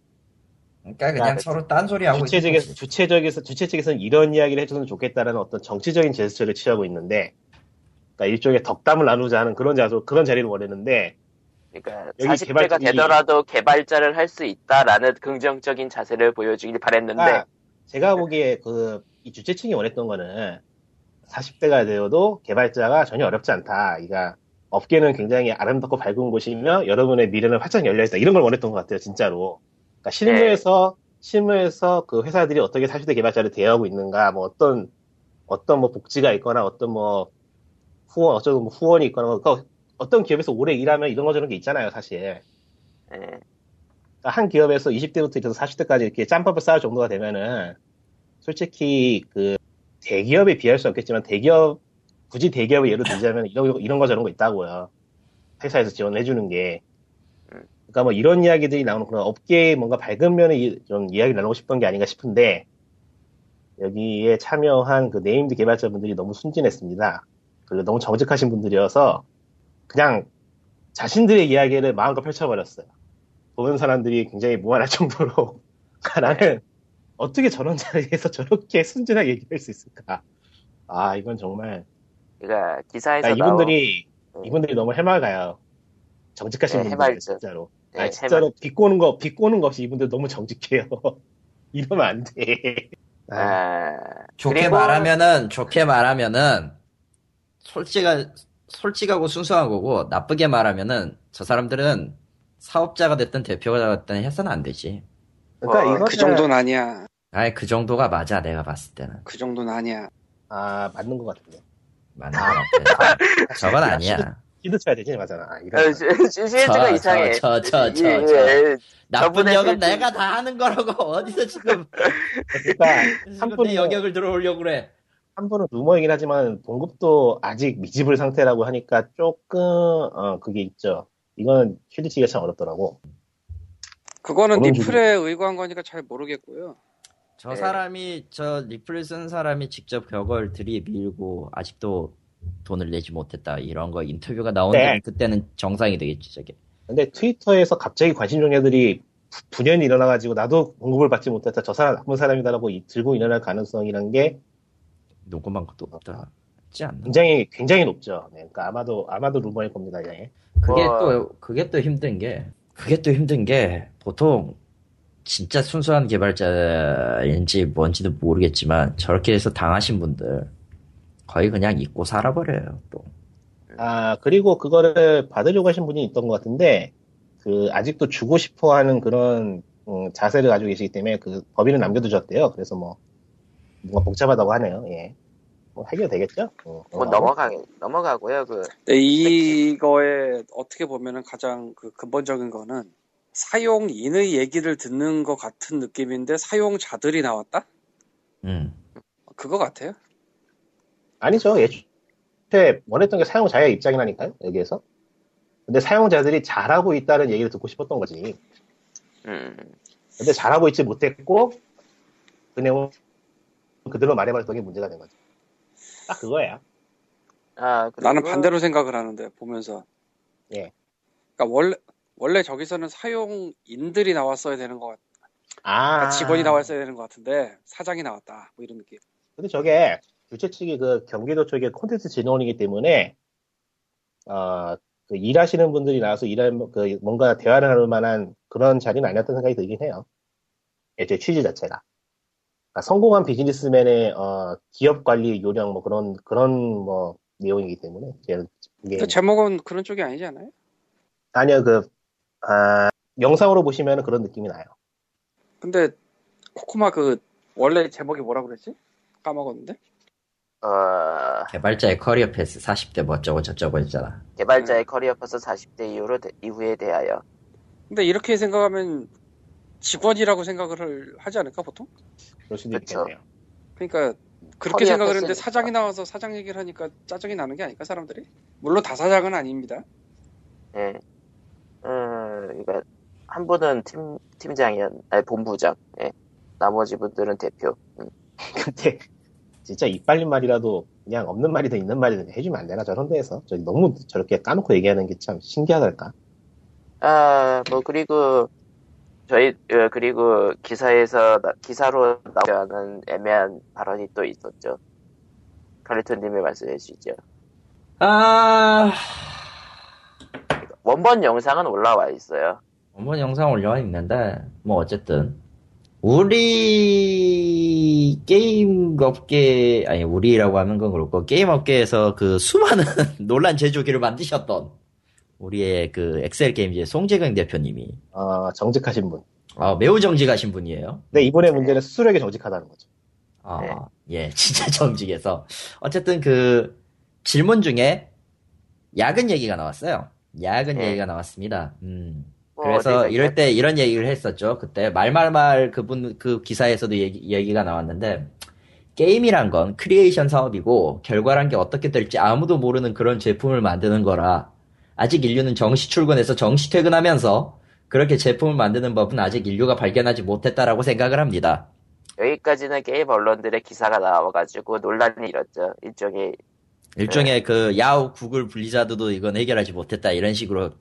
그러니까 그냥
아,
서로 딴소리 하고
주최
있는
측에서
거지.
주최 측에서 주최 측에서는 이런 이야기를 해주면 좋겠다라는 어떤 정치적인 제스처를 취하고 있는데, 그러니까 일종의 덕담을 나누자는 그런 자소 그런 자리를 원했는데
그러니까
여기
40대가
개발진이-
되더라도 개발자를 할 수 있다라는 긍정적인 자세를 보여주길 바랬는데 네.
아, 제가 보기에 그 이 주최층이 원했던 거는 40대가 되어도 개발자가 전혀 어렵지 않다. 그러니까 업계는 굉장히 아름답고 밝은 곳이며 여러분의 미래는 활짝 열려 있다. 이런 걸 원했던 것 같아요, 진짜로. 그러니까
네.
실무에서 실무에서 그 회사들이 어떻게 40대 개발자를 대여하고 있는가, 뭐 어떤 어떤 뭐 복지가 있거나 어떤 뭐 그러니까 후원 어쩌고 뭐 후원이 있거나 뭐 그거 어떤 기업에서 오래 일하면 이런 거 저런 게 있잖아요, 사실.
예.
그러니까 한 기업에서 20대부터 이래서 40대까지 이렇게 짬밥을 쌓을 정도가 되면은 솔직히 그 대기업에 비할 수 없겠지만 대기업 굳이 대기업을 예로 들자면 이런 이런 거 저런 거 있다고요. 회사에서 지원해 주는 게. 그러니까 뭐 이런 이야기들이 나오는 그런 업계의 뭔가 밝은 면에 이- 좀 이야기 나누고 싶은 게 아닌가 싶은데 여기에 참여한 그 네임드 개발자분들이 너무 순진했습니다. 그리고 너무 정직하신 분들이어서 그냥 자신들의 이야기를 마음껏 펼쳐버렸어요. 보는 사람들이 굉장히 무한할 정도로
네.
아, 나는 어떻게 저런 자리에서 저렇게 순진하게 얘기할 수 있을까? 아 이건 정말
그러니까 기사에서
그러니까 이분들이
나온, 예.
이분들이 너무 해맑아요. 정직하신
네,
분들
해맑죠.
진짜로.
예,
아 진짜로
해맑-
비꼬는 거 비꼬는 거 없이 이분들 너무 정직해요. 이러면 안 돼. 아,
아,
좋게
그리고-
말하면은 좋게 말하면은 솔직한 솔직하고 순수한 거고 나쁘게 말하면은 저 사람들은 사업자가 됐든 대표가 됐든 해서는 안 되지.
그러니까
어,
이거
그 정도는 아니야.
아예 그 정도가 맞아 내가 봤을 때는
그 정도는 아니야.
아 맞는 것 같은데.
맞는 것 같아. 저건 아니야.
시드 쳐야 되지 맞잖아. 아, 이런 거.
실드가
저,
이상해.
저, 저, 저,
예,
저.
예.
나쁜
저분의 그
역은
실수.
내가 다 하는 거라고 어디서 지금
그러니까 한
지금 내
분은
영역을 들어오려고 그래.
네.
한 분은 루머이긴 하지만 봉급도 아직 미집을 상태라고 하니까 조금 어 그게 있죠. 이거는 휴지치기가 참 어렵더라고.
그거는
그런
리플에 의거한 거니까 잘 모르겠고요.
저
네.
사람이 저 리플 쓴 사람이 직접 벽을 들이밀고 아직도 돈을 내지 못했다 이런 거 인터뷰가 나오는
네.
그때는 정상이 되겠지 저게
근데 트위터에서 갑자기 관심 종류들이 부- 분연히 일어나가지고 나도 공급을 받지 못했다. 저 사람 나쁜 사람이다라고 이- 들고 일어날 가능성이란 게
녹음만큼도 없다지 않나?
굉장히 굉장히 높죠. 네, 그러니까 아마도 아마도 루머일 겁니다. 예.
그게
와.
또 그게 또 힘든 게 그게 또 힘든 게 보통 진짜 순수한 개발자인지 뭔지도 모르겠지만 저렇게 해서 당하신 분들 거의 그냥 잊고 살아버려요 또
아 그리고 그거를 받으려고 하신 분이 있던 것 같은데 그 아직도 주고 싶어하는 그런 음, 자세를 가지고 계시기 때문에 그 법인을 남겨두셨대요. 그래서 뭐 뭔가 복잡하다고 하네요. 예. 뭐 해결되겠죠? 어,
뭐
어.
넘어가 넘어가고요. 그
근데 이거에 어떻게 보면은 가장 그 근본적인 거는 사용인의 얘기를 듣는 것 같은 느낌인데 사용자들이 나왔다?
음.
그거 같아요.
아니죠. 애초에 원했던 게 사용자의 입장이라니까요. 여기에서. 근데 사용자들이 잘하고 있다는 얘기를 듣고 싶었던 거지.
음,
근데 잘하고 있지 못했고 그 내용 그대로 말해버렸던 게 문제가 된 거지. 딱 그거야.
아 그리고-
나는 반대로 생각을 하는데 보면서.
예.
그러니까 원래 원래 저기서는 사용인들이 나왔어야 되는 것 같.
아
그러니까 직원이 나왔어야 되는 것 같은데 사장이 나왔다. 뭐 이런 느낌.
근데 저게 주최 측이 그 경기도 쪽에 콘텐츠 진흥원이기 때문에 어, 그 일하시는 분들이 나와서 일할 그 뭔가 대화를 할 만한 그런 자리는 아니었던 생각이 들긴 해요. 애초에 취지 자체가. 그러니까 성공한 비즈니스맨의 어, 기업 관리 요령 뭐 그런 그런 뭐 내용이기 때문에 제가
예.
이게
근데 제목은 그런 쪽이 아니지 않아요?
아니요 그 아, 영상으로 보시면 그런 느낌이 나요.
근데 코코마 그 원래 제목이 뭐라 그랬지? 까먹었는데.
어,
개발자의 커리어 패스 40대 뭐 어쩌고 저쩌고 했잖아
음.
개발자의 커리어 퍼스 40대 이후로 대- 이후에 대하여
근데 이렇게 생각하면 직원이라고 생각을 할- 하지 않을까 보통?
그럴 수도
그쵸.
있겠네요.
그러니까 그렇게
허리가
생각을 했는데
떴으니까.
사장이 나와서 사장 얘기를 하니까 짜증이 나는 게 아닐까 사람들이? 물론 다 사장은 아닙니다.
예. 음, 그러니까 한 분은 팀 팀장이었, 아니 본부장. 예. 나머지 분들은 대표. 음.
근데 진짜 이빨린 말이라도 그냥 없는 말이든 있는 말이든 해주면 안 되나 저런 데에서 저기 너무 저렇게 까놓고 얘기하는 게 참 신기하달까
아, 뭐 그리고 저희 어, 그리고 기사에서 나- 기사로 나오는 애매한 발언이 또 있었죠. 칼리토님이 말씀해 주시죠.
아
원본 영상은 올라와 있어요.
원본 영상 올려와 있는데 뭐 어쨌든 우리 게임 업계 아니 우리라고 하는 건 그렇고 게임 업계에서 그 수많은 논란 제조기를 만드셨던 우리의 그 엑셀 게임즈의 송재경 대표님이
어, 정직하신 분
아, 매우 정직하신 분이에요.
근데 이번에 문제는 수력이 정직하다는 거죠
아,
네.
예, 진짜 정직해서. 어쨌든 그 질문 중에 야근 얘기가 나왔어요. 야근
네.
얘기가 나왔습니다. 음. 그래서
뭐 어디가- 네,
이럴 때 이런 얘기를 했었죠. 그때 말말말 그분 그 기사에서도 얘기, 얘기가 나왔는데 게임이란 건 크리에이션 사업이고 결과란 게 어떻게 될지 아무도 모르는 그런 제품을 만드는 거라 아직 인류는 정시 출근해서 정시 퇴근하면서 그렇게 제품을 만드는 법은 아직 인류가 발견하지 못했다라고 생각을 합니다.
여기까지는 게임 언론들의 기사가 나와가지고 논란이 일었죠. 일종의
일종의 그 야후 구글 블리자드도 이건 해결하지 못했다 이런 식으로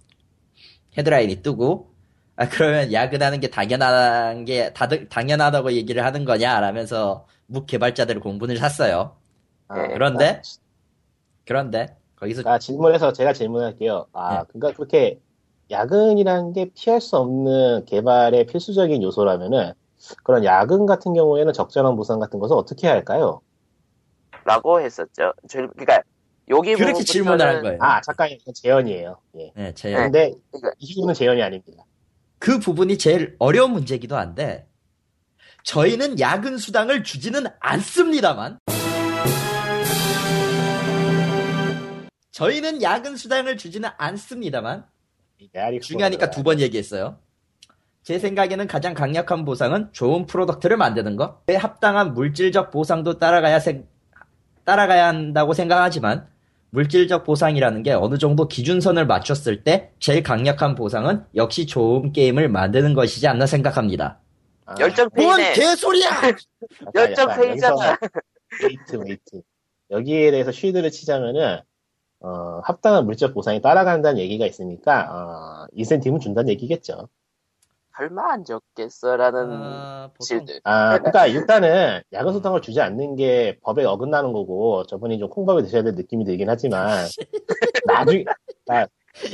헤드라인이 뜨고 아 그러면 야근하는 게 당연한 게 다들 당연하다고 얘기를 하는 거냐 라면서 묵 개발자들 공분을 샀어요. 네.
예,
아,
그런데? 그런데 거기서
아, 질문해서 제가 질문할게요. 아,
네.
그러니까 그렇게 야근이라는 게 피할 수 없는 개발의 필수적인 요소라면은 그런 야근 같은 경우에는 적절한 보상 같은 것을 어떻게 해야 할까요?
라고 했었죠. 질- 그러니까 여기
뭐 그렇게
부분부터는-
질문을 한 거예요.
아, 잠깐 이건 재현이에요. 예.
네, 제
근데
그러니까-
이유는 재현이 아닙니다.
그 부분이 제일 어려운 문제기도 한데 저희는 야근 수당을 주지는 않습니다만 저희는 야근 수당을 주지는 않습니다만
메아리
중요하니까
그거는
두 번 얘기했어요. 제 생각에는 가장 강력한 보상은 좋은 프로덕트를 만드는 것. 왜 합당한 물질적 보상도 따라가야 생- 따라가야 한다고 생각하지만 물질적 보상이라는 게 어느 정도 기준선을 맞췄을 때 제일 강력한 보상은 역시 좋은 게임을 만드는 것이지 않나 생각합니다.
아,
열정
뭔
페인의
개소리야!
약간,
열정
약간
페이잖아.
여기서 웨이트, 웨이트. 여기에 대해서 쉴드를 치자면은, 어, 합당한 물적 보상이 따라간다는 얘기가 있으니까, 어, 인센티브 준다는 얘기겠죠.
얼마 안 적겠어라는
아, 보통
실드.
아, 그러니까 일단은 야근 수당을 주지 않는 게 법에 어긋나는 거고 저분이 좀 콩밥이 되셔야 될 느낌이 들긴 하지만 나중에 아,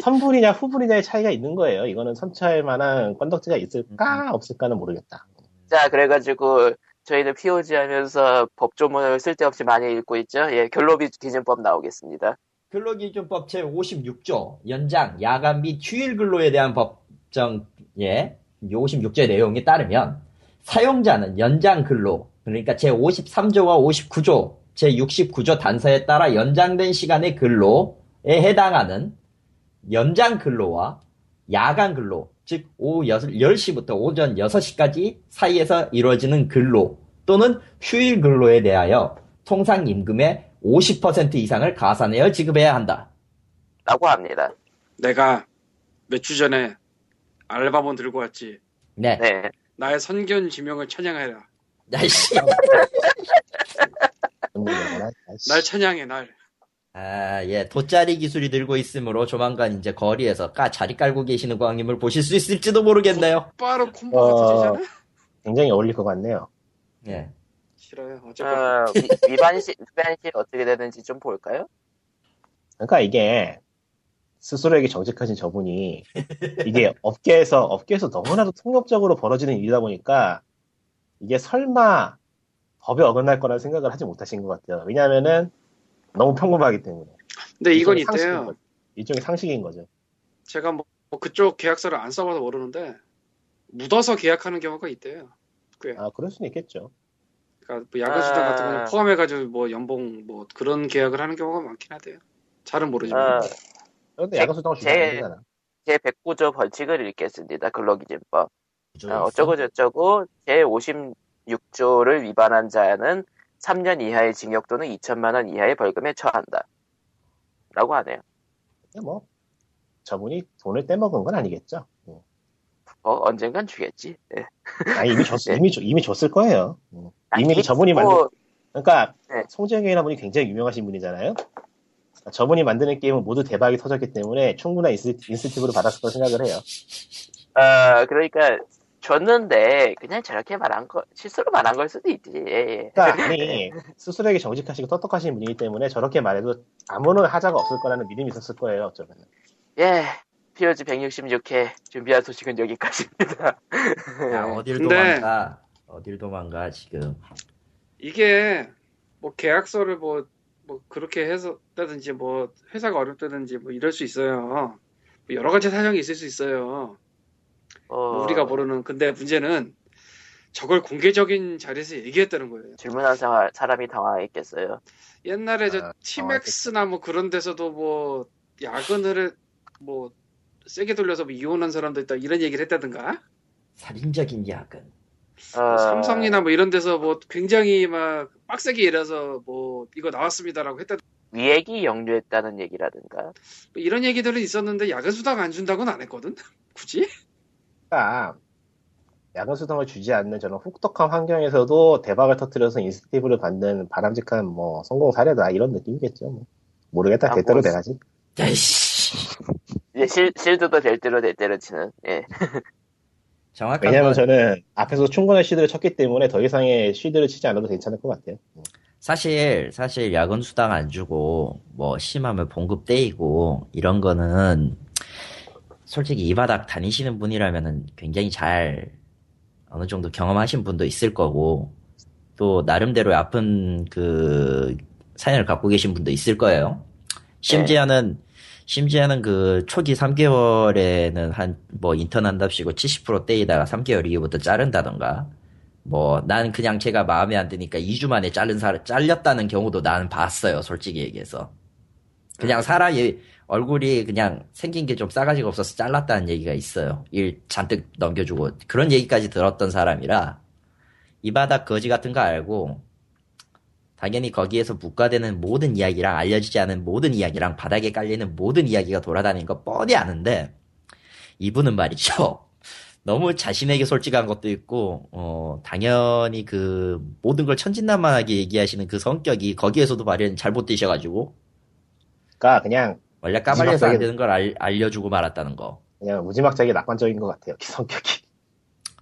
선불이냐 후불이냐의 차이가 있는 거예요. 이거는 선처할 만한 건덕지가
음.
있을까 없을까는 모르겠다.
자 그래가지고 저희는 POG 하면서 법조문을 쓸데없이 많이 읽고 있죠. 예, 결로비 기준법 나오겠습니다.
근로기준법 제56조 연장, 야간 및 휴일 근로에 대한 법정 예 56조의 내용에 따르면 사용자는 연장 근로 그러니까 제53조와 59조 제69조 단서에 따라 연장된 시간의 근로에 해당하는 연장 근로와 야간 근로 즉 오후 10시부터 오전 6시까지 사이에서 이루어지는 근로 또는 휴일 근로에 대하여 통상 임금의 50% 이상을 가산하여 지급해야 한다.
라고 합니다.
내가 몇 주 전에 알바몬 들고 왔지.
네.
네.
나의 선견 지명을 찬양해라.
야이씨.
근데 이거는, 아이씨,
날 찬양해 날.
아, 예. 돗자리 기술이 늘고 있으므로 조만간 이제 거리에서 까 자리 깔고 계시는 광님을 보실 수 있을지도 모르겠네요.
바로 콤보가
어.
터지잖아.
굉장히 어울릴 것 같네요.
예.
싫어요. 어쨌건
어, 위- 위반시 위반시 어떻게 되는지 좀 볼까요?
그러니까 이게 스스로에게 정직하신 저분이 이게 업계에서 업계에서 너무나도 통념적으로 벌어지는 일이다 보니까 이게 설마 법에 어긋날 거라는 생각을 하지 못하신 것 같아요. 왜냐하면은 너무 평범하기 때문에.
근데 이건
일종의 상식인
있대요.
거죠. 일종의 상식인 거죠.
제가 뭐, 뭐 그쪽 계약서를 안 써봐서 모르는데 묻어서 계약하는 경우가 있대요.
아 그럴 수는 있겠죠.
그러니까 뭐 야근 수당
아.
같은 거 포함해가지고 뭐 연봉 뭐 그런 계약을 하는 경우가 많긴 하대요. 잘은
음.
모르지만
어,
그런데
제-
야간 수당을 주지
제-
않는잖아.
제 109조 벌칙을 읽겠습니다. 근로기준법.
음.
구조
어,
있어?
어쩌고저쩌고 제56조를 위반한 자는 3년 이하의 징역 또는 2천만 원 이하의 벌금에 처한다. 라고 하네요.
근데 뭐 저분이 돈을 떼먹은 건 아니겠죠. 음.
어, 언젠간 주겠지. 예.
아니 이미 줬
네.
이미 줬- 이미 줬을 거예요. 음.
아,
이미 저분이
뭐,
만든 그러니까
네.
송재경이라는 분이 굉장히 유명하신 분이잖아요. 그러니까 저분이 만드는 게임은 모두 대박이 터졌기 때문에 충분한 인스, 인센티브를 받았을 거라 생각을 해요.
어, 그러니까 줬는데 그냥 저렇게 말한 거 실수로 말한 걸 수도 있지. 예, 예.
그러니까 아니 스스로에게 정직하시고 똑똑하신 분이기 때문에 저렇게 말해도 아무런 하자가 없을 거라는 믿음이 있었을 거예요. 어쩌면.
예. POG 166회 준비한 소식은 여기까지입니다.
야,
네.
어딜
근데-
도망가. 어딜 도망가 지금.
이게 뭐 계약서를 뭐, 뭐 그렇게 해서 다든지 뭐 회사가 어렵다든지 뭐 이럴 수 있어요. 뭐 여러 가지 사정이 있을 수 있어요.
어,
뭐 우리가 모르는 근데 문제는 저걸 공개적인 자리에서 얘기했다는 거예요.
질문한 사- 사람이 당황했겠어요.
옛날에
아,
저 티맥스나 뭐 그런 데서도 뭐 야근을 해- 뭐 세게 돌려서 뭐 이혼한 사람도 있다 이런 얘기를 했다든가
살인적인 야근.
뭐
아.
어,
삼성이나 뭐 이런 데서 뭐 굉장히 막 빡세게 일해서 뭐 이거 나왔습니다라고 했다
위액이 역류했다는 얘기라든가
뭐 이런 얘기들은 있었는데 야근 수당 안 준다고는 안 했거든 굳이
그러니까 야근 수당을 주지 않는 저런 혹독한 환경에서도 대박을 터뜨려서 인센티브를 받는 바람직한 뭐 성공 사례다 이런 느낌이겠죠. 뭐. 모르겠다.
아,
대대로
뭐-
돼가지.
에이씨.
그-
이제 실, 실드도 될 대로 될 대로 치는 예.
정확한
아,
왜냐면
뭐.
건
저는 앞에서 충분한 시드를 쳤기 때문에 더 이상의 시드를 치지 않아도 괜찮을 것 같아요. 음.
사실 사실 야근 수당 안 주고 뭐 심하면 봉급 떼이고 이런 거는 솔직히 이 바닥 다니시는 분이라면은 굉장히 잘 어느 정도 경험하신 분도 있을 거고 또 나름대로 아픈 그 사연을 갖고 계신 분도 있을 거예요. 심지어는 심지어는 그 초기 3개월에는 한 뭐 인턴 한답시고 70% 떼이다가 3개월 이후부터 자른다던가 뭐 난 그냥 제가 마음에 안 드니까 2주 만에 자른 사 잘렸다는 경우도 나는 봤어요. 솔직히 얘기해서. 그냥 사람이 얼굴이 그냥 생긴 게 좀 싸가지가 없어서 잘랐다는 얘기가 있어요. 일 잔뜩 넘겨주고 그런 얘기까지 들었던 사람이라 이 바닥 거지 같은 거 알고 당연히 거기에서 묵과되는 모든 이야기랑 알려지지 않은 모든 이야기랑 바닥에 깔리는 모든 이야기가 돌아다니는 거 뻔히 아는데 이분은 말이죠. 너무 자신에게 솔직한 것도 있고, 어, 당연히 그 모든 걸 천진난만하게 얘기하시는 그 성격이 거기에서도 발현 잘못 되셔가지고,
그러니까 그냥
원래 까발려서 안
무지막지하게-
되는 걸 알, 알려주고 말았다는 거.
그냥 무지막지하게 낙관적인 것 같아요. 성격이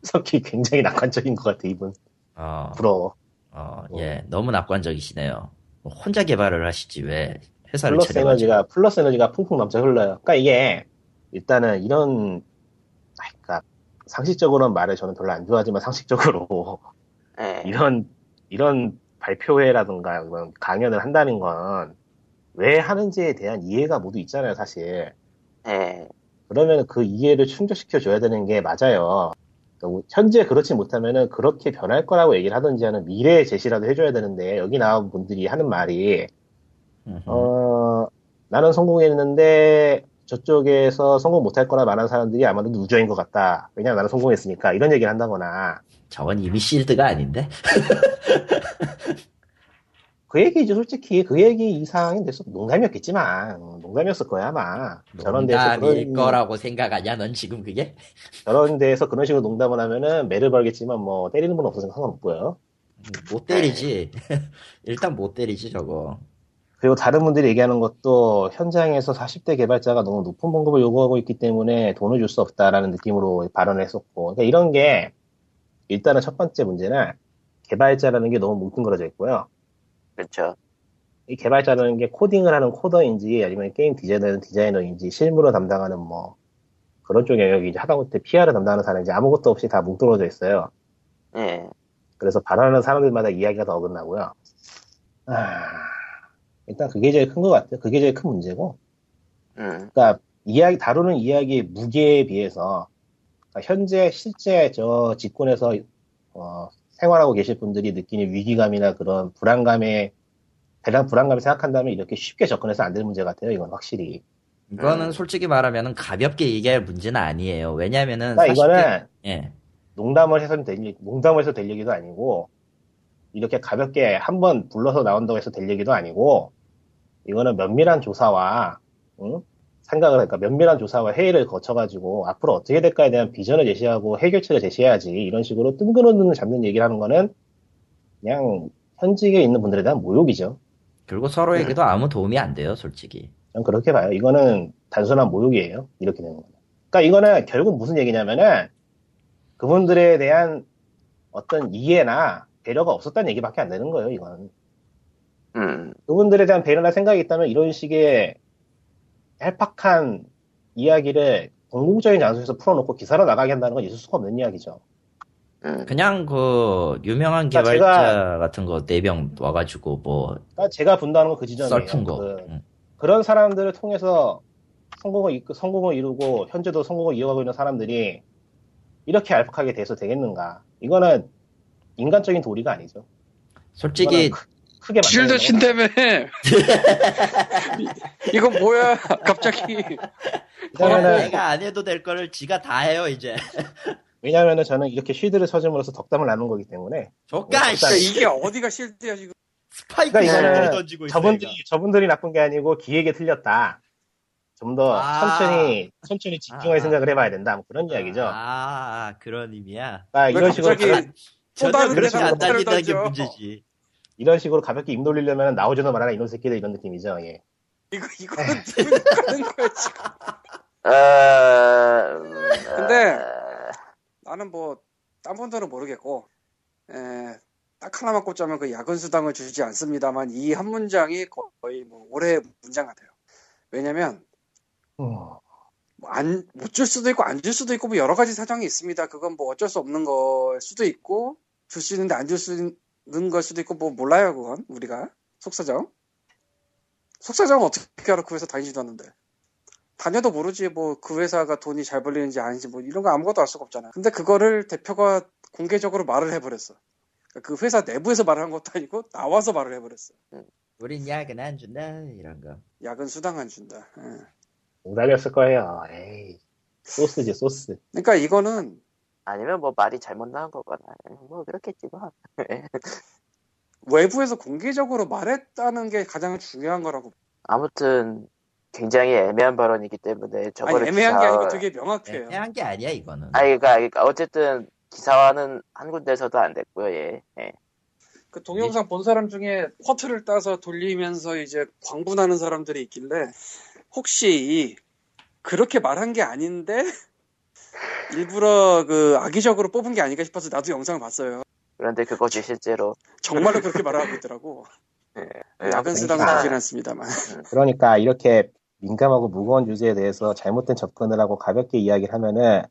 성격이 굉장히 낙관적인 것 같아 이분.
어,
부러워.
어, 예. 너무 낙관적이시네요. 뭐 혼자 개발을 하시지, 왜 회사를
플러스
차려가지고.
에너지가 플러스 에너지가 풍풍 넘쳐 흘러요. 그러니까 이게 일단은 이런 아, 그러니까 상식적으로는 말을 저는 별로 안 좋아하지만 상식적으로
예.
이런 이런 발표회라든가 이런 강연을 한다는 건 왜 하는지에 대한 이해가 모두 있잖아요, 사실.
예.
그러면 그 이해를 충족시켜 줘야 되는 게 맞아요. 그러니까 현재 그렇지 못하면은 그렇게 변할 거라고 얘기를 하든지 하는 미래의 제시라도 해줘야 되는데 여기 나온 분들이 하는 말이
음흠.
어, 나는 성공했는데 저쪽에서 성공 못할 거라 말하는 사람들이 아마도 누저인 것 같다. 왜냐면 나는 성공했으니까 이런 얘기를 한다거나
저건 이미 실드가 아닌데?
그 얘기지 솔직히 그 얘기 이상이 됐어 농담이었겠지만 농담이었을 거야 아마 저런 데서
농담일
그런
거라고 생각하냐, 넌 지금 그게?
저런 데서 그런 식으로 농담을 하면은 매를 벌겠지만 뭐 때리는 분은 없어서 상관없고요.
못 때리지.
음.
일단 못 때리지, 저거.
그리고 다른 분들이 얘기하는 것도 현장에서 40대 개발자가 너무 높은 봉급을 요구하고 있기 때문에 돈을 줄 수 없다라는 느낌으로 발언했었고 그러니까 이런 게 일단은 첫 번째 문제는 개발자라는 게 너무 뭉뚱그려져 있고요.
그렇죠.
이 개발자라는 게 코딩을 하는 코더인지 아니면 게임 디자이너는 디자이너인지 실무를 담당하는 뭐 그런 쪽 영역인지 하다못해 PR을 담당하는 사람인지 아무것도 없이 다 뭉뚱그려져 있어요.
예.
그래서 발언하는 사람들마다 이야기가 다 어긋나고요. 아, 일단 그게 제일 큰 것 같아요. 그게 제일 큰 문제고.
음.
그러니까 이야기 다루는 이야기의 무게에 비해서 그러니까 현재 실제 저 직군에서 어, 생활하고 계실 분들이 느끼는 위기감이나 그런 불안감에 대단 불안감을 생각한다면 이렇게 쉽게 접근해서 안 될 문제 같아요. 이건 확실히. 음.
이거는 솔직히 말하면은 가볍게 얘기할 문제는 아니에요. 왜냐면은 40대
그러니까 이거는
예.
농담을 해서 될 얘기- 농담을 해서 될 얘기도 아니고 이렇게 가볍게 한 번 불러서 나온다고 해서 될 얘기도 아니고 이거는 면밀한 조사와 응? 생각을 그러니까 면밀한 조사와 회의를 거쳐가지고 앞으로 어떻게 될까에 대한 비전을 제시하고 해결책을 제시해야지 이런 식으로 뜬금없는 잡는 얘기를 하는 거는 그냥 현직에 있는 분들에 대한 모욕이죠.
그리고 서로에게도
네.
아무 도움이 안 돼요, 솔직히.
전 그렇게 봐요. 이거는 단순한 모욕이에요. 이렇게 되는 거예요. 그러니까 이거는 결국 무슨 얘기냐면은 그분들에 대한 어떤 이해나 배려가 없었다는 얘기밖에 안 되는 거예요. 이건
음.
그분들에 대한 배려나 생각이 있다면 이런 식의 얄팍한 이야기를 공공적인 장소에서 풀어놓고 기사로 나가게 한다는 건 있을 수가 없는 이야기죠.
음.
그냥 그 유명한
그러니까
개발자
제가-
같은 거 네 병 와가지고 뭐
그러니까 제가 분다는 건 그 지점이에요.
썰푼 거. 음.
그,
응.
그런 사람들을 통해서 성공을, 이, 성공을 이루고 현재도 성공을 이어가고 있는 사람들이 이렇게 알팍하게 돼서 되겠는가? 이거는 인간적인 도리가 아니죠.
솔직히
이거는 크게
실드
만드는
친다며 그러니까
이건 뭐야 갑자기
왜냐면은,
내가 그 안 해도 될 거를 지가 다 해요 이제.
왜냐면은 저는 이렇게 쉴드를 쳐줌으로써 덕담을 나눈 거기 때문에
조까
일단
이게
이게 어디가 실드야 지금?
스파이크
그러니까 네. 이거는
를 던지고 있어.
저분들이
얘가.
저분들이 나쁜 게 아니고 기획에 틀렸다. 좀 더
아.
천천히 천천히
아.
집중할 생각을 해봐야 된다. 뭐 그런 이야기죠.
아 그런 의미야.
그러니까
왜
이런 식으로
갑자기
가-
또
저는
다른
그렇게
데다가
안
폭탄을
달린다는 게
던져.
문제지.
이런 식으로 가볍게 입 놀리려면 나오지도 말아라 이런 새끼들 이런 느낌이죠. 예.
이거 이거 누군가는 거야 지금.
어, 음,
근데
어,
나는 뭐 딴 분들은 모르겠고 에, 딱 하나만 꼽자면 그 야근 수당을 주지 않습니다만 이 한 문장이 거의 뭐 올해의 문장 같아요. 왜냐면
음.
뭐 안못 줄 수도 있고 안 줄 수도 있고 뭐 여러 가지 사정이 있습니다. 그건 뭐 어쩔 수 없는 걸 수도 있고 줄 수 있는데 안 줄 수 있는 걸 수도 있고 뭐 몰라요 그건 우리가 속사정 속사정 어떻게 알아 그 회사 다니지도 않는데 다녀도 모르지 뭐 그 회사가 돈이 잘 벌리는지 아닌지 뭐 이런 거 아무것도 알 수가 없잖아. 근데 그거를 대표가 공개적으로 말을 해버렸어. 그러니까 그 회사 내부에서 말한 것도 아니고 나와서 말을 해버렸어.
우린 야근 안 준다 이런 거.
야근 수당 안 준다. 예.
농담이었을 거예요. 에이. 소스지 소스.
그러니까 이거는
아니면 뭐 말이 잘못 나온 거거나 뭐 그렇겠지 뭐.
외부에서 공개적으로 말했다는 게 가장 중요한 거라고.
아무튼 굉장히 애매한 발언이기 때문에
아니
저거를
애매한 게
기사-
아니고 되게 명확해요.
애매한 예, 게 아니야 이거는.
아니 그러니까, 그러니까 어쨌든 기사화는 한 군데서도 안 됐고요. 예. 예.
그 동영상 본 사람 중에 퍼트를 따서 돌리면서 이제 광분하는 사람들이 있길래 혹시 그렇게 말한 게 아닌데 일부러 그 악의적으로 뽑은 게 아닌가 싶어서 나도 영상을 봤어요.
그런데 그것이 실제로
정말로 그렇게 말하고 있더라고.
네,
네, 야근 수당은
그러니까.
주진 않습니다만.
그러니까 이렇게 민감하고 무거운 주제에 대해서 잘못된 접근을 하고 가볍게 이야기를 하면은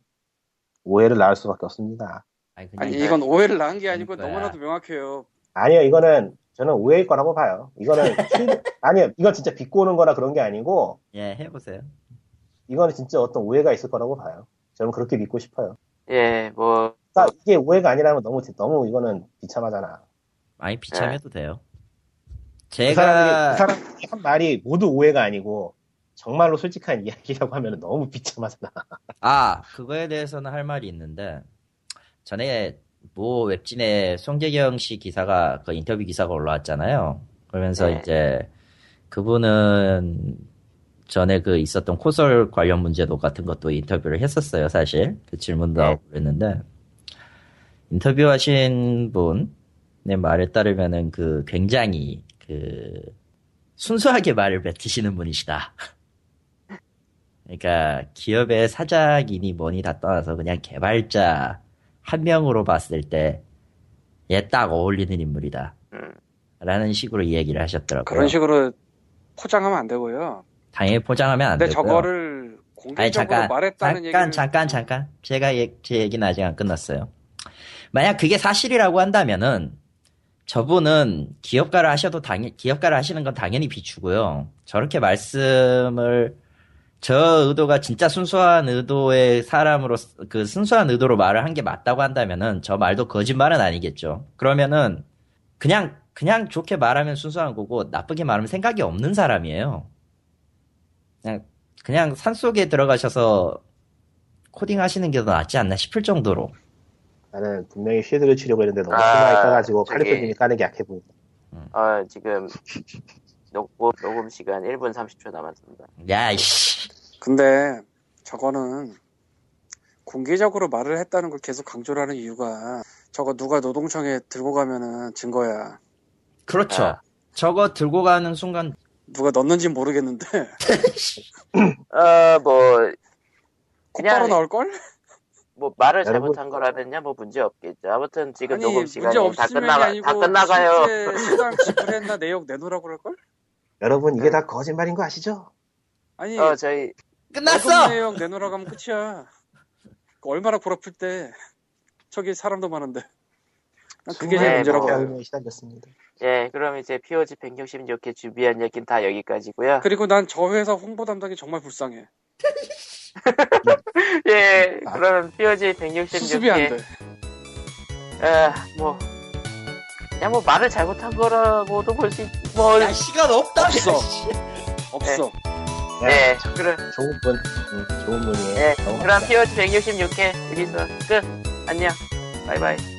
오해를 낳을 수밖에 없습니다.
아니, 그냥
아니 이건 오해를 낳은 게 아니고
그러니까요.
너무나도 명확해요.
아니요, 이거는 저는 오해일 거라고 봐요. 이거는 쉴드- 아니요, 이건 진짜 비꼬는 거나 그런 게 아니고
예 해보세요.
이거는 진짜 어떤 오해가 있을 거라고 봐요. 저는 그렇게 믿고 싶어요.
예, 뭐
그러니까 이게 오해가 아니라면 너무 너무 이거는 비참하잖아.
많이 비참해도 돼요.
그 사람들이
제가
그 사람들이 한 말이 모두 오해가 아니고 정말로 솔직한 이야기라고 하면 너무 비참하잖아.
아 그거에 대해서는 할 말이 있는데 전에 뭐 웹진에 송재경 씨 기사가 그 인터뷰 기사가 올라왔잖아요. 그러면서
네.
이제 그분은 전에 그 있었던 코설 관련 문제도 같은 것도 인터뷰를 했었어요, 사실. 그 질문도
네.
하고 그랬는데, 인터뷰하신 분의 네, 말에 따르면은 그 굉장히 그 순수하게 말을 뱉으시는 분이시다. 그러니까 기업의 사장이니 뭐니 다 떠나서 그냥 개발자 한 명으로 봤을 때 얘 딱 어울리는 인물이다.
음.
라는 식으로 이야기를 하셨더라고요.
그런 식으로 포장하면 안 되고요.
당연히 포장하면 안
근데
되고요.
저거를 공개적으로
아니 잠깐
말했다는
잠깐
얘기는
잠깐 잠깐 제가 얘- 제 얘기는 아직 안 끝났어요. 만약 그게 사실이라고 한다면은 저분은 기업가를 하셔도 당연 기업가를 하시는 건 당연히 비추고요. 저렇게 말씀을 저 의도가 진짜 순수한 의도의 사람으로 그 순수한 의도로 말을 한 게 맞다고 한다면은 저 말도 거짓말은 아니겠죠. 그러면은 그냥 그냥 좋게 말하면 순수한 거고 나쁘게 말하면 생각이 없는 사람이에요. 그냥 그냥 산 속에 들어가셔서 코딩 하시는 게 더 낫지 않나 싶을 정도로.
나는 분명히 쉴드를 치려고 했는데 너무
아,
심하게 까가지고
저기-
칼리토님이 까는 게 약해 보인다.
어, 지금 녹음, 뭐, 녹음 시간 1분 30초 남았습니다.
야, 이씨.
근데 저거는 공개적으로 말을 했다는 걸 계속 강조를 하는 이유가 저거 누가 노동청에 들고 가면은 증거야.
그렇죠.
아.
저거 들고 가는 순간
누가 넣었는지 모르겠는데
어, 뭐,
곧바로
그냥-
나올 걸?
뭐 말을
여러분-
잘못한 거라면요, 뭐 문제 없겠죠. 아무튼 지금
아니
녹음
문제
시간이 다
없으면이
끝나가,
아니고
다 끝나가요.
실제 수당 지불했나 내역 내놓으라고 그럴 걸?
여러분
네.
이게 다 거짓말인 거 아시죠?
아니
어, 저희
월급
끝났어.
내역 내놓으라고 하면 끝이야. 그 얼마나 골아플 때 저기 사람도 많은데 난 그게 제일
네,
문제라고
뭐.
봐요.
에 시달렸습니다.
예, 그럼 이제 POG 166회 준비한 얘기는 다 여기까지고요.
그리고 난 저 회사 홍보 담당이 정말 불쌍해.
예, 그럼 POG
아, 수습이 안 돼.
166회. 아, 뭐, 그냥 뭐 말을 잘못한 거라고도 볼 수 있, 뭐,
야, 시간 없다.
없어.
야, 씨.
없어.
네, 그럼,
좋은 분, 음, 좋은 분이에요.
네.
너무
그럼 POG 166회 여기서 끝. 안녕. 바이바이.
네,